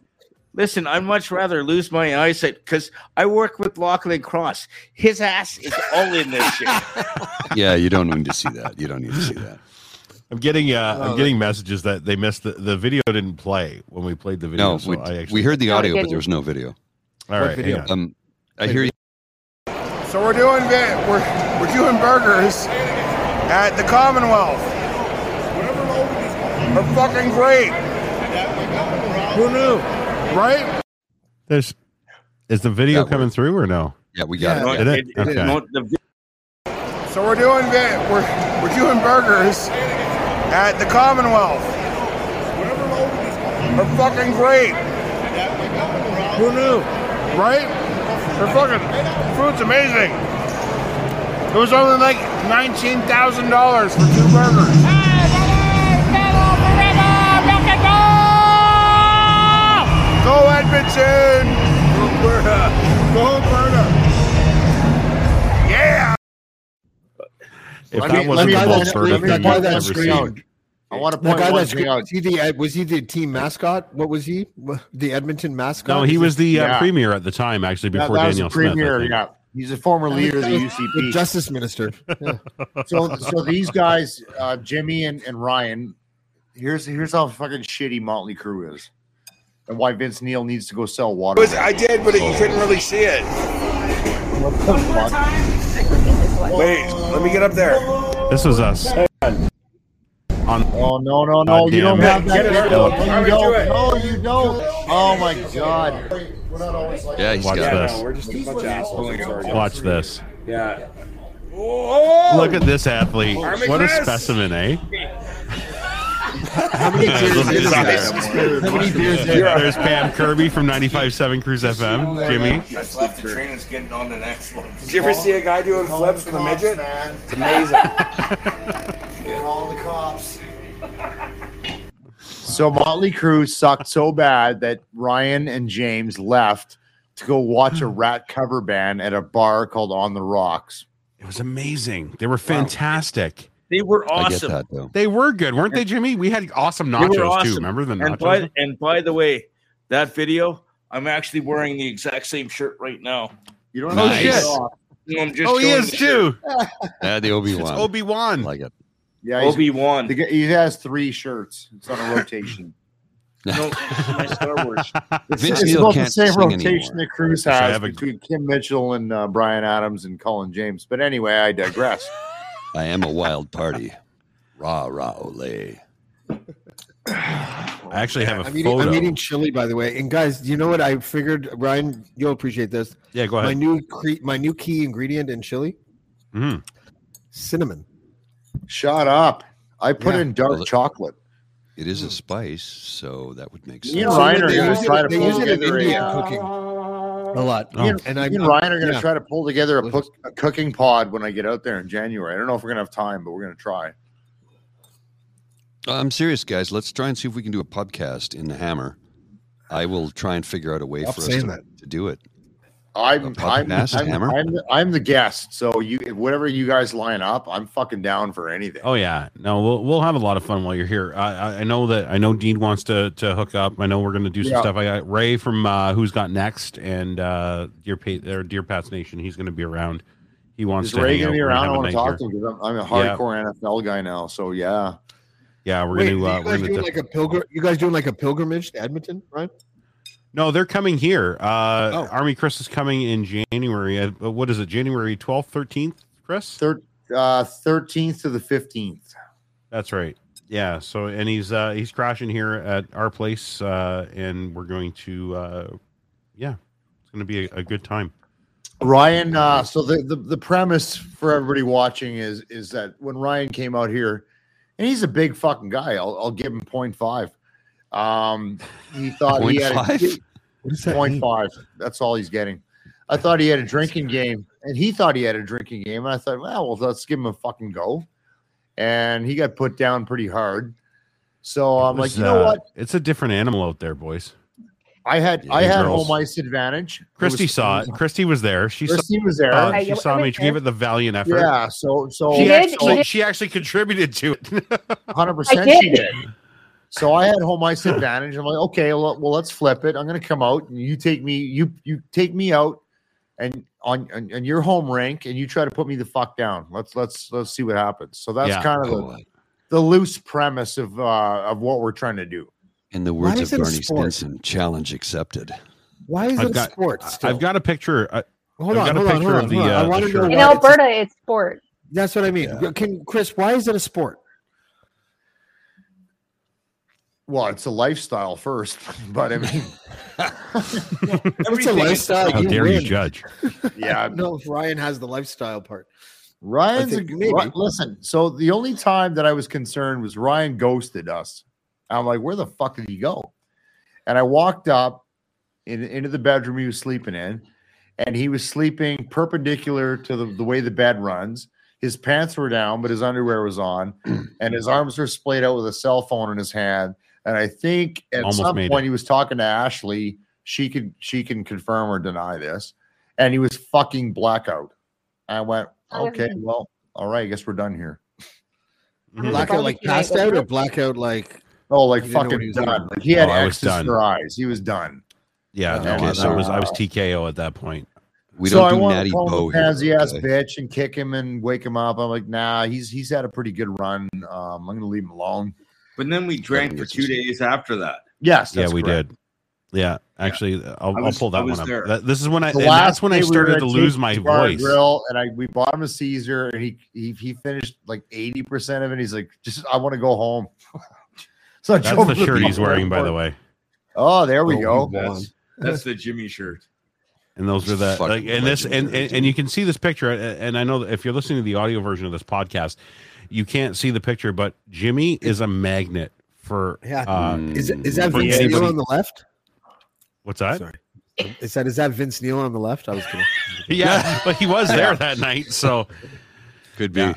E: listen, I'd much rather lose my eyesight because I work with Lachlan Cross. His ass is all in this
B: *laughs*
E: shit.
G: *laughs* Yeah, you don't need to see that. You don't need to
C: *laughs*
G: see that.
C: I'm getting uh,
G: Oh,
C: I'm
G: that-
C: getting messages that they missed the, the video didn't play when we played the video.
G: No,
C: so
G: we,
C: I actually
G: we heard the
C: No, it
G: audio, but
C: didn't.
G: there was no video.
C: All right, hang on.
G: Um,
F: *laughs*
G: I hear you.
L: So we're doing vi- we're we're doing burgers at the Commonwealth. They're fucking great. Who knew? Right?
C: There's is the video coming through or no?
G: Yeah, we
L: got
E: No,
C: Did it?
E: it- it-
C: Okay.
E: no, the-
L: So we're doing vi- we're we're doing burgers at the Commonwealth. They're fucking great. Who knew? Right? They're fucking food's amazing. It was only like nineteen thousand dollars for two burgers. Go Edmonton! Go Alberta! Go Alberta! Yeah!
C: If
B: Let
C: that
B: me- let
C: wasn't
B: me
C: the
B: buy
C: most
B: that-
C: burger
B: let me
C: thing
B: buy
C: you've
B: that
C: ever
B: screen.
C: seen.
F: I want to
B: The
F: point
B: guy
F: one
B: that's
F: thing
B: great.
F: out.
B: Was he the was he the team mascot? What was he? The Edmonton mascot?
C: No, he was the uh,
B: Yeah.
C: premier at the time, actually,
F: That-
C: before
F: that was the
C: Daniel Smith. I
F: premier,
C: think.
F: yeah. He's a former leader of the UCP.
B: The
F: *laughs*
B: justice minister. Yeah.
F: so so these guys, uh, Jimmy and, and Ryan, Here's here's how fucking shitty Motley Crue is, and why Vince Neil needs to go sell water.
L: Was- I did, but you couldn't really see it. Wait, let me get up there.
C: This was us. On
F: oh no no
C: no!
F: you don't have that
L: Get it,
F: video.
L: Arlo.
F: No,
L: Arlo,
F: you don't.
L: do it.
F: No, you don't. Oh my god.
G: Yeah, he's
C: Watch
G: got it.
C: this.
L: We're just a bunch of assholes.
C: Watch this.
L: Yeah. Oh!
C: Look at this athlete.
L: Army
C: What a
L: Chris!
C: specimen, eh?
L: How many
C: Yeah,
L: beers
C: look at
L: is
C: this.
L: this? How many beers is
C: There's
L: this?
C: Pam Kirby from 95.7 Cruise FM. Jimmy.
L: Just left the train is getting on the next one. Did you ever see a guy doing flips with a midget? It's amazing.
E: *laughs*
F: all the cops. So Motley Crue sucked so bad that Ryan and James left to
C: *gasps*
F: go watch a Rat cover band at a bar called On the Rocks.
C: It was amazing. They were fantastic.
E: They were
C: I get
E: awesome.
C: that, They were good, weren't they, Jimmy? We had awesome
E: They were
C: nachos
E: awesome.
C: too. Remember the
E: And
C: nachos?
E: by, and by the way, that video, I'm actually wearing the exact same shirt right now.
F: You
C: don't have to Nice. take it off.
E: I'm just
C: Oh, he
E: showing
C: is
E: the shirt.
C: *laughs*
G: Yeah, the Obi Wan.
C: Obi Wan.
G: Like it.
F: Yeah, he's-
E: Obi-Wan.
F: the guy- He has three shirts.
C: *laughs*
F: It's on a rotation.
E: No, this is my Star Wars.
F: It's,
G: Vince
F: it's
G: Neil
F: about the
G: can't
F: same
G: sing
F: rotation
G: anymore.
F: that Cruz
G: Yes, I
F: has
G: have a-
F: between Kim Mitchell and uh, Brian Adams and Colin James. But anyway, I digress.
G: *laughs* I am a wild party. Rah rah ole.
C: I actually have a
B: I'm eating,
C: photo.
B: I'm eating chili, by the way. And guys, you know what? I figured, Ryan, you'll appreciate this.
C: Yeah, go
B: My
C: ahead.
B: new cre- my new key ingredient in chili,
C: Mm.
B: cinnamon.
F: Shut up. I put
B: Yeah.
F: in dark chocolate. Hmm.
G: It is a spice, so that would make sense.
F: Me and Ryan are
B: they
F: going
B: use
F: to
B: it-
F: try to
B: they
F: pull
B: use it in
F: together
B: Indian
F: a-
B: cooking a
M: *laughs*
B: lot.
F: Me and,
B: And
F: Oh. and
B: I'm-
F: Ryan are going to
B: yeah.
F: try to pull together a, cook, a cooking pod when I get out there in January. I don't know if we're going to have time, but we're going to try.
G: Uh, I'm serious, guys. Let's try and see if we can do a podcast in the Hammer. I will try and figure out a way
B: Stop
G: for us
B: saying
G: to,
B: that.
G: to do it.
F: I'm
G: A
F: I'm,
G: podcast,
F: I'm,
G: Hammer?
F: I'm, I'm the guest, so you whatever you guys line up, I'm fucking down for anything.
C: Oh yeah, no, we'll we'll have a lot of fun while you're here. I I, I know that I know Dean wants to to hook up. I know we're gonna do some
F: Yeah.
C: stuff. I got Ray from uh, Who's Got Next and uh, Dear Pat or Dear Pat's Nation. He's gonna be around. He wants
F: Is
C: to
F: Ray
C: hang
F: going to be
C: out. We're
F: around?
C: have
F: I
C: a
F: want to
C: night
F: talk
C: here.
F: to him because I'm, I'm a
C: Yeah.
F: hardcore NFL guy now. So yeah,
C: Yeah, we're
B: Wait,
C: gonna.
B: are
C: Uh, we're
B: you guys
C: gonna
B: doing
C: do-
B: like a pilgrim? You guys doing like a pilgrimage to Edmonton, right?
C: no, they're coming here. Uh,
F: Oh.
C: Army Chris is coming in January. Uh, what is it? January twelfth, thirteenth, Chris.
F: Thir- uh, 13th to the 15th.
C: That's right. Yeah. So and he's uh he's crashing here at our place uh and we're going to uh yeah, it's going to be a, a good time.
F: Ryan, uh, so the, the the premise for everybody watching is is that when Ryan came out here, and he's a big fucking guy. I'll, I'll give him 0.5. Um, *laughs* he thought he had a,
G: 0.5?
F: point five. That's all he's getting. I thought he had a drinking game, and he thought he had a drinking game. And I thought, well, well, let's give him a fucking go. And he got put down pretty hard. So I'm like,
C: It's,
F: you know
C: uh,
F: what?
C: It's a different animal out there, boys.
F: I had
C: Yeah,
F: I had
C: girls.
F: home ice advantage. It
C: Christy
F: was-
C: saw it. Christy was there. She
F: Christy
C: saw,
F: was there.
C: uh,
F: I-
C: she
F: I
C: saw me.
F: went
C: She gave
F: there.
C: it the valiant effort.
F: Yeah. So so
C: She,
F: so-
C: actually, she actually contributed to
F: *laughs*
C: it.
F: Hundred percent,
C: I
F: she
C: did.
F: did. So I had home ice advantage. I'm like, okay, well, well, let's flip it. I'm going to come out, and you take me, you you take me out, and on and, and your home rank, and you try to put me the fuck down. Let's let's let's see what happens. So that's
G: Yeah.
F: kind of
G: Oh,
F: the, the loose premise of uh, of what we're trying to do.
G: In the
F: Why
G: words
F: is
G: of
F: it a
G: Barney
F: sport?
G: Stinson, challenge accepted.
B: Why is
C: I've
B: it
C: got-
B: sports? Still?
C: I've got a picture. uh, I, I've
B: Hold on,
C: got a
B: hold on,
C: picture
B: hold on,
C: of the,
B: hold on. I
C: uh,
B: wanna
C: the
B: know
C: shirt.
B: why
I: In
B: it's a-
I: Alberta, it's sport.
B: That's what I mean. Can Chris? Why is it a sport?
F: Well, it's a lifestyle first, *laughs* but
C: *laughs*
F: I mean,
B: It's a lifestyle.
C: How dare
B: win.
C: you
B: *laughs*
C: judge?
F: yeah,
B: No, if Ryan has the lifestyle part.
F: Ryan's
B: I
F: a,
B: think maybe.
F: Ri- listen. So the only time that I was concerned was Ryan ghosted us. I'm like, where the fuck did he go? And I walked up in, into the bedroom he was sleeping in, and he was sleeping perpendicular to the, the way the bed runs. His pants were down, but his underwear was
B: *clears throat*
F: on, and his arms were splayed out with a cell phone in his hand. And I think at
C: Almost
F: some
C: made
F: point he was talking to Ashley. She could she can confirm or deny this. And he was fucking blackout. I went,
I: I wasn't
F: okay,
I: there.
F: well, all right, I guess we're done here.
C: Mhm.
B: Blackout like
I: Barbecue night
B: passed
I: was
B: out or
I: real-
B: blackout like?
F: Oh, like
B: I didn't know what he
F: fucking
B: was
F: done.
B: doing.
F: Like he had
C: Oh, I was
F: X's
C: done.
F: for eyes. He was done.
C: Yeah, no,
G: Okay,
C: I-
G: so-
C: I was I was TKO at that point.
G: We
F: so
G: don't
F: I
G: do
F: want
G: natty
F: to call
G: bow
F: him a
G: here.
F: pansy ass
G: okay?
F: bitch and kick him and wake him up. I'm like, nah, he's he's had a pretty good run. Um, I'm gonna leave him alone.
E: But then we drank for two days after that.
C: Yes. Yeah,
E: that's
C: we
E: correct.
C: did. Yeah, actually, I'll,
E: I was-
C: I'll pull
E: I
C: that
E: was
C: one up.
E: there.
C: That- this is when I.
F: The
C: and
F: last
C: that's when I
F: day we
C: started
F: were at
C: to lose
F: Jake's
C: my
F: Bar and
C: voice.
F: Grill, and I we bought him a Caesar, and he he, he finished like eighty percent of it. He's like, just I want to go home. so I
C: That's
F: drove
C: the
F: to
C: shirt he's
F: airport.
C: wearing, by the way.
F: Oh, there we go. *laughs*
E: That's, that's the Jimmy shirt.
C: And those are the
E: Fucking
C: like, and this and, and and you can see this picture. a- And I know that if you're listening to the audio version of this podcast, you can't see the picture, but Jimmy is a magnet for.
B: Oh. Yeah.
C: uh,
B: is, is that
C: for
B: Vince Neil
C: anybody-
B: on the left?
C: What's that?
B: Is that is that Vince Neil on the left? I was kidding.
C: *laughs* yeah, but he was there that night, so
G: could be.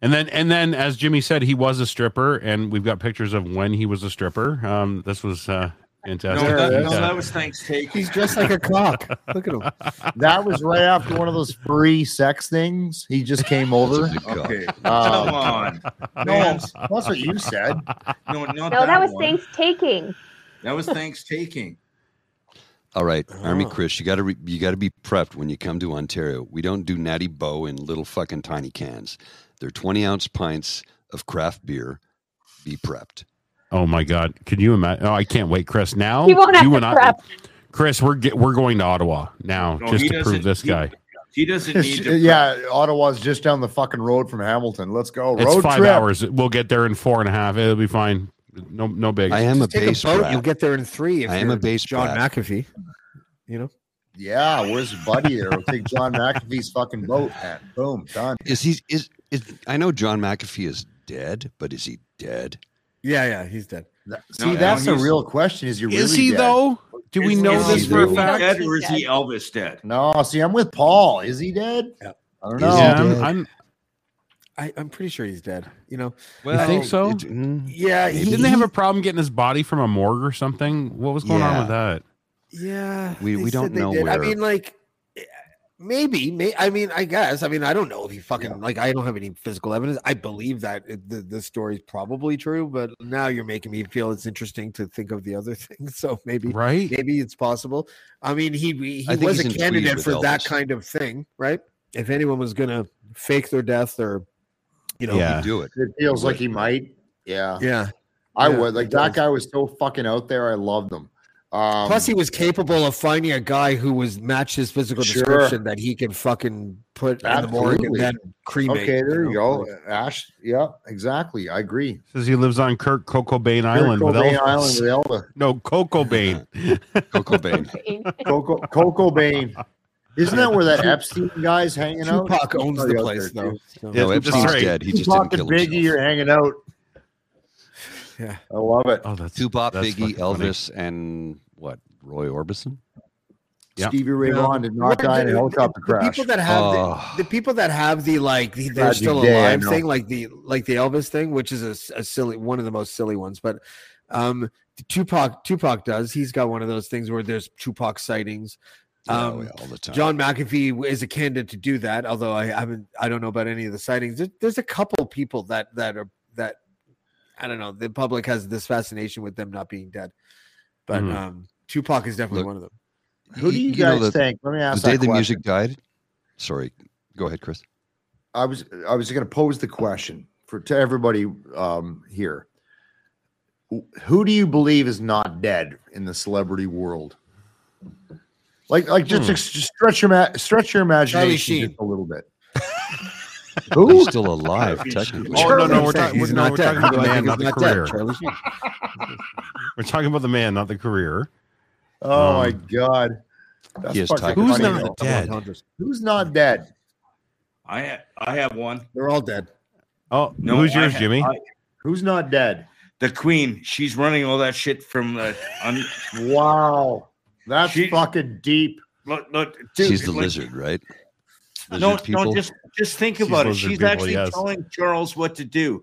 C: And then, and then, as Jimmy said, he was a stripper, and we've got pictures of when he was a stripper. Um, this was uh,
E: No,
C: fantastic.
E: that, no,
C: Yeah.
E: that was Thanksgiving.
B: He's dressed like a cock. Look at him.
F: That was right after one of those free sex things. He just came over.
E: Okay,
F: Um,
E: come on.
F: No,
E: man.
F: that's what you said.
E: No, not
I: No, that was
E: one.
I: thanks taking.
E: That was thanks taking.
G: All right,
F: Oh.
G: Army Chris, you got to re- you got to be prepped when you come to Ontario. We don't do Natty Bow in little fucking tiny cans. They're twenty ounce pints of craft beer. Be prepped.
C: Oh my God! Can you imagine? Oh, I can't wait, Chris. Now
I: He won't have
C: you
I: to
C: and I-
I: prep.
C: Chris, we're get, we're going to Ottawa now
F: No,
C: just
F: he
C: to prove
F: doesn't-
C: this
F: he-
C: guy.
E: He doesn't
F: It's- yeah, Ottawa's just down the fucking road from Hamilton. Let's go.
C: it's
F: road
C: five
F: trip.
C: hours. We'll get there in four and a half. It'll be fine. No, no big.
G: I am a
B: Take
G: base
B: a boat.
G: brat.
B: You'll get there in three. If
G: I am a
B: you're
G: base
B: John
G: brat.
B: McAfee. You know.
F: Yeah, where's Buddy there? We'll take John McAfee's fucking boat and boom, done.
G: Is he is is? I know John McAfee is dead, but is he dead?
B: Yeah, Oh, yeah, he's dead.
F: See, that's the real question. Is he really
C: Is he
F: dead?
C: though? Do we
F: Is-
C: know
F: is he
C: this for a
F: really
C: fact?
E: Dead or is he Elvis dead?
F: No, see, I'm with Paul. Is he dead? I don't
B: Is
F: know.
B: he Yeah, I'm- dead?
C: I'm.
B: I, I'm pretty sure he's dead. You know.
C: you think so?
B: mm, yeah, he-
C: Didn't they have
B: he-
C: a problem getting his body from a morgue or something? What was going on with that?
B: Yeah,
C: We-
B: they
C: we don't
B: said they
C: know
B: did. I
C: where-
B: mean, like eh, maybe, may, I mean, I guess. I mean, I don't know if he fucking like. I don't have any physical evidence. I believe that it, the the story is probably true, but now you're making me feel it's interesting to think of the other *laughs* thing. So maybe,
C: right?
B: Maybe it's possible. I mean, he
G: I
B: he
G: think
B: was
G: he's
B: a
G: in tweed
B: candidate
G: with
B: for that
G: Elvis.
B: kind of thing, right? If anyone was gonna fake their death or, you know,
G: Yeah. He'd do it.
F: It feels like he might. Yeah.
B: Yeah.
F: I
B: Yeah,
F: would. Like
B: it
F: that
B: does.
F: guy was so fucking out there. I loved him. Um,
B: Plus, he was capable of finding a guy who was matched his physical
F: Sure.
B: description that he could fucking put in the morgue and
F: Absolutely.
B: then cremate.
F: Okay, there you,
B: know?
F: go. Ash, yeah, exactly. I agree.
C: Says he lives on Kirk Cocobain Island with
F: Cobain
C: Elvis.
F: Island with Elvis.
C: No, Cocobain.
G: *laughs* Cocobain.
F: Coco Coco Bain. Isn't that where that Epstein guy's hanging out?
B: Tupac owns
F: Probably
B: the
F: out
B: place,
F: there, too.
B: though.
G: No,
F: That's
G: Epstein's
F: right.
G: dead. He just
F: Tupac
G: didn't
F: and
G: kill
F: Biggie are hanging out.
B: Yeah.
F: I love it.
C: Oh, that's
G: Tupac,
F: that's
G: Biggie,
F: fucking funny.
G: Elvis, and what? Roy Orbison.
C: Yeah.
F: Stevie Ray
B: Yeah.
F: Vaughan did not
B: Where
F: die in a
B: the-
F: helicopter
B: the
F: crash.
B: people that have
G: Oh.
B: the, the people that have the like the, they're
F: Tragic
B: still
F: day, I
B: alive
F: know.
B: thing, like the like the Elvis thing, which is a s- a, silly one of the most silly ones. But um, Tupac Tupac does. He's got one of those things where there's Tupac sightings.
G: Yeah,
B: Um,
G: Oh, yeah, all the time.
B: John McAfee is a candidate to do that. Although I haven't, I don't know about any of the sightings. There, there's a couple people that that are that I don't know. The public has this fascination with them not being dead, but
G: Mhm.
B: um, Tupac is definitely
G: Look,
B: one of them.
F: Who do you guys think? Let me ask
G: The day
F: that
G: the
F: question.
G: music died. Sorry, go ahead, Chris.
F: I was I was going to pose the question for to everybody um, here. Wh- Who do you believe is not dead in the celebrity world? Like like just,
G: Hmm.
F: ex- just stretch your ma- stretch your imagination
B: Sheen.
F: just a little bit. Who?
G: He's still alive, technically.
C: Oh no, no,
B: Charlie
C: we're,
B: Sheen.
C: talking.
B: He's
C: no,
B: not
C: we're
B: dead.
C: talking about the
B: He's
C: man,
B: not
C: not the
B: dead,
C: career. Um,
B: Charlie
C: we're talking about the man, not the career.
F: Oh my
C: Um,
F: god!
C: He is
F: fucking
C: Tiger Who's
F: funny,
C: not
F: though.
C: dead?
F: Who's not dead?
E: I I have one.
B: They're all dead.
C: Oh,
E: No,
C: who's
E: I
C: yours,
E: ha-
C: Jimmy?
E: I-
F: Who's not dead?
E: The Queen. She's running all that shit from the. Un-
F: *laughs* Wow, that's fucking deep.
E: Look, look, dude,
G: She's the
E: like-
G: lizard, right? Lizard
E: No,
G: people.
E: no, just just think
G: She's
E: about it.
G: lizard
E: She's
G: people,
E: actually
G: yes.
E: telling Charles what to do.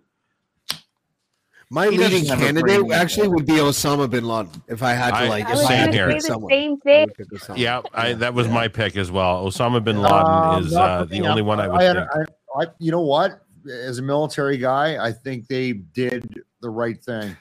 B: My
E: He doesn't
B: leading
E: have a
B: candidate
E: brain.
B: actually would be Osama bin Laden if I had to
C: I-
B: like.
C: I
B: if
C: was
B: I had
C: gonna
B: to
C: say
B: pick
C: the
B: someone.
I: Same thing.
C: yeah, I, that was my pick as well. Osama bin Laden
F: Um,
C: is
F: not
C: uh,
F: for
C: the
F: me.
C: only one I would
F: I,
C: think.
F: I- I- you know what? As a military guy, I think they did the right thing.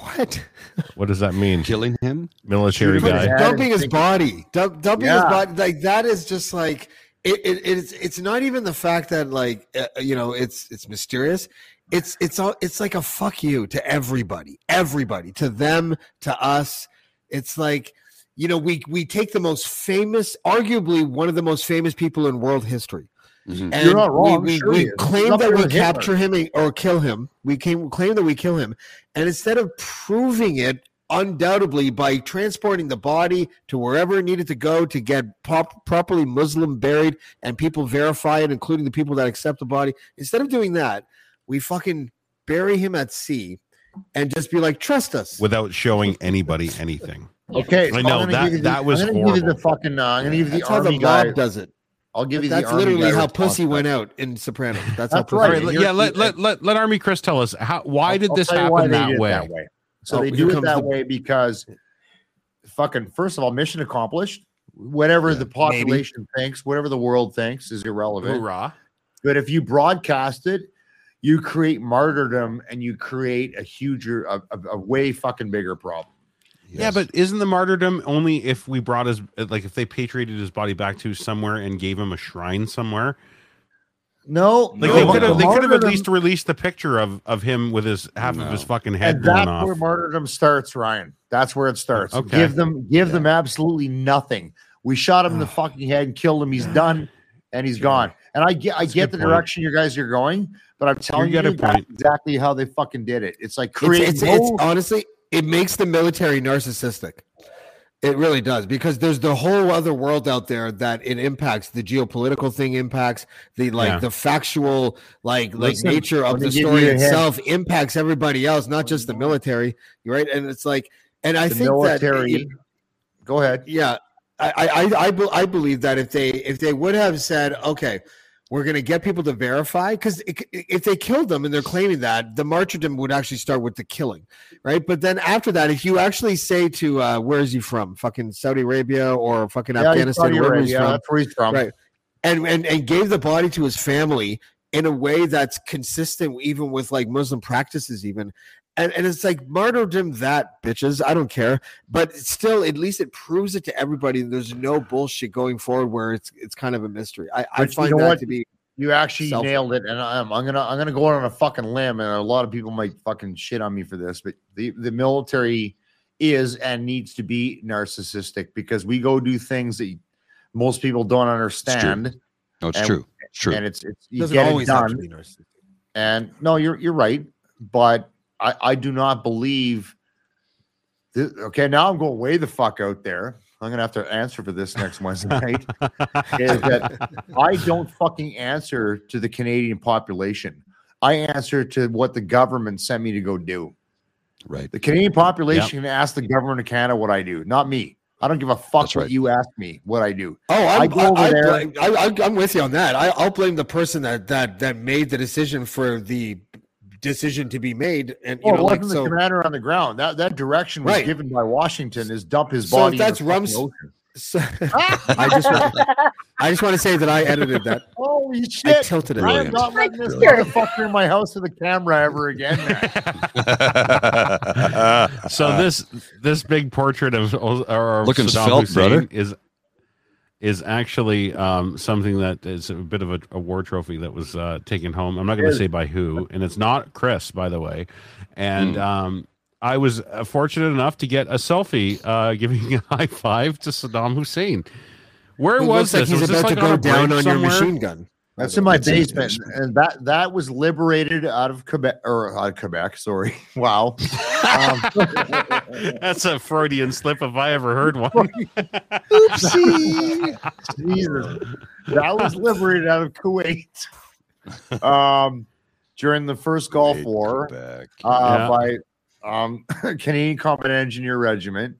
B: What?
C: What does that mean?
G: Killing him?
C: Military
B: But
C: guy.
B: dumping his body, dump, dumping his
F: Yeah.
B: body, like that is just uh, like it, it. It's it's not even the fact that like uh, you know it's it's mysterious. it's it's all it's like a fuck you to everybody, everybody, to them, to us. It's like, you know, we we take the most famous, arguably one of the most famous people in world history.
C: Hmm.
F: Mhm.
B: And
F: You're not wrong,
B: We, we,
F: sure
B: we
F: he is.
B: claim
F: Up
B: that
F: there
B: we
F: with Hitler.
B: capture him and- or kill him. We came, claim that we kill him. And instead of proving it undoubtedly by transporting the body to wherever it needed to go to get pop, properly Muslim buried and people verify it, including the people that accept the body, instead of doing that, we fucking bury him at sea and just be like, trust us.
C: without showing anybody anything.
F: Okay, so
C: I
F: I'm
C: know
F: gonna
C: that
F: give you the-
C: that was
F: I'm gonna give you
C: horrible.
F: the fucking. Uh, I'm gonna give you the
B: That's how the
F: army
B: mob
F: guy
B: does it.
F: I'll give you the
B: That's
F: army
B: literally
F: guy
B: how
F: response
B: pussy
F: back.
B: went out in Sopranos. That's, how
F: That's
B: pussy
F: right.
B: went out.
C: Let- yeah, let, let, let, let Army Chris tell us how why did
F: I'll
C: this
F: tell you
C: happen
F: why they
C: that,
F: did it
C: way?
F: So
C: Oh,
F: they
C: here
F: do it
C: comes
F: that
C: the-
F: way because fucking first of all, mission accomplished. Whatever the population thinks, whatever the world thinks is irrelevant.
C: Hoorah.
F: But if you broadcast it, you create martyrdom and you create a huger, a, a, a way fucking bigger problem.
C: Yeah, but isn't the martyrdom only if we brought his like if they patriated his body back to somewhere and gave him a shrine somewhere?
F: No,
C: Like
F: no,
C: they could have
F: the
C: they could have at
F: martyrdom-
C: least released the picture of of him with his half of his fucking head
F: and
C: blown
F: that's
C: off.
F: where martyrdom starts, Ryan. That's where it starts.
C: Okay.
F: Give them, give them absolutely nothing. We shot him in the fucking head and killed him. He's done, and he's gone. And I get, I
C: That's a
F: get the
C: good point.
F: direction you guys are going, but I'm telling
C: got
F: you,
C: a
F: that's
C: point.
F: exactly how they fucking did it. It's like
B: It's,
F: create
B: it's,
F: no-
B: it's honestly, it makes the military narcissistic. It really does because there's the whole other world out there that it impacts. The geopolitical thing impacts the like
F: Yeah.
B: the factual like
F: Listen,
B: like nature of
F: let me
B: the
F: give
B: story
F: you a hint.
B: itself impacts everybody else, not just the military, right? And it's like, and I
F: The
B: think
F: military-
B: that it-
F: Go ahead.
B: Yeah, I I I, I, be- I believe that if they if they would have said, okay, we're going to get people to verify, because if they killed them and they're claiming that, the martyrdom would actually start with the killing, right? But then after that, if you actually say to uh, where is he from, fucking Saudi Arabia or fucking
F: Yeah, he's
B: Afghanistan,
F: Saudi
B: or wherever he's
F: Arabia,
B: from,
F: that's where he's from.
B: right? and and and gave the body to his family in a way that's consistent even with like Muslim practices even and, and it's like martyrdom that bitches I don't care but it's still at least it proves it to everybody and there's no bullshit going forward where it's it's kind of a mystery I, I
F: But you
B: find
F: know
B: that
F: what?
B: to be
F: You actually
B: selfish.
F: nailed it, and I'm, I'm gonna I'm gonna go out on a fucking limb, and a lot of people might fucking shit on me for this, but the the military is and needs to be narcissistic because we go do things that most people don't understand.
G: No, it's
F: and-
G: true. It's true.
F: and it's it's you
M: Doesn't
F: get
M: always
F: it
M: have
F: done.
M: to be narcissistic.
F: And no, you're you're right, but I I do not believe. This, okay, now I'm going way the fuck out there. I'm gonna have to answer for this next Wednesday
B: *laughs*
F: night. is that I don't fucking answer to the Canadian population. I answer to what the government sent me to go do.
G: Right.
F: The Canadian population can ask the government of Canada what I do, not me. I don't give a fuck what you ask me what I do.
B: Oh, I'm,
F: I go over
B: I,
F: there.
B: blame- I, I, am with you on that. I, I'll blame the person that that that made the decision for the decision to be made, and you
F: Well,
B: know,
F: it
B: like
F: wasn't
B: so.
F: Oh, the commander on the ground. That that direction was
B: Right.
F: given by Washington is dump his
B: So if
F: body. in the
B: that's
F: fucking
B: Rum's,
F: ocean.
B: *laughs*
F: *laughs*
B: so, I just want, I just want to say that I edited that.
F: Holy *laughs* shit!
B: tilted it.
F: I'm
B: Brilliant.
F: not letting this
B: Sure.
F: motherfucker in my house with a camera ever again. man.
C: Uh,
F: uh,
C: so this this big portrait of uh, or or
G: Looking
C: Saddam
G: svelte,
C: Hussein
G: brother.
C: is is actually um, something that is a bit of a, a war trophy that was uh, taken home. I'm not going
G: It
C: to
G: is.
C: say by who, and it's not Chris, by the way. And
G: Hmm.
C: um, I was uh, fortunate enough to get a selfie uh, giving a *laughs* high five to Saddam Hussein. Where
B: It
C: was
B: looks like
C: this?
B: he's
C: was this
B: about to
C: on
B: go
C: a bridge
B: down on your
C: somewhere?
B: machine gun.
F: That's in my basement, and that that was liberated out of Quebec or out of Quebec. Sorry, *laughs*
B: *laughs*
F: wow. Um,
C: *laughs* That's a Freudian slip if I ever heard
B: *laughs*
C: one.
F: Oopsie. Jesus. That was liberated out of Kuwait. Um, during the first Gulf War, uh,
C: Yeah.
F: by um *laughs* Canadian Combat Engineer Regiment.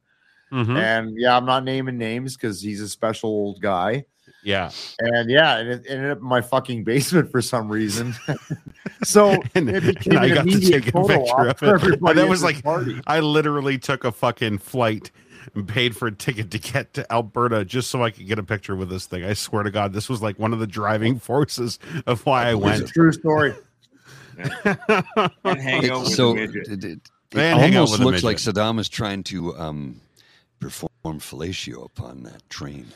C: Mhm.
F: And yeah, I'm not naming names because he's a special old guy.
C: Yeah.
F: And yeah, and it ended up in my fucking basement for some reason. *laughs* so
C: *laughs* and,
F: it
C: and
F: became
C: I got
F: an
C: to
F: immediate
C: take a
F: photo op
C: picture
F: for
C: of it.
F: everybody
C: And that
F: at
C: was
F: this
C: like
F: party.
C: I literally took a fucking flight and paid for a ticket to get to Alberta just so I could get a picture with this thing. I swear to God, this was like one of the driving forces of why I
F: It's a
C: went. *laughs*
F: true story. *laughs*
E: and hang out with
G: so
E: the midget.
G: it, it, it
C: And hang out
G: almost
C: with the
G: looks like
C: midget.
G: Saddam is trying to um, perform fellatio upon that train.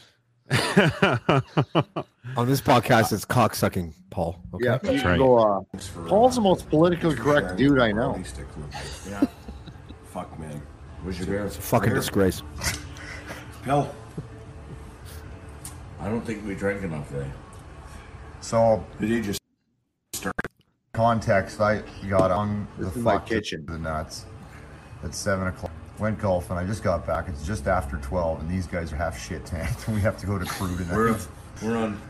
B: On this podcast, it's cock sucking, Paul.
F: Yeah, you can Go,
B: *laughs*
F: uh, Paul's the most politically correct dude I know.
M: Yeah. Fuck, man. Was your bear?
B: It's a fucking disgrace.
M: Hell. I don't think we drank enough eh? today.
A: So did you just context? I got on the
F: is my
A: fuck kitchen the nuts at seven o'clock. Went golf and I just got back. It's just after twelve, and these guys are half shit tanked. *laughs* We have to go to crew tonight.
M: We're, we're on.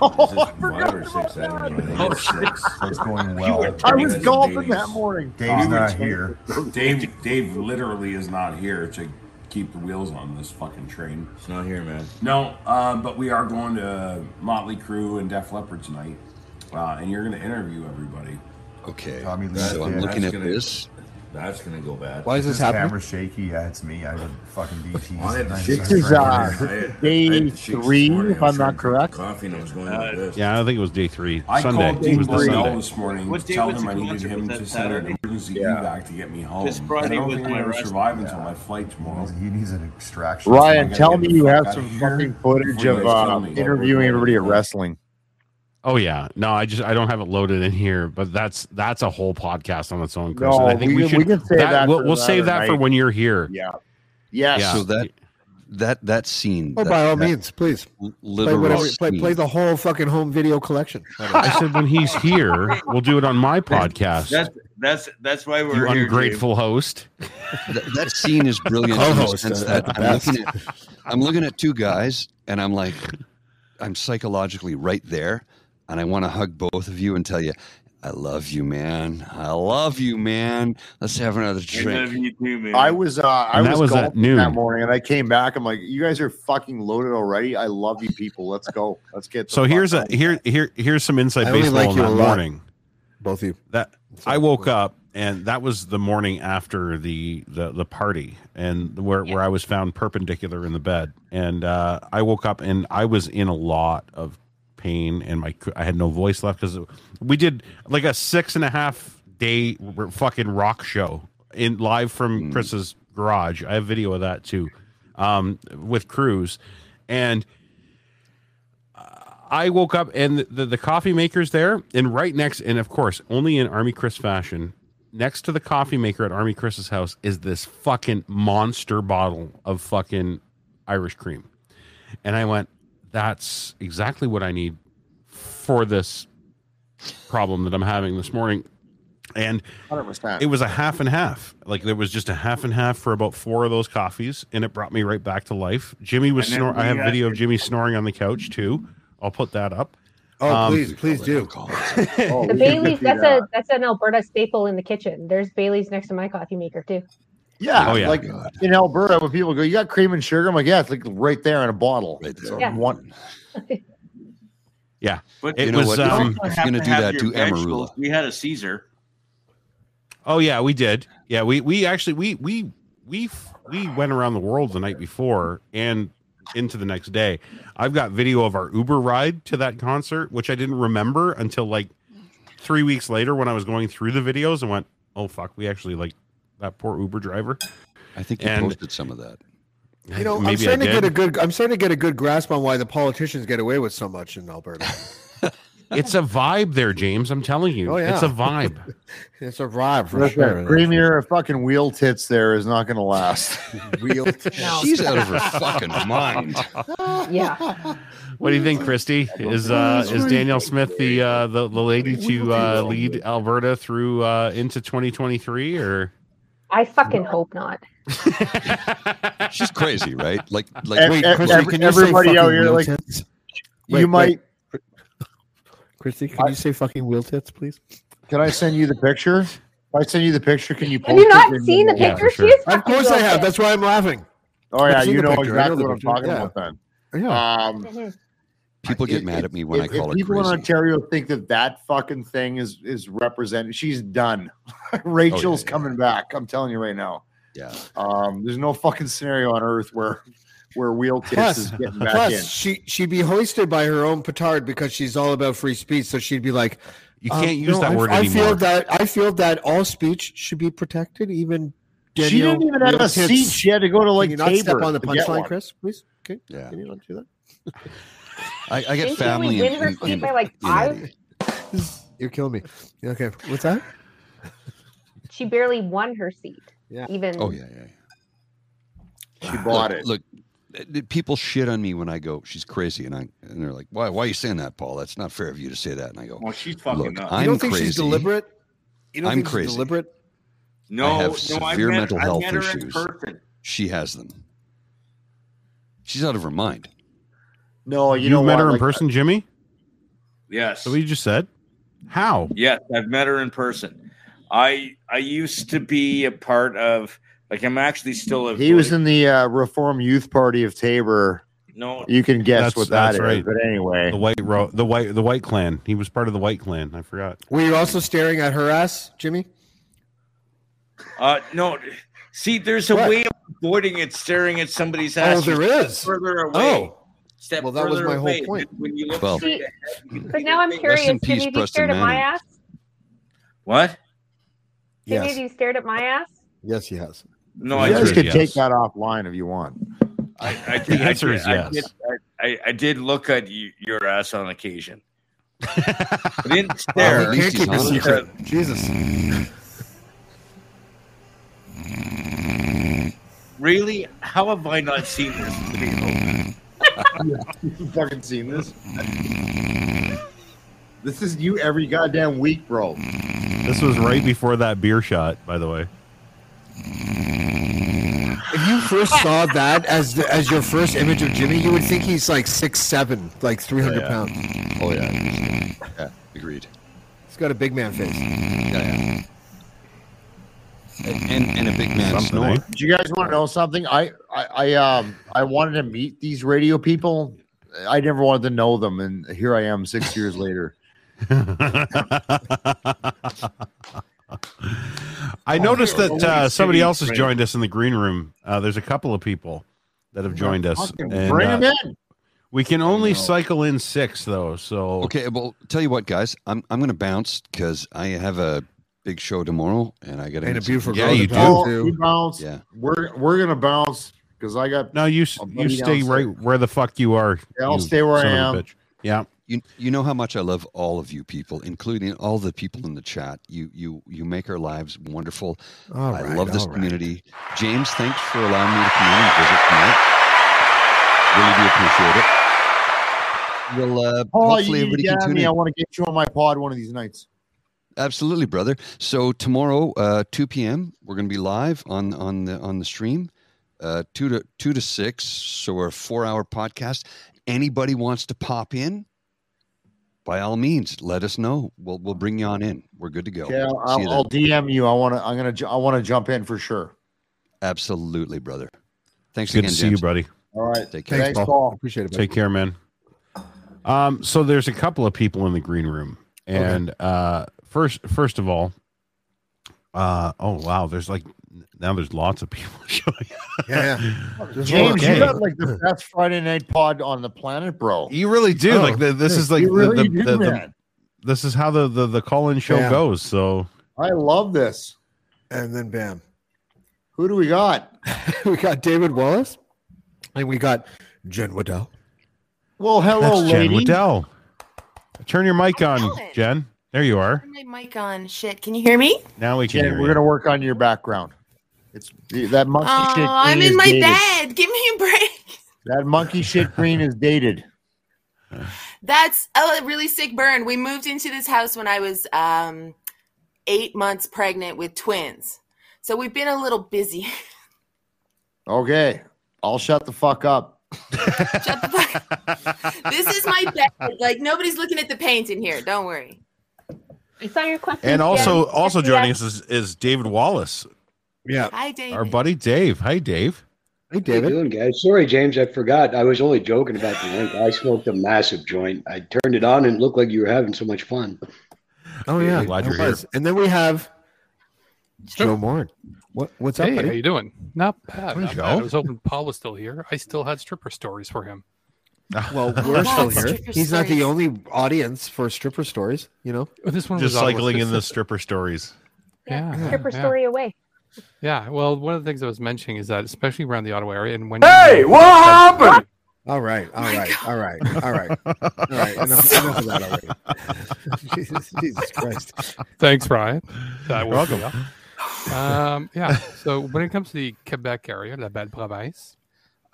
F: Oh, I
M: Five or six, I don't know. I think it's six.
A: It's going well.
F: I was golfing that morning.
A: Dave's not here.
M: *laughs* Dave, Dave literally is not here to keep the wheels on this fucking train. It's not here, man. No, um, but we are going to Motley Crue and Def Leppard tonight, uh, and you're going to interview everybody.
G: Okay.
A: Tommy Lee So I'm Jones. looking at
M: gonna,
A: this.
M: That's going to go bad.
A: Camera shaky. Yeah, it's me. I would fucking DT.
M: I had to
F: This is uh, day three, if I'm not correct.
M: Coffee and I was going like this.
C: Yeah, I think it was day three.
M: I
C: Sunday.
M: called
C: It
M: Dean
C: was the
M: Burdell
C: Sunday.
M: this morning
C: What
M: to
C: day
M: tell
C: was
M: him
C: the
M: I needed
C: concert?
M: him
C: Was
M: to
C: that
M: send an
C: Saturday?
M: emergency
C: Yeah.
M: evac to get me home.
C: This Friday
M: I don't
C: was
M: think
C: my
M: I'm gonna
C: rest-
M: survive until my flight tomorrow. He
A: needs an extraction.
F: Ryan, tell me you have some fucking footage
M: before
F: of
M: you guys kill
F: uh,
M: me.
F: interviewing everybody at wrestling.
C: Oh yeah, no, I just I don't have it loaded in here, but that's that's a whole podcast on its own, Chris.
F: No,
C: and I think
F: we
C: we,
F: can-
C: should
F: we can save that
C: we'll,
F: for
C: we'll
F: the
C: save
F: other
C: that for
F: night.
C: when you're here.
F: Yeah. Yes.
G: So that that that scene.
B: Or
G: that-
B: Oh, by all
G: that
B: means, please play,
G: Literal
B: whatever, play,
G: scene. *laughs*
B: play the whole fucking home
F: *laughs*
B: video collection.
C: I said when he's here, we'll do it on my podcast.
E: That's that's that's why we're
C: you
E: here,
C: ungrateful host.
G: that, that scene is brilliant in the
C: Co-host,
G: sense
C: uh,
G: that
C: at
G: I'm
C: best.
G: looking, at, I'm looking at two guys and I'm like, I'm psychologically right there, and I want to hug both of you and tell you, I love you, man. I love you, man. Let's have another
E: Dave. I love
G: drink.
E: you too, man.
F: I was uh, I
G: And that
F: was,
G: was at
F: golfing
G: noon.
F: that morning, and I came back. I'm like, you guys are fucking loaded already. I love you people. Let's go. Let's get. the
C: So
F: fuck
C: here's a
F: out.
C: here here here's some inside
F: I only
C: baseball
F: like
C: on
F: you a
C: that
F: lot.
C: morning.
B: Both of you.
C: That I woke up and that was the morning after the the, the party and where where I was found perpendicular in the bed and uh, I woke up and I was in a lot of pain and my I had no voice left because we did like a six and a half day r- fucking rock show in live from
F: Hmm.
C: Chris's garage. I have video of that too, um, with Cruz and. I woke up and the, the coffee maker's there, and right next, and of course, only in Army Chris fashion, next to the coffee maker at Army Chris's house is this fucking monster bottle of fucking Irish cream. And I went, that's exactly what I need for this problem that I'm having this morning. And
F: 100%.
C: it was a half and half. Like there was just a half and half for about four of those coffees, and it brought me right back to life. Jimmy was
B: And then
C: snoring. I have
B: we, uh,
C: video of Jimmy snoring on the couch too. I'll put that up.
B: Oh,
C: Um,
B: please, please
C: *laughs*
B: do.
I: *laughs* The Bailey's that's a that's an Alberta staple in the kitchen. There's Bailey's next to my coffee maker too.
F: Yeah,
C: Oh, yeah.
F: like in Alberta, when people go, "You got cream and sugar," I'm like, "Yeah, it's like right there in a bottle." So
I: Yeah.
F: one,
C: Yeah,
E: But
C: it
G: you know
C: was.
G: what?
C: Um,
E: You
G: If
E: have
G: you're gonna
E: to
G: do
E: have
G: that,
E: your
G: do
E: vegetables.
G: Amarula.
E: We had a Caesar.
C: oh yeah, we did. Yeah, we we actually we we we we went around the world the night before and into the next day. I've got video of our Uber ride to that concert, which I didn't remember until like three weeks later when I was going through the videos and went, "Oh fuck, we actually like that poor Uber driver."
G: I think you
C: And-
G: posted some of that.
B: You know, I'm
C: Maybe I
B: starting to get
C: did.
B: a good. I'm starting to get a good grasp on why the politicians get away with so much
F: *laughs*
B: in Alberta.
C: It's a vibe there, James. I'm telling you,
B: Oh, yeah.
C: it's a vibe.
B: it's a vibe for
F: Listen,
B: sure.
F: Premier of fucking wheel tits there is not going to last.
B: *laughs*
F: *laughs*
B: wheel
G: She's out of her fucking mind.
B: *laughs*
I: Yeah.
C: What do you think, Christy? Is uh, is Danielle Smith the uh, the, the lady to uh, lead Alberta through uh, into 2023 or?
I: I fucking hope not.
G: She's crazy, right? Like, like
F: Ev- ev- ev- everybody out here, like, you might.
B: Christy, can you say fucking wheel tits, please?
F: Can I send you the picture? If I send you the picture, can you?
I: Have you
F: post
I: not
F: it in
I: seen the
F: Yeah,
I: picture?
F: for sure.
I: She is
B: Of course I have. That's why I'm laughing.
F: Oh
B: I've
F: yeah,
B: seen
F: *laughs* you
B: the
F: know
B: picture. I know
F: exactly
B: the
F: what I'm
B: picture.
F: talking
B: Yeah.
F: about then.
B: Yeah.
F: Um,
G: People get mad at me when I
F: if, if
G: call her
F: people
G: crazy.
F: in Ontario think that that fucking thing is is represented, she's done. Rachel's coming back. I'm telling you right now.
G: Oh, Yeah.
F: Um, there's no fucking scenario on earth where where wheel *laughs* tits is
B: Plus,
F: getting back
B: plus
F: in.
B: she she'd be hoisted by her own petard because she's all about free speech. So she'd be like,
C: "You
F: can't use that
B: um, I,
F: word
B: I feel
F: anymore."
B: that I feel that all speech should be protected, even.
F: She didn't
B: Danielle
F: even have a
B: Wheeltits.
F: seat. She had to go to, like,
B: Can you not step
F: Tabor
B: on the
F: to get
B: punchline,
F: one.
B: Chris, please? Okay.
G: Yeah.
B: Can you not do that?
G: I, I get
B: Didn't
G: family.
B: we
G: in-
B: win versus
G: in- in-
B: by, like,
G: in-
I: five?
B: You're killing me. Okay, what's that?
I: She barely won her seat.
B: Yeah.
I: Even
G: Oh yeah, yeah.
F: She bought
G: look,
F: it.
G: Look, uh, the people shit on me when I go, she's crazy, and I and they're like, why? Why are you saying that, Paul? That's not fair of you to say that. And I go,
E: Well, she's fucking
G: look,
E: nuts.
G: I'm
E: You don't think
G: crazy.
E: she's deliberate?
B: You don't
G: I'm
B: think she's
G: crazy.
B: deliberate?
E: No,
G: I have
E: no, I've
G: severe
E: met-
G: mental
E: I've
G: health
E: met her in
G: issues.
E: person.
G: She has them. She's out of her mind.
F: No,
C: you met her in
F: uh,
C: person, Jimmy.
E: Yes.
C: So what you just said. How?
E: Yes, I've met her in person. I I used to be a part of like I'm actually still a
F: He was in the uh, Reform Youth Party of Tabor.
E: No.
F: you can guess
C: That's-
F: what that
C: that's
F: is.
C: right.
F: But anyway,
C: The white ro- the white the white clan. He was part of the white clan. I forgot.
B: Were you also staring at her ass, Jimmy?
E: uh no see there's a
B: What?
E: way of avoiding it staring at somebody's
B: Oh,
E: ass. You
B: there
E: step
B: is.
E: Further away.
B: Oh.
E: Step
B: Well, that was
E: further
B: my whole
E: away.
B: point.
E: When you look
G: Well-
E: straight ahead,
I: But now I'm curious.
G: in
I: Have
G: peace,
I: you
G: Preston
I: stared at my
G: Manning.
I: ass?
E: What?
I: Yes. Have you stared at my ass?
B: Yes, he has.
E: No,
F: you
E: I
F: guys
E: did,
F: could
E: yes.
F: take that offline if you want.
E: I, did- I did- I did, I, I, I did look at you, your ass
C: *laughs*
E: on occasion. I didn't stare.
B: Well, Oh, he can't
E: uh,
B: keep his secret. Jesus.
E: Really? How have I not seen this video?
F: *laughs* you fucking seen this? This is you every goddamn week, bro.
C: This was right before that beer shot, by the way.
B: If you first saw that as the, as your first image of Jimmy, you would think he's like six seven, like three hundred
G: yeah.
B: pounds.
G: Oh yeah, yeah. Agreed.
B: He's got a big man face.
G: Yeah, yeah. And and a big man
F: eh?
G: snore.
F: Do you guys want to know something? I, I, I, um, I wanted to meet these radio people. I never wanted to know them, and here I am six years later.
C: I
F: Oh,
C: noticed
F: yeah.
C: that uh, somebody else has
F: Great.
C: joined us in the green room. Uh, there's a couple of people that have joined us.
F: Fucking
C: and,
F: bring 'em
C: uh,
F: in.
C: We can only cycle in six, though. So
G: Okay, well, tell you what, guys, I'm I'm gonna bounce because I have a big show tomorrow, and I got
C: And a beautiful
G: Yeah,
C: girl
G: you
C: to bounce
G: do.
C: to.
F: You bounce.
G: Yeah.
F: We're we're gonna bounce because I got
C: no. You s-
F: a
C: you
F: buddy
C: stay
F: downstairs.
C: right where the fuck you are.
F: Yeah, I'll
C: you
F: stay where I
C: son of a
F: am.
C: bitch. Yeah.
G: You you know how much I love all of you people, including all the people in the chat. You you you make our lives wonderful.
B: All
G: I
B: right,
G: love this
B: all right.
G: community. James, thanks for allowing me to come in and visit tonight. Really do appreciate it. We'll uh,
F: Paul,
G: hopefully
F: Oh, you need to
G: everybody
F: get
G: can
F: at
G: tune
F: me.
G: in.
F: I want to get you on my pod one of these nights.
G: Absolutely, brother. So tomorrow, uh, two p.m., we're going to be live on on the on the stream, uh, two to two to six. So we're a four-hour podcast. Anybody wants to pop in, by all means, let us know. We'll we'll bring you on in. We're good to go.
F: Okay, I'll,
G: See you
F: I'll,
G: then.
F: I'll DM you. I want to. I'm gonna. ju- I want to jump in for sure.
G: Absolutely, brother. Thanks
C: Good
G: again,
C: to see you,
G: James.
C: buddy.
F: All right.
G: Take care.
F: Thanks, Paul.
B: Appreciate it.
C: Take care, man. Um, so there's a couple of people in the green room, and uh, first, first of all, uh, oh wow, there's like now there's lots of people *laughs* showing. up. *laughs* There's
F: James,
C: okay.
F: you got like the best Friday night pod on the planet, bro.
C: You really do.
F: Oh,
C: like the, this is like
F: you
C: the,
F: really
C: the,
F: do,
C: the- the-
F: man.
C: this is how the the, the call in show
B: Yeah.
C: goes. So
F: I love this.
B: And then bam,
F: Who do we got?
B: we got David Wallace, and we got Jen Waddell.
F: Well, hello,
C: that's Jen
F: lady.
C: Waddell. Turn your mic on,
N: Ellen.
C: Jen. There you are.
N: Turn my mic on. Shit, can you hear me?
C: Now we can.
F: Jen,
C: hear
F: we're
C: you.
F: gonna work on your background. It's that monkey
N: Oh,
F: shit.
N: I'm
F: green
N: in
F: is
N: my
F: dated.
N: bed. Give me a break. *laughs*
F: That monkey shit green is dated.
N: That's a really sick burn. We moved into this house when I was um, eight months pregnant with twins. So we've been a little busy. *laughs*
F: Okay, I'll shut the fuck up.
N: this
F: *laughs*
N: is my bed. Like nobody's looking at the paint in here. Don't worry.
I: It's on your question.
C: And also,
I: Jen.
C: also
I: Yeah.
C: joining us is, is David Wallace.
B: Yeah.
N: Hi, David.
C: Our buddy Dave. Hi, Dave.
B: Hey,
O: David. How you doing, guys? Sorry, James, I forgot. I was only joking about the link. I smoked a massive joint. I turned it on and it looked like you were having so much fun.
B: Oh yeah,
O: glad
B: it
O: you're here.
B: was. And then we have Joe Moore. What what's up?
P: hey,
B: buddy?
P: how you doing? Not bad.
B: Hey,
P: Not
B: Joe.
P: bad. I was hoping Paul was still here. I still had stripper stories for him.
B: *laughs* Well, we're still here.
P: Stripper
B: He's not the
P: stories.
B: only audience for stripper stories. You know,
P: Oh, This one
C: Just
P: was auto-
C: cycling in
P: *laughs*
C: the stripper stories.
P: Yeah, yeah,
I: Stripper
P: yeah.
I: story away.
P: Yeah, well, one of the things I was mentioning is that, especially around the Ottawa area, and when
L: Hey, what happened?
B: All right, all right, all right, all right, all right. Enough, enough of that already. *laughs* Jesus, *laughs* Jesus Christ.
P: *laughs* Thanks, Ryan.
B: *laughs*
P: That
B: You're
P: woke me
B: welcome.
P: up.
B: Uh,
P: Um, yeah. So when it comes to the Quebec area, La Belle Province,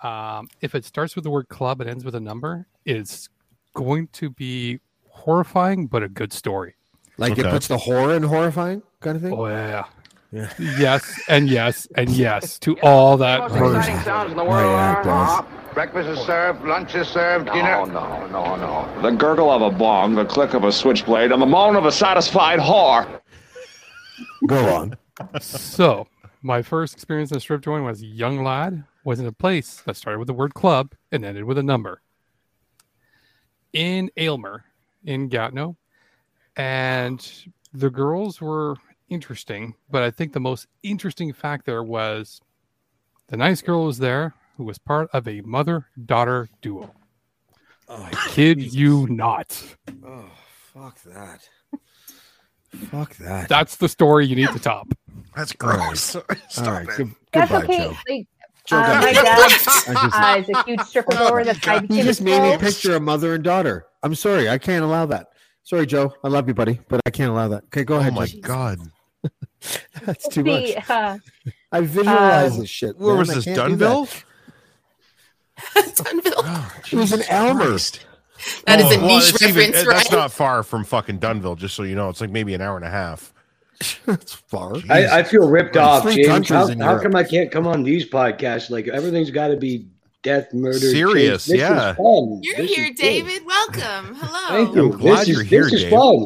P: um, if it starts with the word club and ends with a number, it's going to be horrifying, but a good story.
B: Like it puts the horror in horrifying kind of thing.
P: Oh yeah. Yes and yes
Q: *laughs*
P: and yes to all that.
Q: Most exciting sounds in the
B: Oh,
Q: world are.
R: *laughs* Breakfast is served, lunch is served,
S: dinner. Oh, No, no, no. The gurgle of a bong, the click of a switchblade, and the moan of a satisfied whore.
B: Go on.
P: so my first experience in a strip joint was a young lad was in a place that started with the word club and ended with a number in aylmer in gatineau and the girls were interesting but i think the most interesting fact there was the nice girl was there who was part of a mother-daughter duo I kid you not
B: Oh, fuck that. Fuck that.
P: that's the story you need to top
T: that's
B: gross. All right. Good,
I: That's
P: Goodbye,
I: okay.
P: Joe.
I: Like,
B: Joe,
I: uh,
B: go
I: my
B: ahead.
I: dad uh, is a huge stripper goer. That's why I
B: You
I: became
B: just
I: a
B: made me
I: pro.
B: picture a mother and daughter. I'm sorry, I can't allow that. Sorry, Joe. I love you, buddy, but I can't allow that. Okay, go ahead. Oh my god, *laughs* that's too much.
I: The, uh,
B: *laughs* I visualize
I: Uh,
B: this shit.
I: where
B: man.
I: was
B: I
I: this,
B: can't do that.
N: *laughs*
I: Dunville?
B: It was an Elmer.
N: That is
C: Oh,
N: a
J: Oh, well,
N: niche
J: it's even-
C: eh,
N: reference, right?
J: That's not far from fucking Dunville, just so you know. It's like maybe an hour and a half.
B: *laughs* that's far.
O: I, I feel ripped
J: There's
O: off,
J: three
O: James.
J: countries
O: How,
J: in
O: how
J: Europe.
O: come I can't come on these podcasts? Like everything's got to be death, murder, chase.
J: Serious,
O: This is
J: yeah.
O: fun.
N: You're
O: This is
N: here,
O: good.
N: David. Welcome. Hello.
O: Thank you.
J: I'm glad
O: this
J: you're
O: is,
J: here,
O: This is
J: Dave.
O: fun.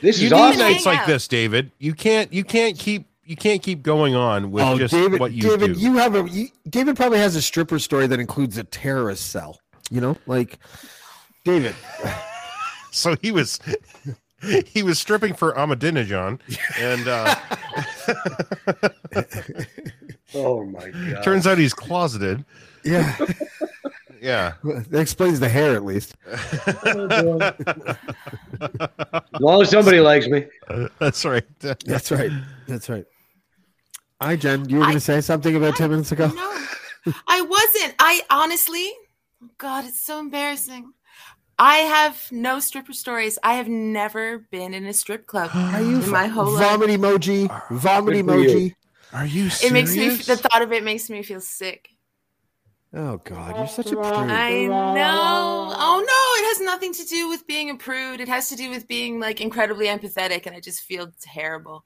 O: This
J: you
O: is
J: need
O: awesome.
J: nights
O: Hang
J: like this, David. You can't. You can't keep. You can't keep going on with
B: Oh,
J: just
B: David,
J: what you
B: David,
J: do.
B: you have a you, David probably has a stripper story that includes a terrorist cell. You know, like David.
J: *laughs* so he *laughs* was. He was stripping for Ahmadinejad, and uh,
O: *laughs* Oh my god!
J: turns out he's closeted.
B: Yeah.
J: *laughs*
B: *laughs*
J: Yeah.
B: That explains the hair,
J: *laughs*
B: at least.
O: As long as somebody likes me.
J: *laughs* That's right.
B: That's right. That's right. Hi, Jen. You were going to say something about 10 minutes ago?
N: I wasn't. I honestly, God, it's so embarrassing. I have no stripper stories. I have never been in a
B: *gasps*
N: strip club in my whole life.
B: Vomit emoji. Vomit
O: Good for
B: emoji.
O: you.
J: Are you
N: It makes me. The thought of it makes me feel sick.
B: Oh, God. You're such a
N: I
B: prude.
N: know. Oh no, it has nothing to do with being a prude. It has to do with being like incredibly empathetic, and I just feel terrible.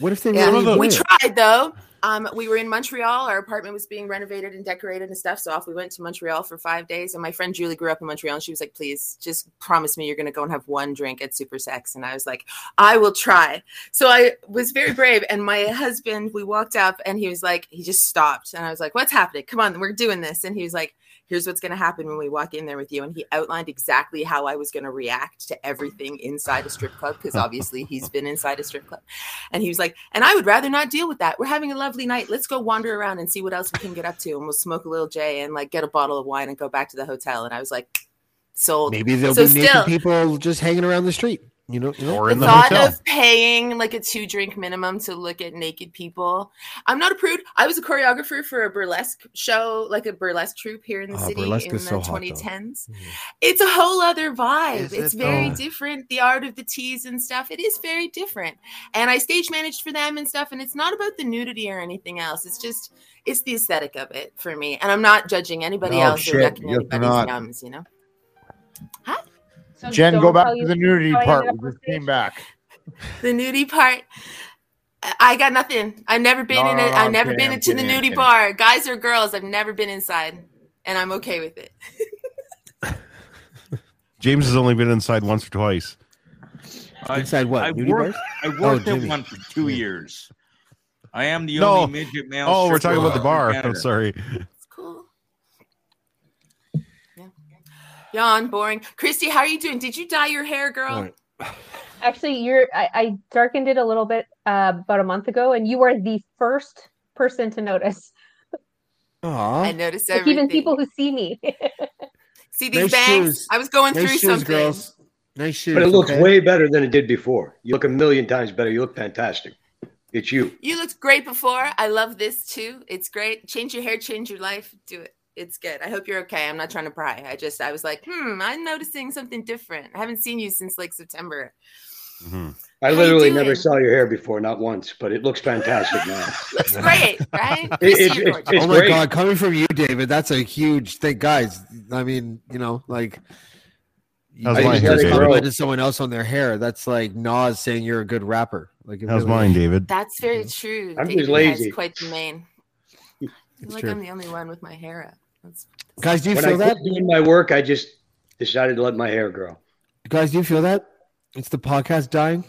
B: What if they
N: Yeah,
B: really
N: we
B: were?
N: tried though. Um, we were in Montreal. Our apartment was being renovated and decorated and stuff. So off we went to Montreal for five days. And my friend Julie grew up in Montreal, and she was like, "Please, just promise me you're going to go and have one drink at Super Sex." And I was like, "I will try." So I was very brave. And my husband, we walked up, and he was like, he just stopped, and I was like, "What's happening? Come on, we're doing this." And he was like, "Here's what's going to happen when we walk in there with you." And he outlined exactly how I was going to react to everything inside a strip club because obviously he's been inside a strip club. And he was like, and I would rather not deal with that. We're having a lovely night. Let's go wander around and see what else we can get up to. And we'll smoke a little J and like get a bottle of wine and go back to the hotel. And I was like, sold.
B: Maybe there'll
N: So
B: be naked people just hanging around the street. You know, you know?
J: or in
N: the thought of paying like a two drink minimum to look at naked people. I'm not a prude. I was a choreographer for a burlesque show, like a burlesque troupe here in
F: Ah,
N: the
B: Oh,
N: city in the
B: burlesque is so hot, though.
N: 2010s.
F: Mm-hmm.
N: It's a whole other vibe.
B: Is
N: it's
B: it,
N: very
F: Oh.
B: though?
N: different. The art of the tease and stuff. It is very different. And I stage managed for them and stuff. And it's not about the nudity or anything else. It's just it's the aesthetic of it for me. And I'm not judging anybody
F: No
N: else
F: shit.
N: or ducking
F: Yes,
N: anybody's
F: not.
N: yums, you know.
F: Jen,
N: Don't
F: go back
N: tell
F: to
N: you-
F: the nudity
N: how I
F: part.
N: ended up
F: We just came back.
N: the nudie part. I- I got nothing. I've never been
F: No,
N: in
F: no,
N: a.
F: no,
N: I've
F: I'm
N: never
F: kidding,
N: been
F: I'm
N: to the
F: kidding, I'm
N: nudie
F: kidding.
N: bar, guys or girls. I've never been inside, and I'm okay with it. *laughs*
C: James has only been inside once or twice.
B: Inside what?
E: I
B: nudie
E: worked,
B: bars?
E: I
B: Oh,
E: worked at
B: Jimmy.
E: one for two years. I am the
C: No.
E: only midget male.
C: Oh, we're
E: stripper
C: talking about the
E: in
C: bar. I'm
E: Canada.
C: sorry.
N: Yawn, boring. Christy, how are you doing? Did you dye your hair, girl?
C: All right.
I: Actually, you're. I, I darkened it a little bit uh, about a month ago, and you were the first person to notice.
B: Aw.
N: I noticed
I: Like,
N: everything.
I: even people who see me. *laughs*
N: See these
I: Nice
N: bangs?
I: shoes.
N: I was going
I: Nice
N: through
I: shoes,
N: something.
I: girls.
B: Nice shoes.
O: But it looks
B: okay?
O: way better than it did before. You look a million times better. You look fantastic. It's you.
N: You looked great before. I love this too. It's great. Change your hair, change your life. Do it. It's good. I hope you're okay. I'm not trying to pry. I just, I was like, hmm, I'm noticing something different. I haven't seen you since like September.
B: Mm-hmm.
O: I literally never saw your hair before, not once, but it looks fantastic now.
N: Looks great, right?
O: It- it's- it's- it's
B: oh my
O: great.
B: god, coming from you, David, that's a huge thing, guys. I mean, you know, like you
C: How's mine,
B: just
C: David?
B: complimented someone else on their hair. That's like Nas saying you're a good rapper. Like it
C: How's
B: really-
C: mine, David?
N: That's very true.
B: I'm
N: David
B: just
N: has
B: lazy.
N: Quite the main. I feel like
O: true.
N: I'm the only one with my hair up. That's
B: Guys, do you
O: when
B: feel
O: I quit
B: that?
O: Doing my work, I just decided to let my hair grow.
B: Guys, do you feel that? It's the podcast dying.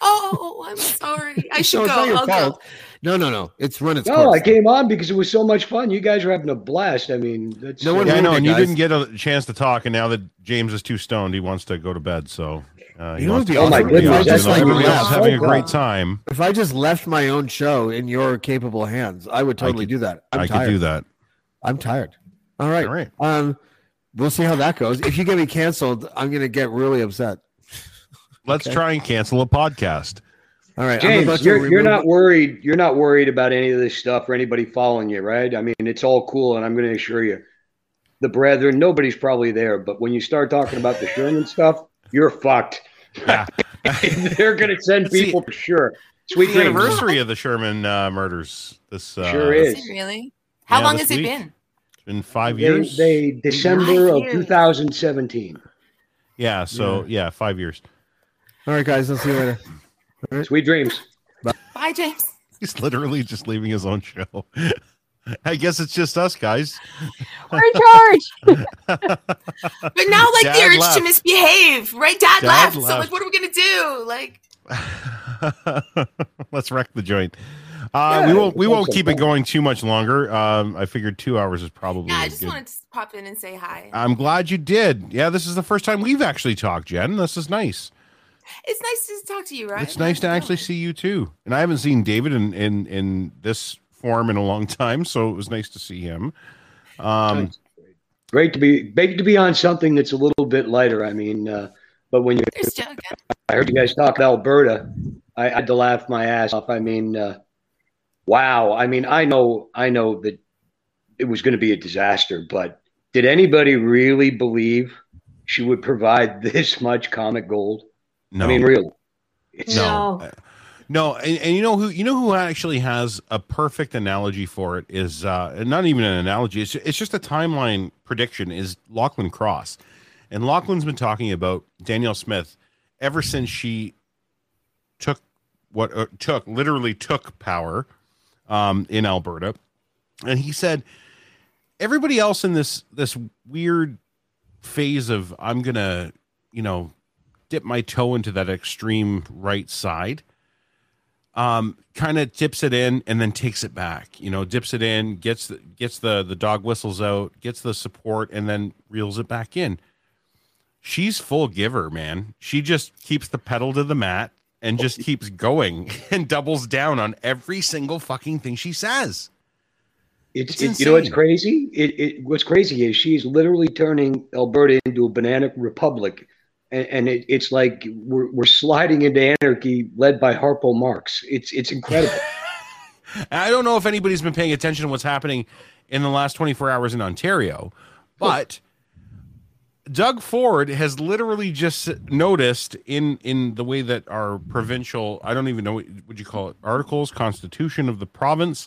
N: Oh, I'm sorry. I should
O: No, it's not
N: go.
O: your
N: I'll go.
O: fault.
B: No, no, no. It's run its
O: No,
B: course.
O: I came on because it was so much fun. You guys were having a blast. I mean, that's
C: yeah, I know, and you didn't get a chance to talk, and now that James is too stoned, he wants to go to bed. So, uh, *laughs* he
B: You know
C: wants
B: what'd
C: to
B: be
C: get everybody
B: awesome?
O: Oh
B: If I
C: else-
B: just, like,
C: everybody else
B: left-
C: having a great time.
B: If I just left my own show in your capable hands, I would
C: I
B: totally
C: could-
B: do that. I'm
C: I could
B: tired.
C: do that.
B: I'm tired. All right. All right. Um, we'll see how that goes. If you get me canceled, I'm gonna get really upset.
C: Let's
B: Okay.
C: try and cancel a podcast.
B: All right,
O: James, you're, you're not worried. You're not worried about any of this stuff or anybody following you, right? I mean, it's all cool, and I'm going to assure you, the brethren, nobody's probably there. But when you start talking about the Sherman stuff, you're fucked. *laughs* They're going to send people for sure. Sweet
C: It's the
O: dreams.
C: anniversary of the Sherman uh, murders. This uh,
O: Sure is.
N: Is it really? How
C: Yeah,
N: long
C: this
N: has it
C: week.
N: been?
C: It's been five
O: They,
C: years.
O: they December of
N: Five years.
O: 2017.
C: yeah. So yeah, five years.
B: All right, guys. I'll see you later.
O: Sweet dreams.
N: Bye, James.
C: *laughs* He's literally just leaving his own show. *laughs* I guess it's just us guys.
N: *laughs* We're in charge.
C: *laughs*
N: But *laughs* now, like the
C: Dad
N: urge to
C: left.
N: misbehave, right? Dad,
C: Dad
N: left. So,
C: left.
N: like, what are we gonna do? Like,
C: *laughs* Let's wreck the joint. Uh,
N: Yeah,
C: we won't. We
N: that's
C: won't keep
N: okay.
C: it going too much longer. Um, I figured two hours is probably.
N: yeah, I
C: a
N: just
C: Oh, good- Uh,
N: wanted to pop in and say hi.
C: I'm glad you did. Yeah, this is the first time we've actually talked, Jen. This is nice.
N: It's nice to talk to you, right?
C: It's nice to actually see you too. And I haven't seen David in in in this form in a long time, so it was nice to see him.
O: Um, great to be great to be on something that's a little bit lighter. I mean, uh, but when you, I heard you guys talk about Alberta, I, I had to laugh my ass off. I mean, uh, wow. I mean, I know, I know that it was going to be a disaster, but did anybody really believe she would provide *laughs* this much comic gold?
C: No.
O: I mean, really. It's-
C: No. No, and, and you know who you know who actually has a perfect analogy for it is uh, not even an analogy. It's it's just a timeline prediction. Is Lachlan Cross, and Lachlan's been talking about Danielle Smith ever since she took what uh, took literally took power um, in Alberta, and he said everybody else in this this weird phase of I'm gonna you know dip my toe into that extreme right side um, kind of dips it in and then takes it back. You know, dips it in, gets the, gets the the dog whistles out, gets the support, and then reels it back in. She's full giver, man. She just keeps the pedal to the mat and just keeps going *laughs* and doubles down on every single fucking thing she says.
O: It's,
C: It's
O: it- you know what's
C: insane.
O: crazy? It, it what's crazy is she's literally turning Alberta into a banana republic, and, and it, it's like we're, we're sliding into anarchy led by Harpo Marx. It's it's incredible.
C: And I don't know if anybody's been paying attention to what's happening in the last 24 hours in Ontario, but Doug Ford has literally just noticed in in the way that our provincial, I don't even know what would you call it, articles, constitution of the province,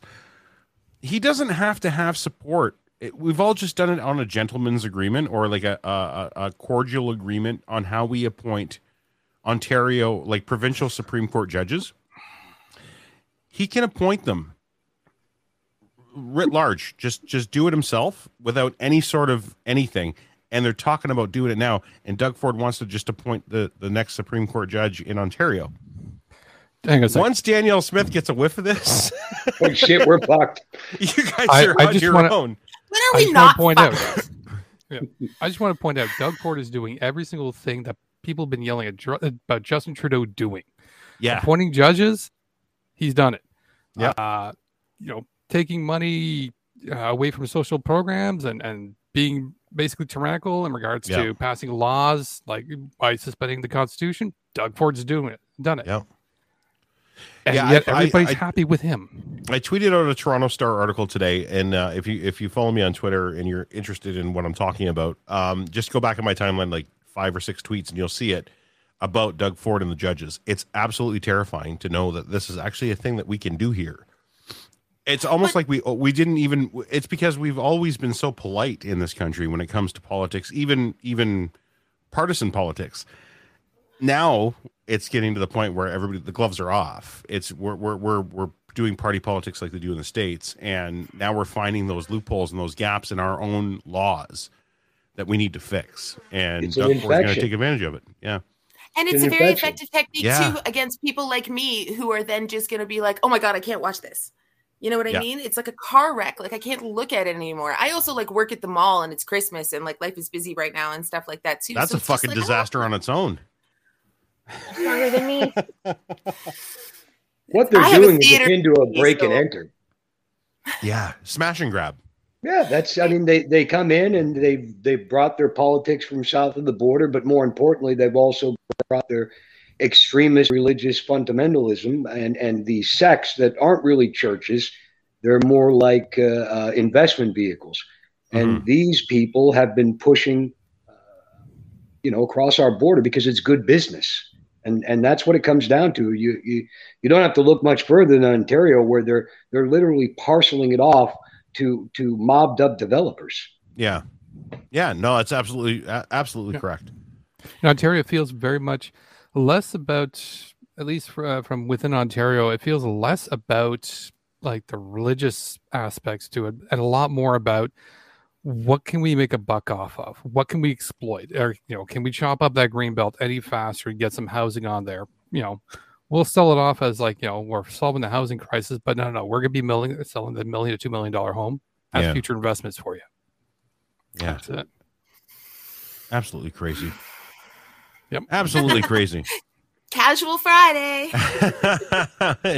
C: he doesn't have to have support. It- we've all just done it on a gentleman's agreement or like a, a a a cordial agreement on how we appoint Ontario like provincial Supreme Court judges he can appoint them writ large just just do it himself without any sort of anything and they're talking about doing it now and doug ford wants to just appoint the the next supreme court judge in ontario
P: Hang on a sec.
C: once danielle smith gets a whiff of this
O: oh shit we're
C: *laughs*
O: fucked
C: you guys
P: I-
C: are
P: I
C: on
P: just
C: your
P: wanna-
C: own
N: When
P: I just want to
C: *laughs*
P: point *laughs* out. Yeah. I just want to point out Doug Ford is doing every single thing that people have been yelling at Dr- about Justin Trudeau doing.
C: Yeah.
P: Appointing judges, he's done it.
C: Yeah.
P: Uh, you know, taking money uh, away from social programs and, and being basically tyrannical in regards
C: Yeah.
P: to passing laws like by suspending the Constitution. Doug Ford's doing it, done it.
C: Yeah.
P: And
C: Yeah,
P: yet
C: I- I-
P: everybody's
C: I-
P: happy with him.
C: I tweeted out a Toronto Star article today, and uh, if you if you follow me on Twitter and you're interested in what I'm talking about, um, just go back in my timeline like five or six tweets, and you'll see it about Doug Ford and the judges. It's absolutely terrifying to know that this is actually a thing that we can do here. It's almost like we uh, we didn't even. It's because we've always been so polite in this country when it comes to politics, even even partisan politics now it's getting to the point where everybody the gloves are off. It's we're we're we're we're doing party politics like they do in the states, and now we're finding those loopholes and those gaps in our own laws that we need to fix. And
O: It's an
C: Doug Ford's going to
O: infection.
C: take advantage of it. Yeah.
N: And
C: It's
N: it's a
C: an
N: very
C: infection.
N: effective technique
C: Yeah.
N: too against people like me who are then just going to be like, "Oh my god, I can't watch this." You know what I
C: Yeah.
N: mean? It's like a car wreck. Like I can't look at it anymore. I also like work at the mall and it's Christmas and like life is busy right now and stuff like that too.
C: That's
N: So
C: a
N: it's just
C: fucking
N: like,
C: disaster on its own.
I: Stronger than me.
O: What they're
N: I have a
O: doing is
N: theater
O: akin to a
N: piece,
O: break and
N: so-
O: enter.
C: Yeah. Smash and grab.
O: Yeah, that's. I mean, they they come in and they they brought their politics from south of the border, but more importantly, they've also brought their extremist religious fundamentalism and and the sects that aren't really churches. They're more like uh, uh, investment vehicles, and these people have been pushing, uh, you know, across our border because it's good business. And, and that's what it comes down to. You, you you don't have to look much further than Ontario, where they're they're literally parceling it off to to mobbed up developers.
C: Yeah. Yeah. No, it's absolutely a- absolutely correct.
P: And Ontario feels very much less about, at least fr- uh, from within Ontario, it feels less about like the religious aspects to it and a lot more about what can we make a buck off of? What can we exploit? Or, you know, can we chop up that green belt any faster and get some housing on there? You know, we'll sell it off as like, you know, we're solving the housing crisis, but no, no, no, we're going to be milling, selling the million to $2 million home as
C: Yeah.
P: future investments for you.
C: Yeah.
P: That's it.
C: Absolutely crazy.
P: Yep. *laughs*
C: Absolutely crazy.
N: *laughs*
C: *laughs*
N: Casual Friday.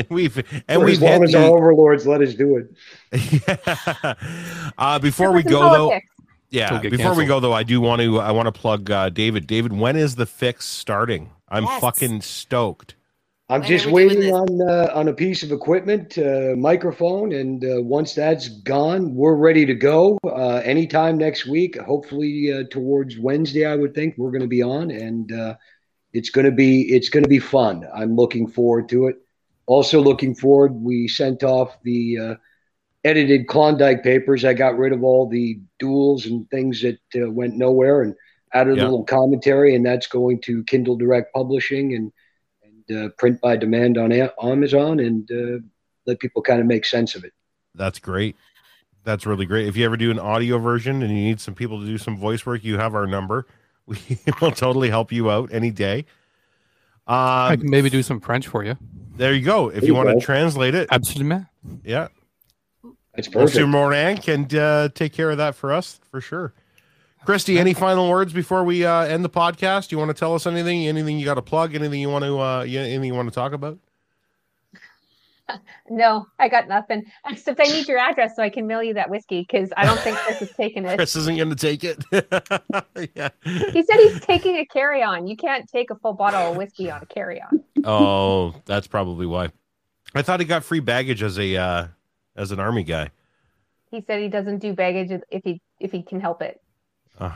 C: we've and
O: Or
C: we've
O: as long
C: hit
O: as our
C: the-
O: overlords let us do it.
C: uh, before we
O: Difference in
C: go though,
O: politics.
C: yeah.
O: Don't get
C: Before we
O: canceled.
C: go though, I do want to I want to plug uh, David. David, when is the fix starting? I'm
O: Yes.
C: fucking stoked.
O: I'm just waiting on uh, on a piece of equipment, uh, microphone, and uh, once that's gone, we're ready to go. Uh, anytime next week, hopefully uh, towards Wednesday, I would think we're going to be on, and uh, it's going to be it's going to be fun. I'm looking forward to it. Also looking forward. We sent off the uh, edited Klondike papers. I got rid of all the duels and things that uh, went nowhere, and added
C: Yeah.
O: a little commentary, and that's going to Kindle Direct Publishing and and uh, print by demand on A- Amazon and uh, let people kind of make sense of it.
C: That's great. That's really great. If you ever do an audio version and you need some people to do some voice work, you have our number. *laughs* We will totally help you out any day.
P: I
C: Um,
P: can maybe do some French for you.
C: there you go. If
P: There
C: you
P: you
C: want
P: go.
C: to translate it,
P: absolutely.
C: Yeah,
O: That's
C: Mr.
O: perfect.
C: Moran can uh, take care of that for us for sure. Christy, any final words before we uh, end the podcast? You want to tell us anything? Anything you got to plug? Anything you want to? Uh, you- anything you want to talk about?
I: No, I got nothing. Except I need your address so I can mail you that whiskey because I don't think Chris is taking it.
C: Chris isn't going to take it. *laughs* yeah.
I: He said he's taking a carry on. You can't take a full bottle of whiskey on a carry on.
C: Oh, that's probably why. I thought he got free baggage as a uh, as an army guy.
I: He said he doesn't do baggage if he if he can help it.
C: Uh,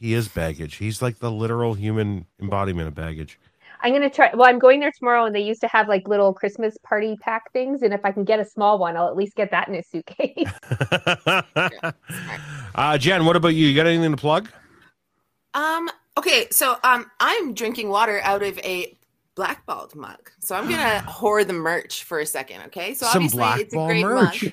C: he is baggage. He's like the literal human embodiment of baggage.
I: I'm gonna try. Well, I'm going there tomorrow, and they used to have like little Christmas party pack things, and if I can get a small one, I'll at least get that in a suitcase.
C: Uh, Jen, what about you? You got anything to plug?
N: Um. Okay. So um, I'm drinking water out of a blackballed mug. So I'm
I: *gasps*
N: gonna whore the merch for a second. Okay. So
C: Some
N: obviously it's a
C: blackball
N: great
C: merch.
N: mug.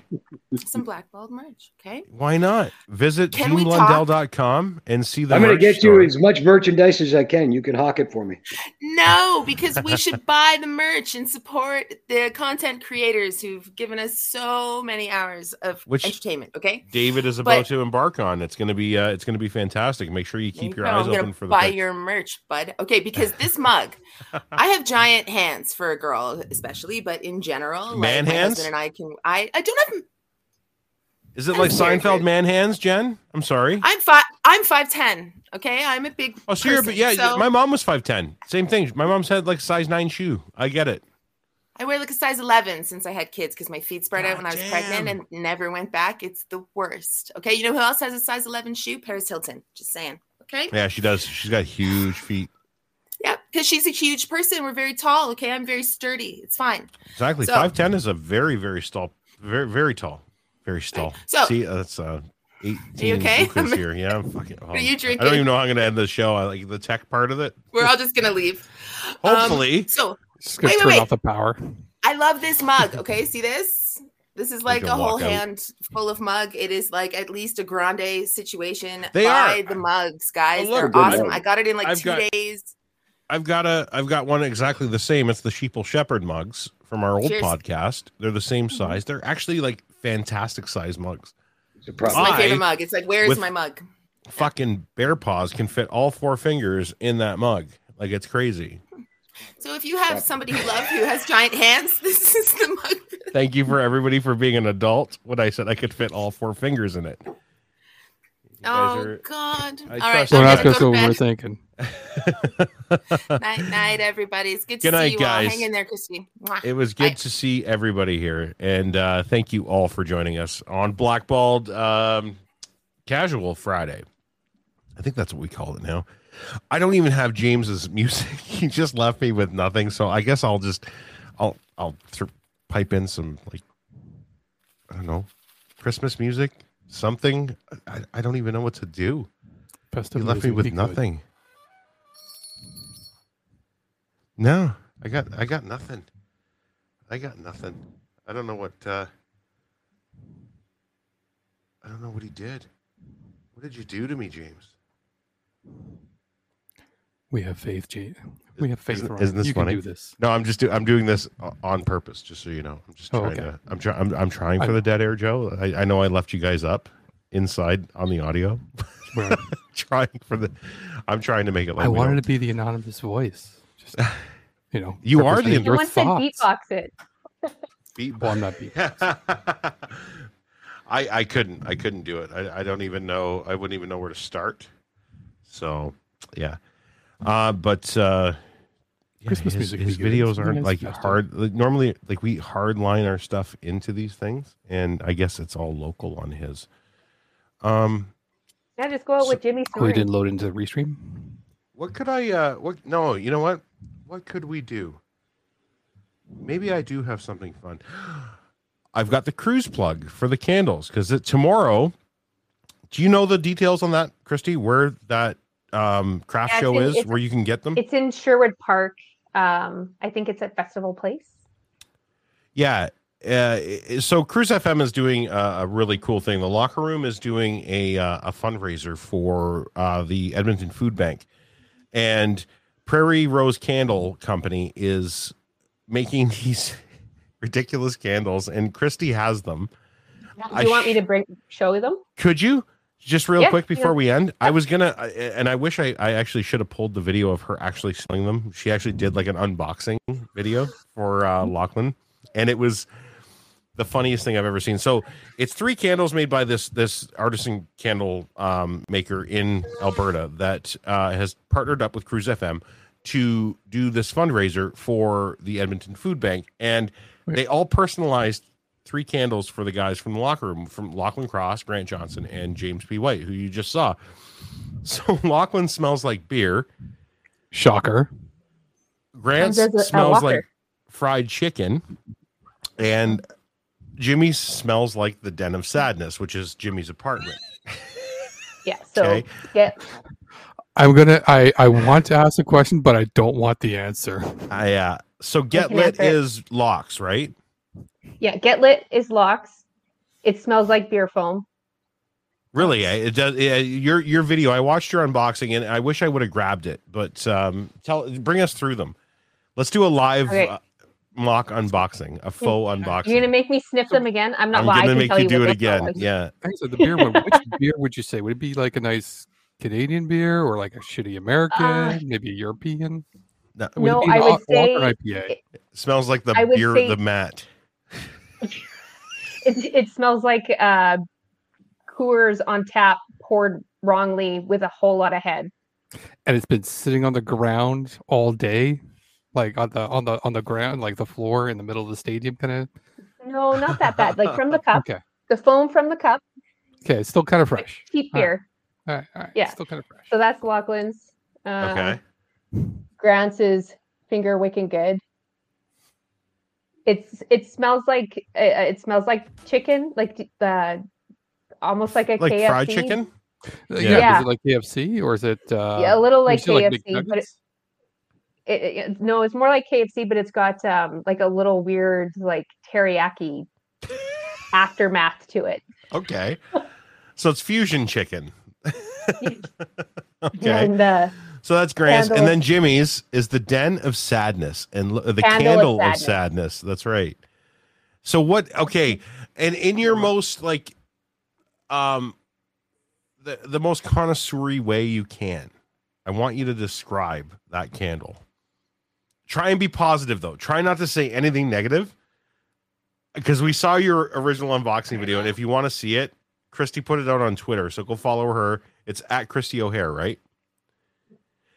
N: Some blackballed merch. Okay.
C: Why not? Visit
N: Can we
C: JeanLundell.com and see the.
O: I'm going to
C: merch
O: get
C: store.
O: you as much merchandise as I can. You can hawk it for me.
N: No, because we
C: *laughs*
N: should buy the merch and support the content creators who've given us so many hours of
C: Which-
N: entertainment. Okay.
C: David is
N: But-
C: about to embark on. It's gonna be uh, it's gonna be fantastic. Make sure you keep your
N: No,
C: eyes
N: I'm gonna
C: open for the.
N: buy
C: pic-
N: your merch, bud. Okay, because this mug, I have giant hands for a girl, especially, but in general,
C: Man
N: my
C: hands?
N: husband and I can. I I don't have.
C: Is it
N: *laughs*
C: like Seinfeld man hands, Jen? I'm sorry.
N: I'm five. I'm five ten. Okay, I'm a big.
C: Oh, so you're,
N: person,
C: but yeah,
N: so
C: my mom was five ten. Same thing. My mom's had like size nine shoe. I get it.
N: I wear like a size 11 since I had kids because my feet spread out when I was pregnant and never went back. It's the worst. Okay. You know who else has a size 11 shoe? Paris Hilton. Just saying. Okay.
C: Yeah, she does. She's got huge feet.
N: Yeah. Because she's a huge person. We're very tall. Okay. I'm very sturdy. It's fine.
C: Exactly.
N: So-
C: Five ten is a very very tall, very very tall, very tall.
N: So-
C: see, that's uh, eighteen
N: okay?
C: glucose here. Yeah, I'm
N: *laughs*
C: fucking. oh,
N: Are you
C: I don't
N: drinking?
C: even know how I'm gonna end the show. I like the tech part of it.
N: We're all just going to leave. Um,
C: Hopefully,
N: so,
C: just
N: gonna Wait, wait, turn wait. off
C: the power.
N: I love this mug. Okay, see this? This is like
C: can
N: a whole
C: walk out.
N: hand full of mug. It is like at least a grande situation.
C: They
N: Buy
C: are.
N: the mugs, guys.
C: Oh, look.
N: They're awesome.
C: I've-
N: I got it in like
C: I've
N: two
C: got-
N: days.
C: I've got a I've got one exactly the same. It's the Sheeple Shepherd mugs from our old
N: Cheers. Mm-hmm.
C: podcast. They're the same size. They're actually like fantastic size mugs.
N: It's my favorite
C: I,
N: mug. It's like, where is
C: with-
N: my mug?
C: Fucking bear paws can fit all four fingers in that mug. Like it's crazy.
N: So if you have somebody you love who has giant hands, *laughs* this is the mug.
C: Thank you for everybody for being an adult when I said I could fit all four fingers in it.
N: Oh
C: are-
N: God!
C: I
N: All right,
C: trust you
N: I'm
C: guys.
N: gonna go to bed.
P: overthinking.
N: Night, night, everybody. It's good,
C: Good
N: to
C: night,
N: see you all.
C: guys.
N: Hang in there, Christy. Mwah.
C: *laughs* It was good to see everybody here, and uh, thank you all for joining us on Blackballed um, Casual Friday. I think that's what we call it now. I don't even have James's *laughs* music; he just left me with nothing. So I guess I'll just, I'll, I'll th- pipe in some like, I don't know, Christmas music, something. I, I don't even know what to do.
P: Festive
C: he left me
P: music
C: with
P: be good.
C: nothing. No, I got, I got nothing. I got nothing. I don't know what. Uh, I don't know what he did. What did you do to me, James?
P: We have faith, Jade. We have faith.
C: Isn't,
P: Ron.
C: isn't this
P: you
C: funny?
P: Can do this.
C: No, I'm just do, I'm doing this o- on purpose, just so you know. I'm just
P: Oh,
C: trying
P: okay.
C: to. I'm trying. I'm, I'm trying
P: I
C: for
P: know.
C: the dead air, Joe. I, I know I left you guys up inside on the audio. *laughs* trying for the. I'm trying to make it like
P: I
C: we
P: wanted
C: don't-
P: to be the anonymous voice.
C: *laughs*
P: Just, you know,
C: You are
P: representing
C: the-
P: your
I: Someone said
P: thought.
I: beatbox it.
P: Well, I'm not beatbox.
C: *laughs* I I couldn't I couldn't do it. I, I don't even know I wouldn't even know where to start. So yeah, uh, but uh, yeah,
P: Christmas
C: his,
P: music
C: his
P: would be good.
C: videos
P: Something
C: aren't
P: nice
C: like
P: and festive.
C: hard. Like, normally, like we hard line our stuff into these things, and I guess it's all local on his. Um,
I: Yeah, just go out with Jimmy
P: Oh, you
I: Stewart.
P: didn't load into the restream?
C: what could I? Uh, what? No, you know what? What could we do? Maybe I do have something fun. I've got the cruise plug for the candles because tomorrow. Do you know the details on that, Christy? Where that um, craft
I: Yeah, it's
C: show
I: in-
C: is,
I: it's-
C: where you can get them?
I: It's in Sherwood Park. Um, I think it's at Festival Place.
C: Yeah. Uh, i- so Cruise FM is doing a, a really cool thing. The locker room is doing a uh, a fundraiser for uh, the Edmonton Food Bank, and Prairie Rose Candle Company is making *laughs* these ridiculous candles, and Christy has them.
I: Do
C: I
I: you want me to bring show them?
C: Could you just real
I: Yeah,
C: quick before
I: yeah.
C: we end? I was gonna, I- and I wish I, I actually should have pulled the video of her actually selling them. She actually did like an unboxing video for uh,
I: Mm-hmm.
C: Lachlan, and it was the funniest thing I've ever seen. So it's three candles made by this this artisan candle um, maker in Alberta that uh, has partnered up with Cruise FM to do this fundraiser for the Edmonton Food Bank, and they all personalized three candles for the guys from the locker room from Lachlan Cross, Grant Johnson, and James P. White, who you just saw. So *laughs* Lachlan smells like beer.
P: Shocker.
C: Grant
P: And there's a- a
C: smells
P: Whopper.
C: like fried chicken, and Jimmy smells like the den of sadness, which is Jimmy's apartment.
I: Yeah. So
C: Okay.
I: get
P: I'm gonna. I I want to ask a question, but I don't want the answer.
C: I uh. So get
I: can
C: lit
I: answer it.
C: is locks, right?
I: yeah, get lit is locks. It smells like beer foam.
C: Really, eh, it does. Yeah, your your video. I watched your unboxing, and I wish I would have grabbed it. But um, tell bring us through them. Let's do a live
I: Okay.
C: uh, mock unboxing, a faux unboxing.
I: You're gonna make me sniff them again? I'm not.
C: I'm
I: well, I
C: gonna
I: can
C: make
I: tell
C: you do
I: what
C: it
I: they smell
C: again.
I: like.
C: Yeah.
P: Okay, so the beer one. Which beer would you say would it be like a nice Canadian beer or like a shitty American,
I: Uh,
P: maybe a European?
C: No,
P: would
I: No,
P: it be
I: I
P: an
I: would
P: Wa- Walker
I: say
P: IPA?
C: smells like the
I: I would
C: beer,
I: say-
C: the mat.
I: *laughs* It, it smells like uh, Coors on tap poured wrongly with a whole lot of head.
P: And it's been sitting on the ground all day. like on the on the on the ground, like the floor in the middle of the stadium, kind of.
I: No, not that bad. Like
P: *laughs*
I: from the cup,
P: Okay.
I: the foam from the cup,
P: Okay, it's still kind of fresh.
I: cheap
P: All right,
I: beer.
P: All right, all right.
I: Yeah.
P: Still kind of fresh.
I: So that's Lachlan's. Uh,
P: Okay.
I: Grant's is finger wicking good. It's it smells like uh, it smells like chicken, like uh, almost like a
P: Like
I: KFC.
P: fried chicken? Uh, Yeah.
I: Yeah.
P: Is it like KFC or is it uh,
I: yeah, a little
P: you
I: like
P: see,
I: KFC, but it,
P: McNuggets?
I: it, it- it- no, it's more like KFC, but it's got um like a little weird like
P: *laughs*
I: teriyaki aftermath to it.
C: Okay. so it's fusion chicken. *laughs* okay.
I: And uh,
C: so that's Grant's.
I: Candle
C: And
I: of-
C: then Jimmy's is the den of sadness and l- uh, the
I: Candle of
C: candle of sadness.
I: sadness.
C: That's right. So what okay. And in your most like um the the most connoisseury way you can, I want you to describe that candle. Try and be positive though. Try not to say anything negative. Because we saw your original unboxing video, and if you want to see it, Christy put it out on Twitter. So go follow her. It's at Christy O'Hare, right?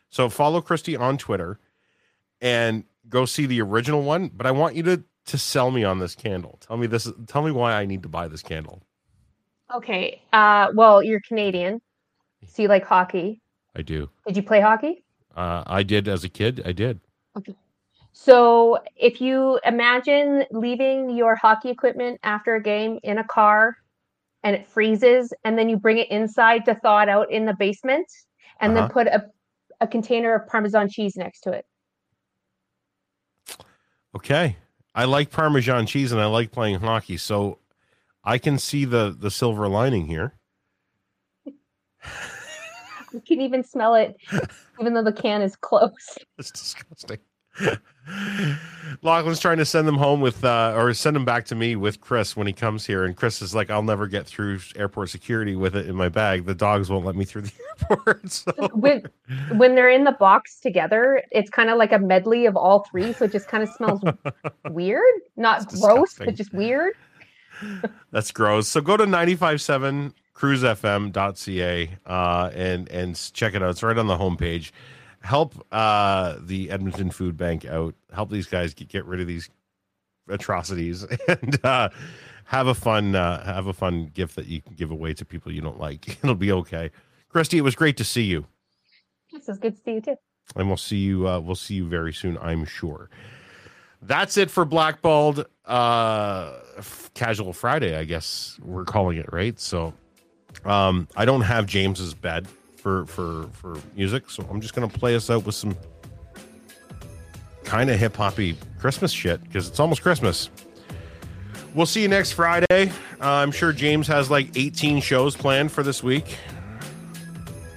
C: So follow Christy on Twitter and go see the original one. But I want you to to sell me on this candle. Tell me this. Tell me why I need to buy this candle.
I: okay, uh, well, you're Canadian, so you like hockey.
C: I do.
I: Did you play hockey?
C: Uh, I did as a kid. I did.
I: Okay. So if you imagine leaving your hockey equipment after a game in a car and it freezes and then you bring it inside to thaw it out in the basement and then
C: Uh-huh.
I: put a, a container of parmesan cheese next to it.
C: Okay. I like Parmesan cheese and I like playing hockey, so I can see the the silver lining here. *laughs*
I: You can even
C: *laughs*
I: smell it even though the can is closed.
C: That's disgusting. *laughs* Lachlan's trying to send them home with, uh, or send them back to me with Chris when he comes here. And Chris is like, I'll never get through airport security with it in my bag. The dogs won't let me through the *laughs* airport. So
I: When when they're in the box together, it's kind of like a medley of all three, so it just kind of
C: *laughs*
I: smells weird, not gross,
C: disgusting.
I: but just weird.
C: that's gross. So go to 957 cruisefm.ca uh, and, and s- check it out. It's right on the homepage. Help uh, the Edmonton Food Bank out. Help these guys get, get rid of these atrocities *laughs* and uh, have a fun uh, have a fun gift that you can give away to people you don't like. *laughs* It'll be okay. Christy, it was great to see you,
I: This is good to see you too.
C: and we'll see you uh, we'll see you very soon, I'm sure. That's it for Blackballed uh, f- Casual Friday, I guess we're calling it right. So um, I don't have James's bed for for for music, so I'm just gonna play us out with some kind of hip hoppy Christmas shit because it's almost Christmas. We'll see you next Friday. Uh, I'm sure James has like 18 shows planned for this week.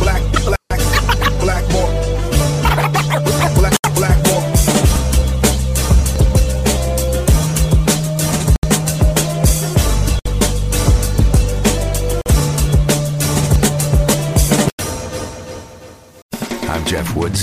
A: Black, black, black ball. Black, black ball.
E: I'm Jeff Woods,